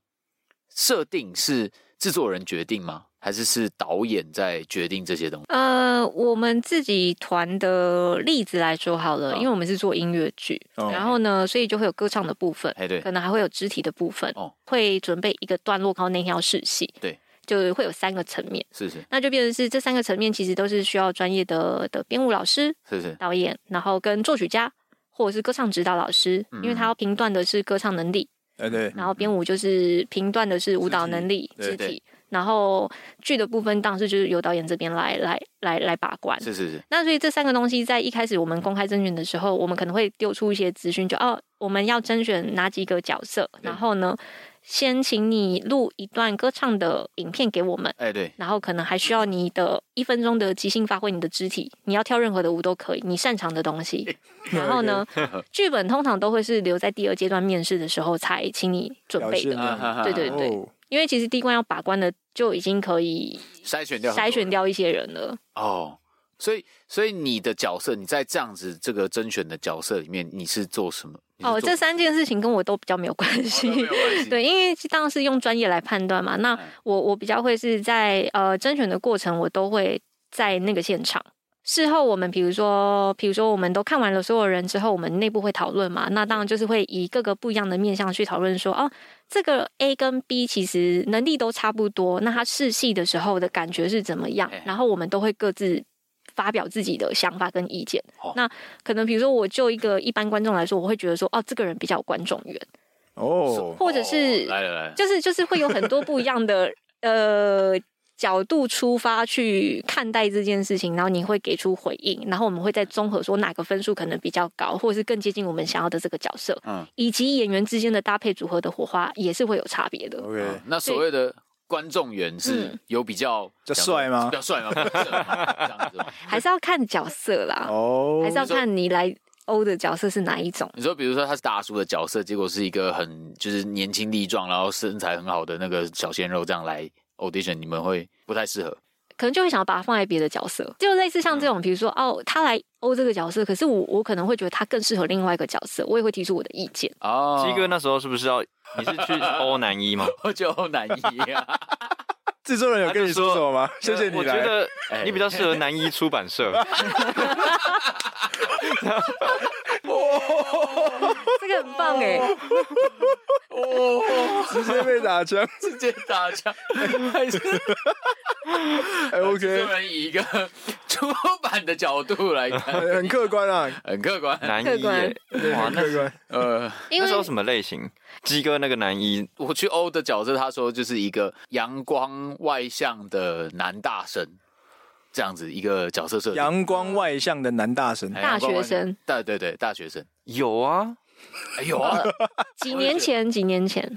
Speaker 6: 设定是制作人决定吗？还是是导演在决定这些东西？
Speaker 4: 呃，我们自己团的例子来说好了，
Speaker 6: 嗯
Speaker 4: 因为我们是做音乐剧，
Speaker 5: 哦
Speaker 4: 然后呢，所以就会有歌唱的部分，
Speaker 6: 哎，对，
Speaker 4: 可能还会有肢体的部分，
Speaker 6: 哦
Speaker 4: 会准备一个段落，然后那天要试戏，
Speaker 6: 对，
Speaker 4: 就会有三个层面，
Speaker 6: 是是
Speaker 4: 那就变成是这三个层面其实都是需要专业的的编舞老师、
Speaker 6: 是是，
Speaker 4: 导演，然后跟作曲家。或者是歌唱指导老师，
Speaker 6: 嗯
Speaker 4: 因为他要评断的是歌唱能力，
Speaker 5: 哎对，
Speaker 4: 然后编舞就是评断的是舞蹈
Speaker 5: 肢体
Speaker 4: 能力、
Speaker 5: 对
Speaker 4: 肢
Speaker 6: 对
Speaker 4: 体，然后剧的部分当然是就是由导演这边来来来来把关。
Speaker 6: 是是是，
Speaker 4: 那所以这三个东西在一开始我们公开甄选的时候，我们可能会丢出一些资讯，就哦，我们要甄选哪几个角色，然后呢，先请你录一段歌唱的影片给我们。
Speaker 6: 哎，对，
Speaker 4: 然后可能还需要你的一分钟的即兴发挥，你的肢体，你要跳任何的舞都可以，你擅长的东西。然后呢，剧本通常都会是留在第二阶段面试的时候才请你准
Speaker 5: 表
Speaker 4: 备
Speaker 5: 现
Speaker 4: 的，
Speaker 5: 啊哈哈
Speaker 4: 对对对
Speaker 5: 哦
Speaker 4: 因为其实第一关要把关的就已经可以
Speaker 6: 筛选掉很多
Speaker 4: 筛
Speaker 6: 人
Speaker 4: 选掉一些人了。
Speaker 6: 哦，所以所以你的角色，你在这样子这个甄选的角色里面，你是做什么？你是
Speaker 4: 哦，
Speaker 6: 做
Speaker 4: 这三件事情跟我都比较没有关系。
Speaker 6: 哦都没有关系
Speaker 4: 对，因为当然是用专业来判断嘛。那
Speaker 6: 嗯
Speaker 4: 我我比较会是在呃甄选的过程，我都会在那个现场。事后我们比如说，比如说我们都看完了所有人之后，我们内部会讨论嘛。那当然就是会以各个不一样的面向去讨论说，哦，这个 A 跟 B 其实能力都差不多，那他试戏的时候的感觉是怎么样
Speaker 6: 哎？
Speaker 4: 然后我们都会各自发表自己的想法跟意见。
Speaker 6: 哦
Speaker 4: 那可能比如说，我就一个一般观众来说，我会觉得说，哦，这个人比较有观众缘，
Speaker 5: 哦，
Speaker 4: 或者是
Speaker 6: 哦来了来了，
Speaker 4: 就是就是会有很多不一样的呃角度出发去看待这件事情，然后你会给出回应，然后我们会再综合说哪个分数可能比较高，或者是更接近我们想要的这个角色，
Speaker 6: 嗯
Speaker 4: 以及演员之间的搭配组合的火花也是会有差别
Speaker 7: 哦
Speaker 4: 的。
Speaker 5: OK，
Speaker 6: 那所谓的观众缘是
Speaker 4: 嗯
Speaker 6: 有比较
Speaker 5: 比较帅吗
Speaker 6: 比较帅吗？不是 这样子吗
Speaker 4: 还是要看角色啦，
Speaker 5: 哦
Speaker 4: 还是要看你来欧的角色是哪一种。
Speaker 6: 你说，比如说他是大叔的角色，结果是一个很就是年轻力壮，然后身材很好的那个小鲜肉，这样来 audition，你们会不太适合。
Speaker 4: 可能就会想要把它放在别的角色，就类似像这
Speaker 7: 嗯
Speaker 4: 种，比如说哦，他来欧这个角色，可是我我可能会觉得他更适合另外一个角色，我也会提出我的意见。
Speaker 6: 哦，
Speaker 7: 鸡哥那时候是不是要？你是 去欧南一吗？
Speaker 6: 我 就难以啊。
Speaker 5: 制作人有跟你说什么吗？谢谢你
Speaker 7: 我觉
Speaker 5: 来，
Speaker 7: 得你比较适合南一出版社。
Speaker 4: 这个很棒哎、
Speaker 6: 哦，
Speaker 5: 直接被打枪。
Speaker 6: 直接打枪，还是
Speaker 5: 哎 OK，
Speaker 6: 个人以一个出版的角度来看，
Speaker 5: 很很客观啊，
Speaker 6: 很客观。
Speaker 7: 南
Speaker 4: 客
Speaker 7: 一
Speaker 4: 观
Speaker 7: 耶，
Speaker 5: 对
Speaker 7: 哇，
Speaker 5: 很
Speaker 7: 那
Speaker 5: 客观。
Speaker 6: 呃，
Speaker 4: 因
Speaker 7: 那时候
Speaker 4: 为
Speaker 7: 什么类型？鸡哥那个男一，
Speaker 6: 我去欧的角色，他说就是一个阳光外向的男大生，这样子一个 角色设定。
Speaker 5: 阳光外向的男大神，
Speaker 6: 哎
Speaker 4: 大
Speaker 6: 阳光
Speaker 4: 学
Speaker 6: 外向
Speaker 4: 生
Speaker 6: 对对对，大学生。
Speaker 7: 有啊，
Speaker 6: 哎有啊，
Speaker 4: 几年前，几年前，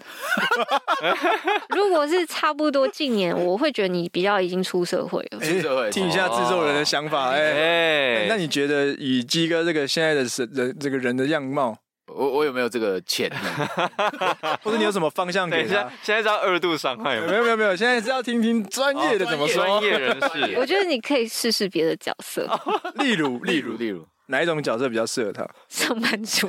Speaker 4: 如果是差不多近年，我会觉得你比较已经出社会了。
Speaker 6: 出社会
Speaker 5: 听一下制作人的想法，哎、
Speaker 7: 哎
Speaker 5: 哎，那你觉得以鸡哥这个现在的是人这个人的样貌，
Speaker 6: 我我有没有这个 潜能？
Speaker 5: 或者你有什么方向
Speaker 7: 等
Speaker 5: 给
Speaker 7: 一下
Speaker 5: 他？，
Speaker 7: 现在是要二度伤害
Speaker 5: 没
Speaker 7: 吗？
Speaker 5: 有没有没有，现在是要听听专业的怎么说，
Speaker 7: 专业人士
Speaker 4: 我觉得你可以试试别的角色，
Speaker 5: 例如例
Speaker 6: 例如
Speaker 5: 如
Speaker 6: 例如，
Speaker 5: 哪一种角色比较适合他？
Speaker 4: 上班族。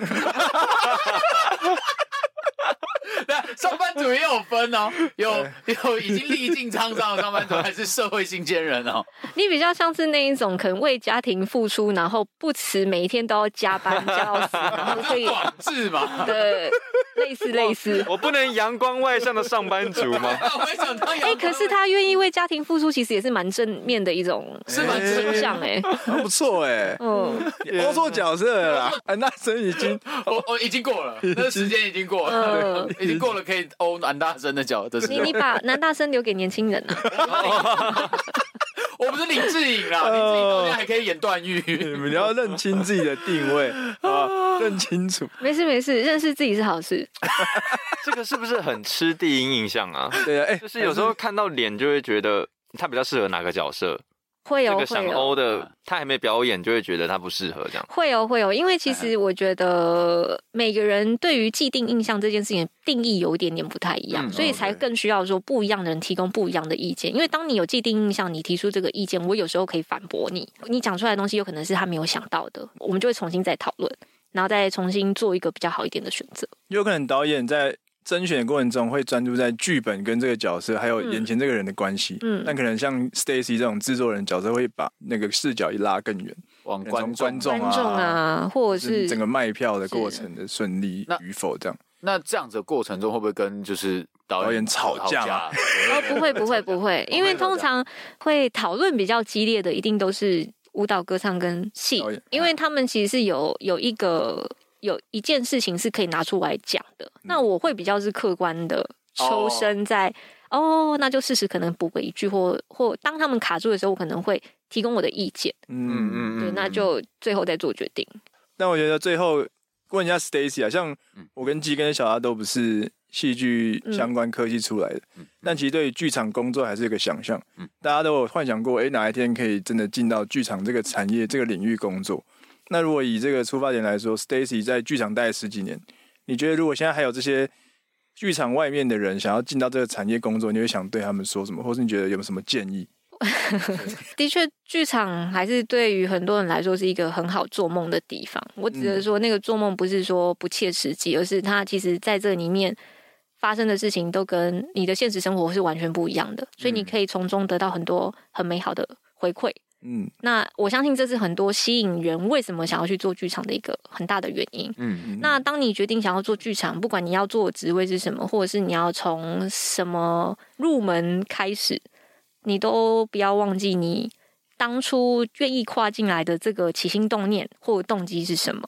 Speaker 6: 那上班族也有 分哦，有
Speaker 5: 哎
Speaker 6: 有已经历尽沧桑的上班族，还是社会新鲜人哦。
Speaker 4: 你比较像是那一种可能为家庭付出，然后不辞每一天都要加班加到死，然后可以
Speaker 6: 广智嘛，
Speaker 4: 对，类似类似。
Speaker 7: 我不能阳光外向的上班族吗？
Speaker 6: 我没想到有。
Speaker 4: 哎、可是他愿意为家庭付出，其实也是蛮正面的一种
Speaker 6: 是蛮正
Speaker 4: 倾向哎。
Speaker 5: 啊 不错哎、
Speaker 4: 嗯
Speaker 5: 你欧错角色了啦， 哎安大生已经
Speaker 6: 我我已经 过了，那个时间已经过了
Speaker 4: 嗯，
Speaker 6: 已经过了可以欧南大生的脚的时
Speaker 4: 你
Speaker 6: 候
Speaker 4: 你。把男大生留给年轻人啊，
Speaker 6: 我不是林志颖
Speaker 4: 哦
Speaker 6: 啦，林志颖到现在还可以演段
Speaker 5: 你
Speaker 6: 誉。
Speaker 5: 们要认清自己的定 位啊，认清楚。
Speaker 4: 没事没事，认识自己是好事。
Speaker 7: 这个是不是很吃第一印象 啊？
Speaker 5: 对啊，哎、
Speaker 7: 就是有时候看到脸就会觉得他比较适合哪个角色，
Speaker 4: 会
Speaker 7: 这
Speaker 4: 有
Speaker 7: 个
Speaker 4: 会哦
Speaker 7: 想哦
Speaker 4: 有。
Speaker 7: 欧的他还没表演就会觉得他不适合这样。
Speaker 4: 会有会有，哦因为其
Speaker 5: 嗯
Speaker 4: 实我觉得每个人对于既定印象这件事情的定义有一点点不太一样，
Speaker 7: 嗯
Speaker 5: 哦
Speaker 4: 所以才更需要说不一样的人提供不一样的意见。因为当你有既定印象，你提出这个意见，我有时候可以反驳你，你讲出来的东西有可能是他没有想到的，我们就会重新再讨论，然后再重新做一个比较好一点的选择。
Speaker 5: 有可能导演在甄选的过程中会专注在剧本跟这个角色，还有眼前这个人的关系。
Speaker 4: 嗯
Speaker 5: 但可能像 Stacy 这种制作人角色，会把那个视角一拉更远，
Speaker 6: 往
Speaker 5: 从观众
Speaker 4: 观
Speaker 5: 啊，
Speaker 4: 众啊，或者
Speaker 5: 就是
Speaker 4: 是
Speaker 5: 整个卖票的过程的顺利
Speaker 6: 那
Speaker 5: 与否，这样
Speaker 6: 那这样子的过程中，会不会跟就是导
Speaker 5: 导
Speaker 6: 演
Speaker 5: 演吵架吗
Speaker 4: 哦，不 会 不会不会，因为
Speaker 6: 不会
Speaker 4: 通常会讨论比较激烈的，一定都是舞蹈、歌唱跟戏
Speaker 5: 导演，
Speaker 4: 因为他们其实是有有一个有一件事情是可以拿出来讲的。
Speaker 5: 嗯
Speaker 4: 那我会比较是客观的抽身在哦，那就事实可能补个一句，或或当他们卡住的时候，我可能会提供我的意见，
Speaker 5: 嗯嗯。
Speaker 4: 对，那就最后再做决定。
Speaker 5: 但我觉得最后问一下 Stacy 啊，像
Speaker 6: 嗯
Speaker 5: 我跟鸡跟小阿都不是戏剧相关科系出来的，但其实对于剧场工作还是有个想象。
Speaker 6: 嗯
Speaker 5: 大家都有幻想过，哎、哪一天可以真的进到剧场这个产业这个领域工作。那如果以这个出发点来说，Stacy 在剧场待了十几年，你觉得如果现在还有这些剧场外面的人想要进到这个产业工作，你会想对他们说什么，或是你觉得有没有什么建议？
Speaker 4: 的确，剧场还是对于很多人来说是一个很好做梦的地方。我只能说，那个做梦不是说不切实际，而是它其实在这里面发生的事情都跟你的现实生活是完全不一样的，所以你可以从中得到很多很美好的回馈。
Speaker 5: 嗯
Speaker 4: 那我相信这是很多吸引人为什么想要去做剧场的一个很大的原因。
Speaker 6: 嗯，
Speaker 4: 那当你决定想要做剧场，不管你要做的职位是什么，或者是你要从什么入门开始，你都不要忘记你当初愿意跨进来的这个起心动念或动机是什么。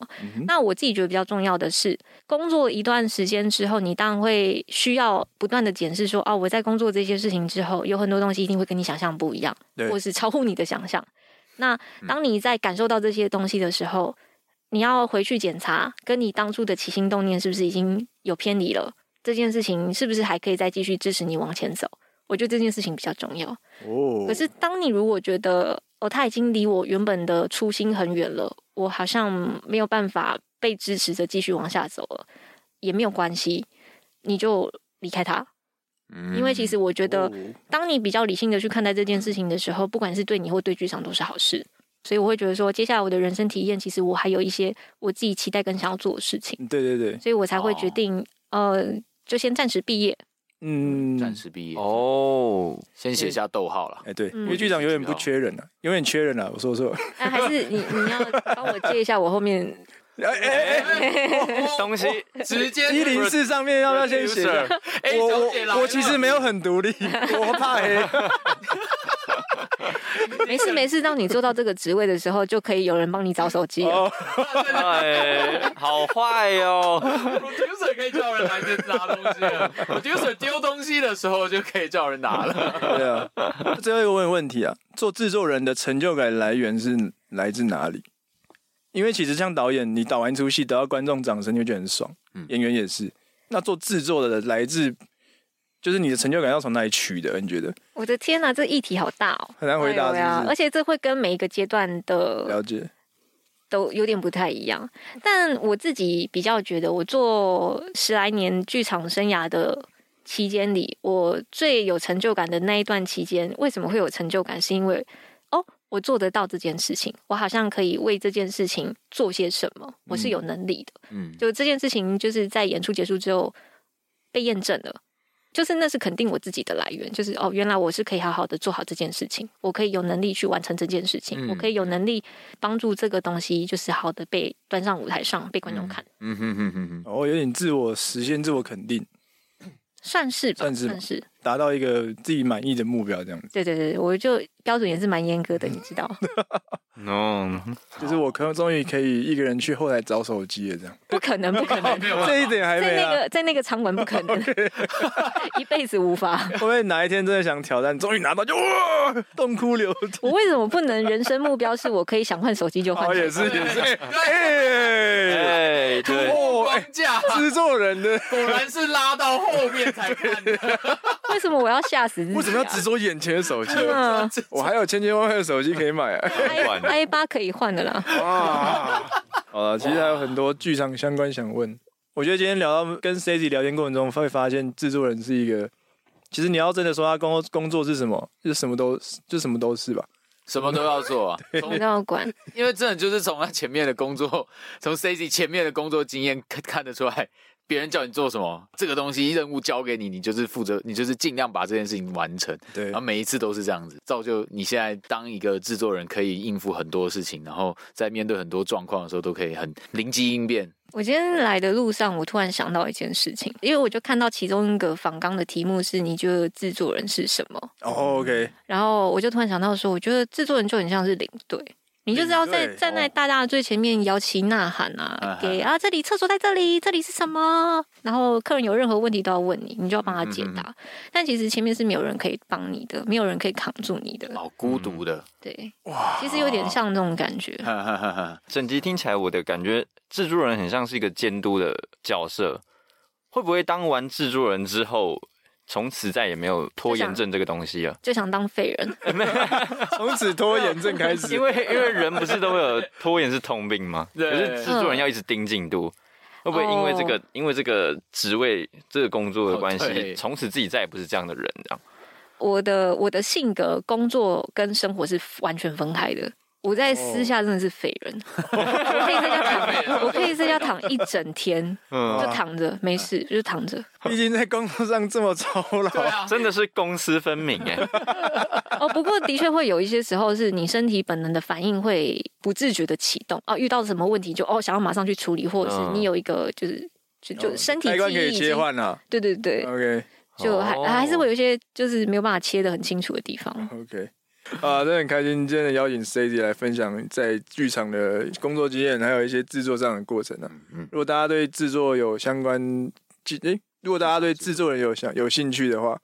Speaker 4: 那我自己觉得比较重要的是，工作一段时间之后，你当然会需要不断的检视说，哦、我在工作这些事情之后，有很多东西一定会跟你想象不一样，
Speaker 5: 对
Speaker 4: 或是超乎你的想象。那当你在感受到这些东西的时候，你要回去检查，跟你当初的起心动念是不是已经有偏离了？这件事情是不是还可以再继续支持你往前走？我觉得这件事情比较重要。
Speaker 5: 哦
Speaker 4: 可是当你如果觉得哦，他已经离我原本的初心很远了，我好像没有办法被支持着继续往下走了，也没有关系，你就离开他。
Speaker 5: 嗯
Speaker 4: 因为其实我觉
Speaker 5: 哦
Speaker 4: 得，当你比较理性的去看待这件事情的时候，不管是对你或对剧场都是好事。所以我会觉得说，接下来我的人生体验，其实我还有一些我自己期待跟想要做的事情，
Speaker 5: 嗯对对对，
Speaker 4: 所以我才会决
Speaker 6: 哦
Speaker 4: 定，呃，就先暂时毕业。
Speaker 5: 嗯，
Speaker 6: 暂时毕业，
Speaker 7: 哦，
Speaker 6: 先写下逗号了
Speaker 5: 哎、。对，
Speaker 4: 嗯
Speaker 5: 因为剧场永远不缺人啊，永远缺人啊。我说错，
Speaker 4: 那、还是你你要帮我接一下我后 面
Speaker 5: 哎哎哎，
Speaker 7: 东西
Speaker 6: 直接
Speaker 5: 一零四上面要不要先写一下？
Speaker 6: 哎
Speaker 5: 我
Speaker 6: 小姐来
Speaker 5: 我我其实 没有很独立，我怕黑。
Speaker 4: 没事没事，当你做到这个职位的时候，就可以有人帮你找手机了。
Speaker 5: 哦，
Speaker 7: 哎，好坏哦，
Speaker 6: producer 可以叫人来拿东西了，producer 丢东西的时候就可以叫人拿了。
Speaker 5: 对啊。最后一个问问题啊，做制作人的成就感来源是来自哪里？因为其实像导演，你导完一出戏得到观众掌声，你会觉得很爽。
Speaker 6: 嗯
Speaker 5: 演员也是。那做制作的来自，就是你的成就感要从哪里取的？你觉得
Speaker 4: 我的天哪、这议题好大哦。
Speaker 5: 很难回答，
Speaker 4: 对啊
Speaker 5: 是，不
Speaker 4: 而
Speaker 5: 是？
Speaker 4: 且这会跟每一个阶段的
Speaker 5: 了解，
Speaker 4: 都有点不太一样。但我自己比较觉得，我做十来年剧场生涯的期间里，我最有成就感的那一段期间，为什么会有成就感？是因为哦，我做得到这件事情，我好像可以为这件事情做些什么，我是有能力的。
Speaker 6: 嗯，
Speaker 4: 就这件事情，就是在演出结束之后被验证了，就是那是肯定我自己的来源，就是哦，原来我是可以好好的做好这件事情，我可以有能力去完成这件事情，
Speaker 6: 嗯
Speaker 4: 我可以有能力帮助这个东西，就是好的被端上舞台上被观众看，
Speaker 6: 嗯哼哼哼哼，
Speaker 5: 哦，有点自我实现、自我肯定，
Speaker 4: 算是吧，
Speaker 5: 算是吧
Speaker 4: 算是，
Speaker 5: 达到一个自己满意的目标，这样子。
Speaker 4: 对对对，我就标准也是蛮严格的，你知 道，
Speaker 7: no，
Speaker 5: 就是我可能终于可以一个人去后台找手机了，这样。
Speaker 4: 不可能，不可能。
Speaker 5: 这一点还
Speaker 4: 在
Speaker 5: 没
Speaker 4: 那
Speaker 5: 啊。
Speaker 4: 个在那个场馆不可 能， 一辈子无法。
Speaker 5: 会不会哪一天真的想挑战，终于拿到就哇，痛哭流 涕。
Speaker 4: 我为什么不能人生目标是我可以想换手机就换
Speaker 5: 哦，
Speaker 4: 手
Speaker 5: 也
Speaker 4: 机？
Speaker 5: 是也是，
Speaker 7: 哎，
Speaker 5: 哎、
Speaker 7: 对，
Speaker 5: 哦，哎、
Speaker 6: 框架
Speaker 5: 制作人的
Speaker 6: 果然是拉到后面才看的，
Speaker 4: 为什么我要吓死自己、啊？
Speaker 5: 为什么要执着眼前的手机？
Speaker 4: 嗯
Speaker 5: 我还有千千万万的手机可以买 啊！
Speaker 7: 换
Speaker 4: i i 八可以换的啦。
Speaker 5: 好了，其实还有很多剧场相关想问。我觉得今天聊到跟 Stacy 聊天过程中，会发现制作人是一个，其实你要真的说他工工作是什么，就什么都就什么都是吧。
Speaker 6: 什么都要做啊。
Speaker 4: 我们都要管，
Speaker 6: 因为真的就是从他前面的工作，从 C C 前面的工作经验看看得出来，别人叫你做什么，这个东西任务交给你，你就是负责，你就是尽量把这件事情完成。
Speaker 5: 对
Speaker 6: 然后每一次都是这样子，造就你现在当一个制作人，可以应付很多事情，然后在面对很多状况的时候，都可以很灵机应变。
Speaker 4: 我今天来的路上，我突然想到一件事情，因为我就看到其中一个访纲的题目是“你觉得制作人是什么
Speaker 5: 哦、OK，”，
Speaker 4: 然后我就突然想到说，我觉得制作人就很像是领队。你就是要在
Speaker 5: 领队
Speaker 4: 站在大家的最前面摇旗呐喊啊
Speaker 6: 啊，
Speaker 4: 给啊这里厕所在这里，这里是什么？然后客人有任何问题都要问你，你就要帮他解答。但其实前面是没有人可以帮你的，没有人可以扛住你的。
Speaker 6: 好孤独的，
Speaker 4: 对，其实有点像那种感觉。
Speaker 6: 哈哈哈哈
Speaker 7: 整集听起来我的感觉，制作人很像是一个监督的角色。会不会当完制作人之后，从此再也没有拖延症这个东西了？啊
Speaker 4: 就想当废人，
Speaker 5: 从此拖延症开 始
Speaker 7: 因。为因为人不是都会有拖延是通病吗？
Speaker 6: 对
Speaker 7: 可是制作人要一直盯进度，会不会因为这个、
Speaker 4: 哦
Speaker 7: 因为这个职位这个工作的关
Speaker 6: 哦
Speaker 7: 系，
Speaker 6: 对
Speaker 7: 从、此自己再也不是这样的人这样？
Speaker 4: 我的我的性格、工作跟生活是完全分开的。我在私下真的是废人，
Speaker 5: 哦
Speaker 4: 我可以在家躺，我可以在家躺一整天，
Speaker 7: 嗯
Speaker 5: 啊
Speaker 4: 就躺着没事，就是躺着。
Speaker 5: 毕竟在工作上这么操劳，
Speaker 4: 啊
Speaker 7: 真的是公私分明哎、
Speaker 5: 啊
Speaker 4: 哦，不过的确会有一些时候是你身体本能的反应会不自觉的启动哦，遇到什么问题就哦想要马上去处理，或者是
Speaker 7: 嗯
Speaker 4: 你有一个就是就就身体
Speaker 5: 哦开
Speaker 4: 记
Speaker 5: 关可
Speaker 4: 忆
Speaker 5: 以
Speaker 4: 已
Speaker 5: 切
Speaker 4: 经
Speaker 5: 换嗯啦。
Speaker 4: 对对对，
Speaker 5: OK
Speaker 4: 就还
Speaker 7: 哦
Speaker 4: 还是会有一些就是没有办法切的很清楚的地方。
Speaker 5: OK，啊，真的很开心，今天的邀请 Stacy 来分享在剧场的工作经验，还有一些制作上的过程呢、
Speaker 6: 嗯
Speaker 5: 如果大家对制作有相关技，诶、如果大家对制作人有想有兴趣的话，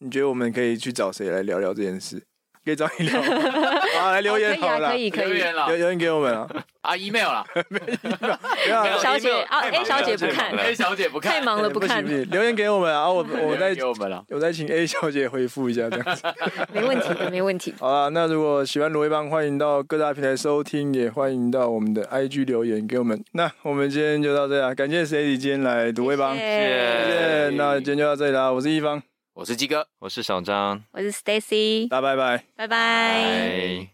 Speaker 5: 你觉得我们可以去找谁来聊聊这件事？可以找 你聊吗，好来留言
Speaker 4: 哦
Speaker 5: 好了，
Speaker 4: 可以啊，可以
Speaker 6: 留
Speaker 4: 可以。
Speaker 6: 言了
Speaker 5: 留留言给我们啊，
Speaker 6: 啊，email 了
Speaker 5: 不要啊
Speaker 4: 小姐啊
Speaker 7: 太忙
Speaker 4: ，A
Speaker 7: 了
Speaker 4: 小姐不
Speaker 7: 太忙
Speaker 4: 看
Speaker 7: 了，
Speaker 6: ，A 小姐不
Speaker 4: 太
Speaker 6: 看，
Speaker 4: 忙了不
Speaker 5: 不
Speaker 4: 看
Speaker 5: 行不，行，留言给我们啊，我我
Speaker 6: 留
Speaker 5: 再
Speaker 6: 言给我们了，
Speaker 5: 我再请 A 小姐回复一下这样子。
Speaker 4: 没问题的，没问题。
Speaker 5: 好啦，那如果喜欢罗威帮，欢迎到各大平台收听，也欢迎到我们的 IG 留言给我们。那我们今天就到这里啦，感谢 Cindy 今天来罗威帮，谢
Speaker 4: 谢谢
Speaker 5: 谢。那今天就到这里啦，我是一方，
Speaker 6: 我是鸡哥。
Speaker 7: 我是小张，
Speaker 4: 我是 Stacy，
Speaker 5: 大家拜拜。
Speaker 4: 拜拜。
Speaker 7: 拜。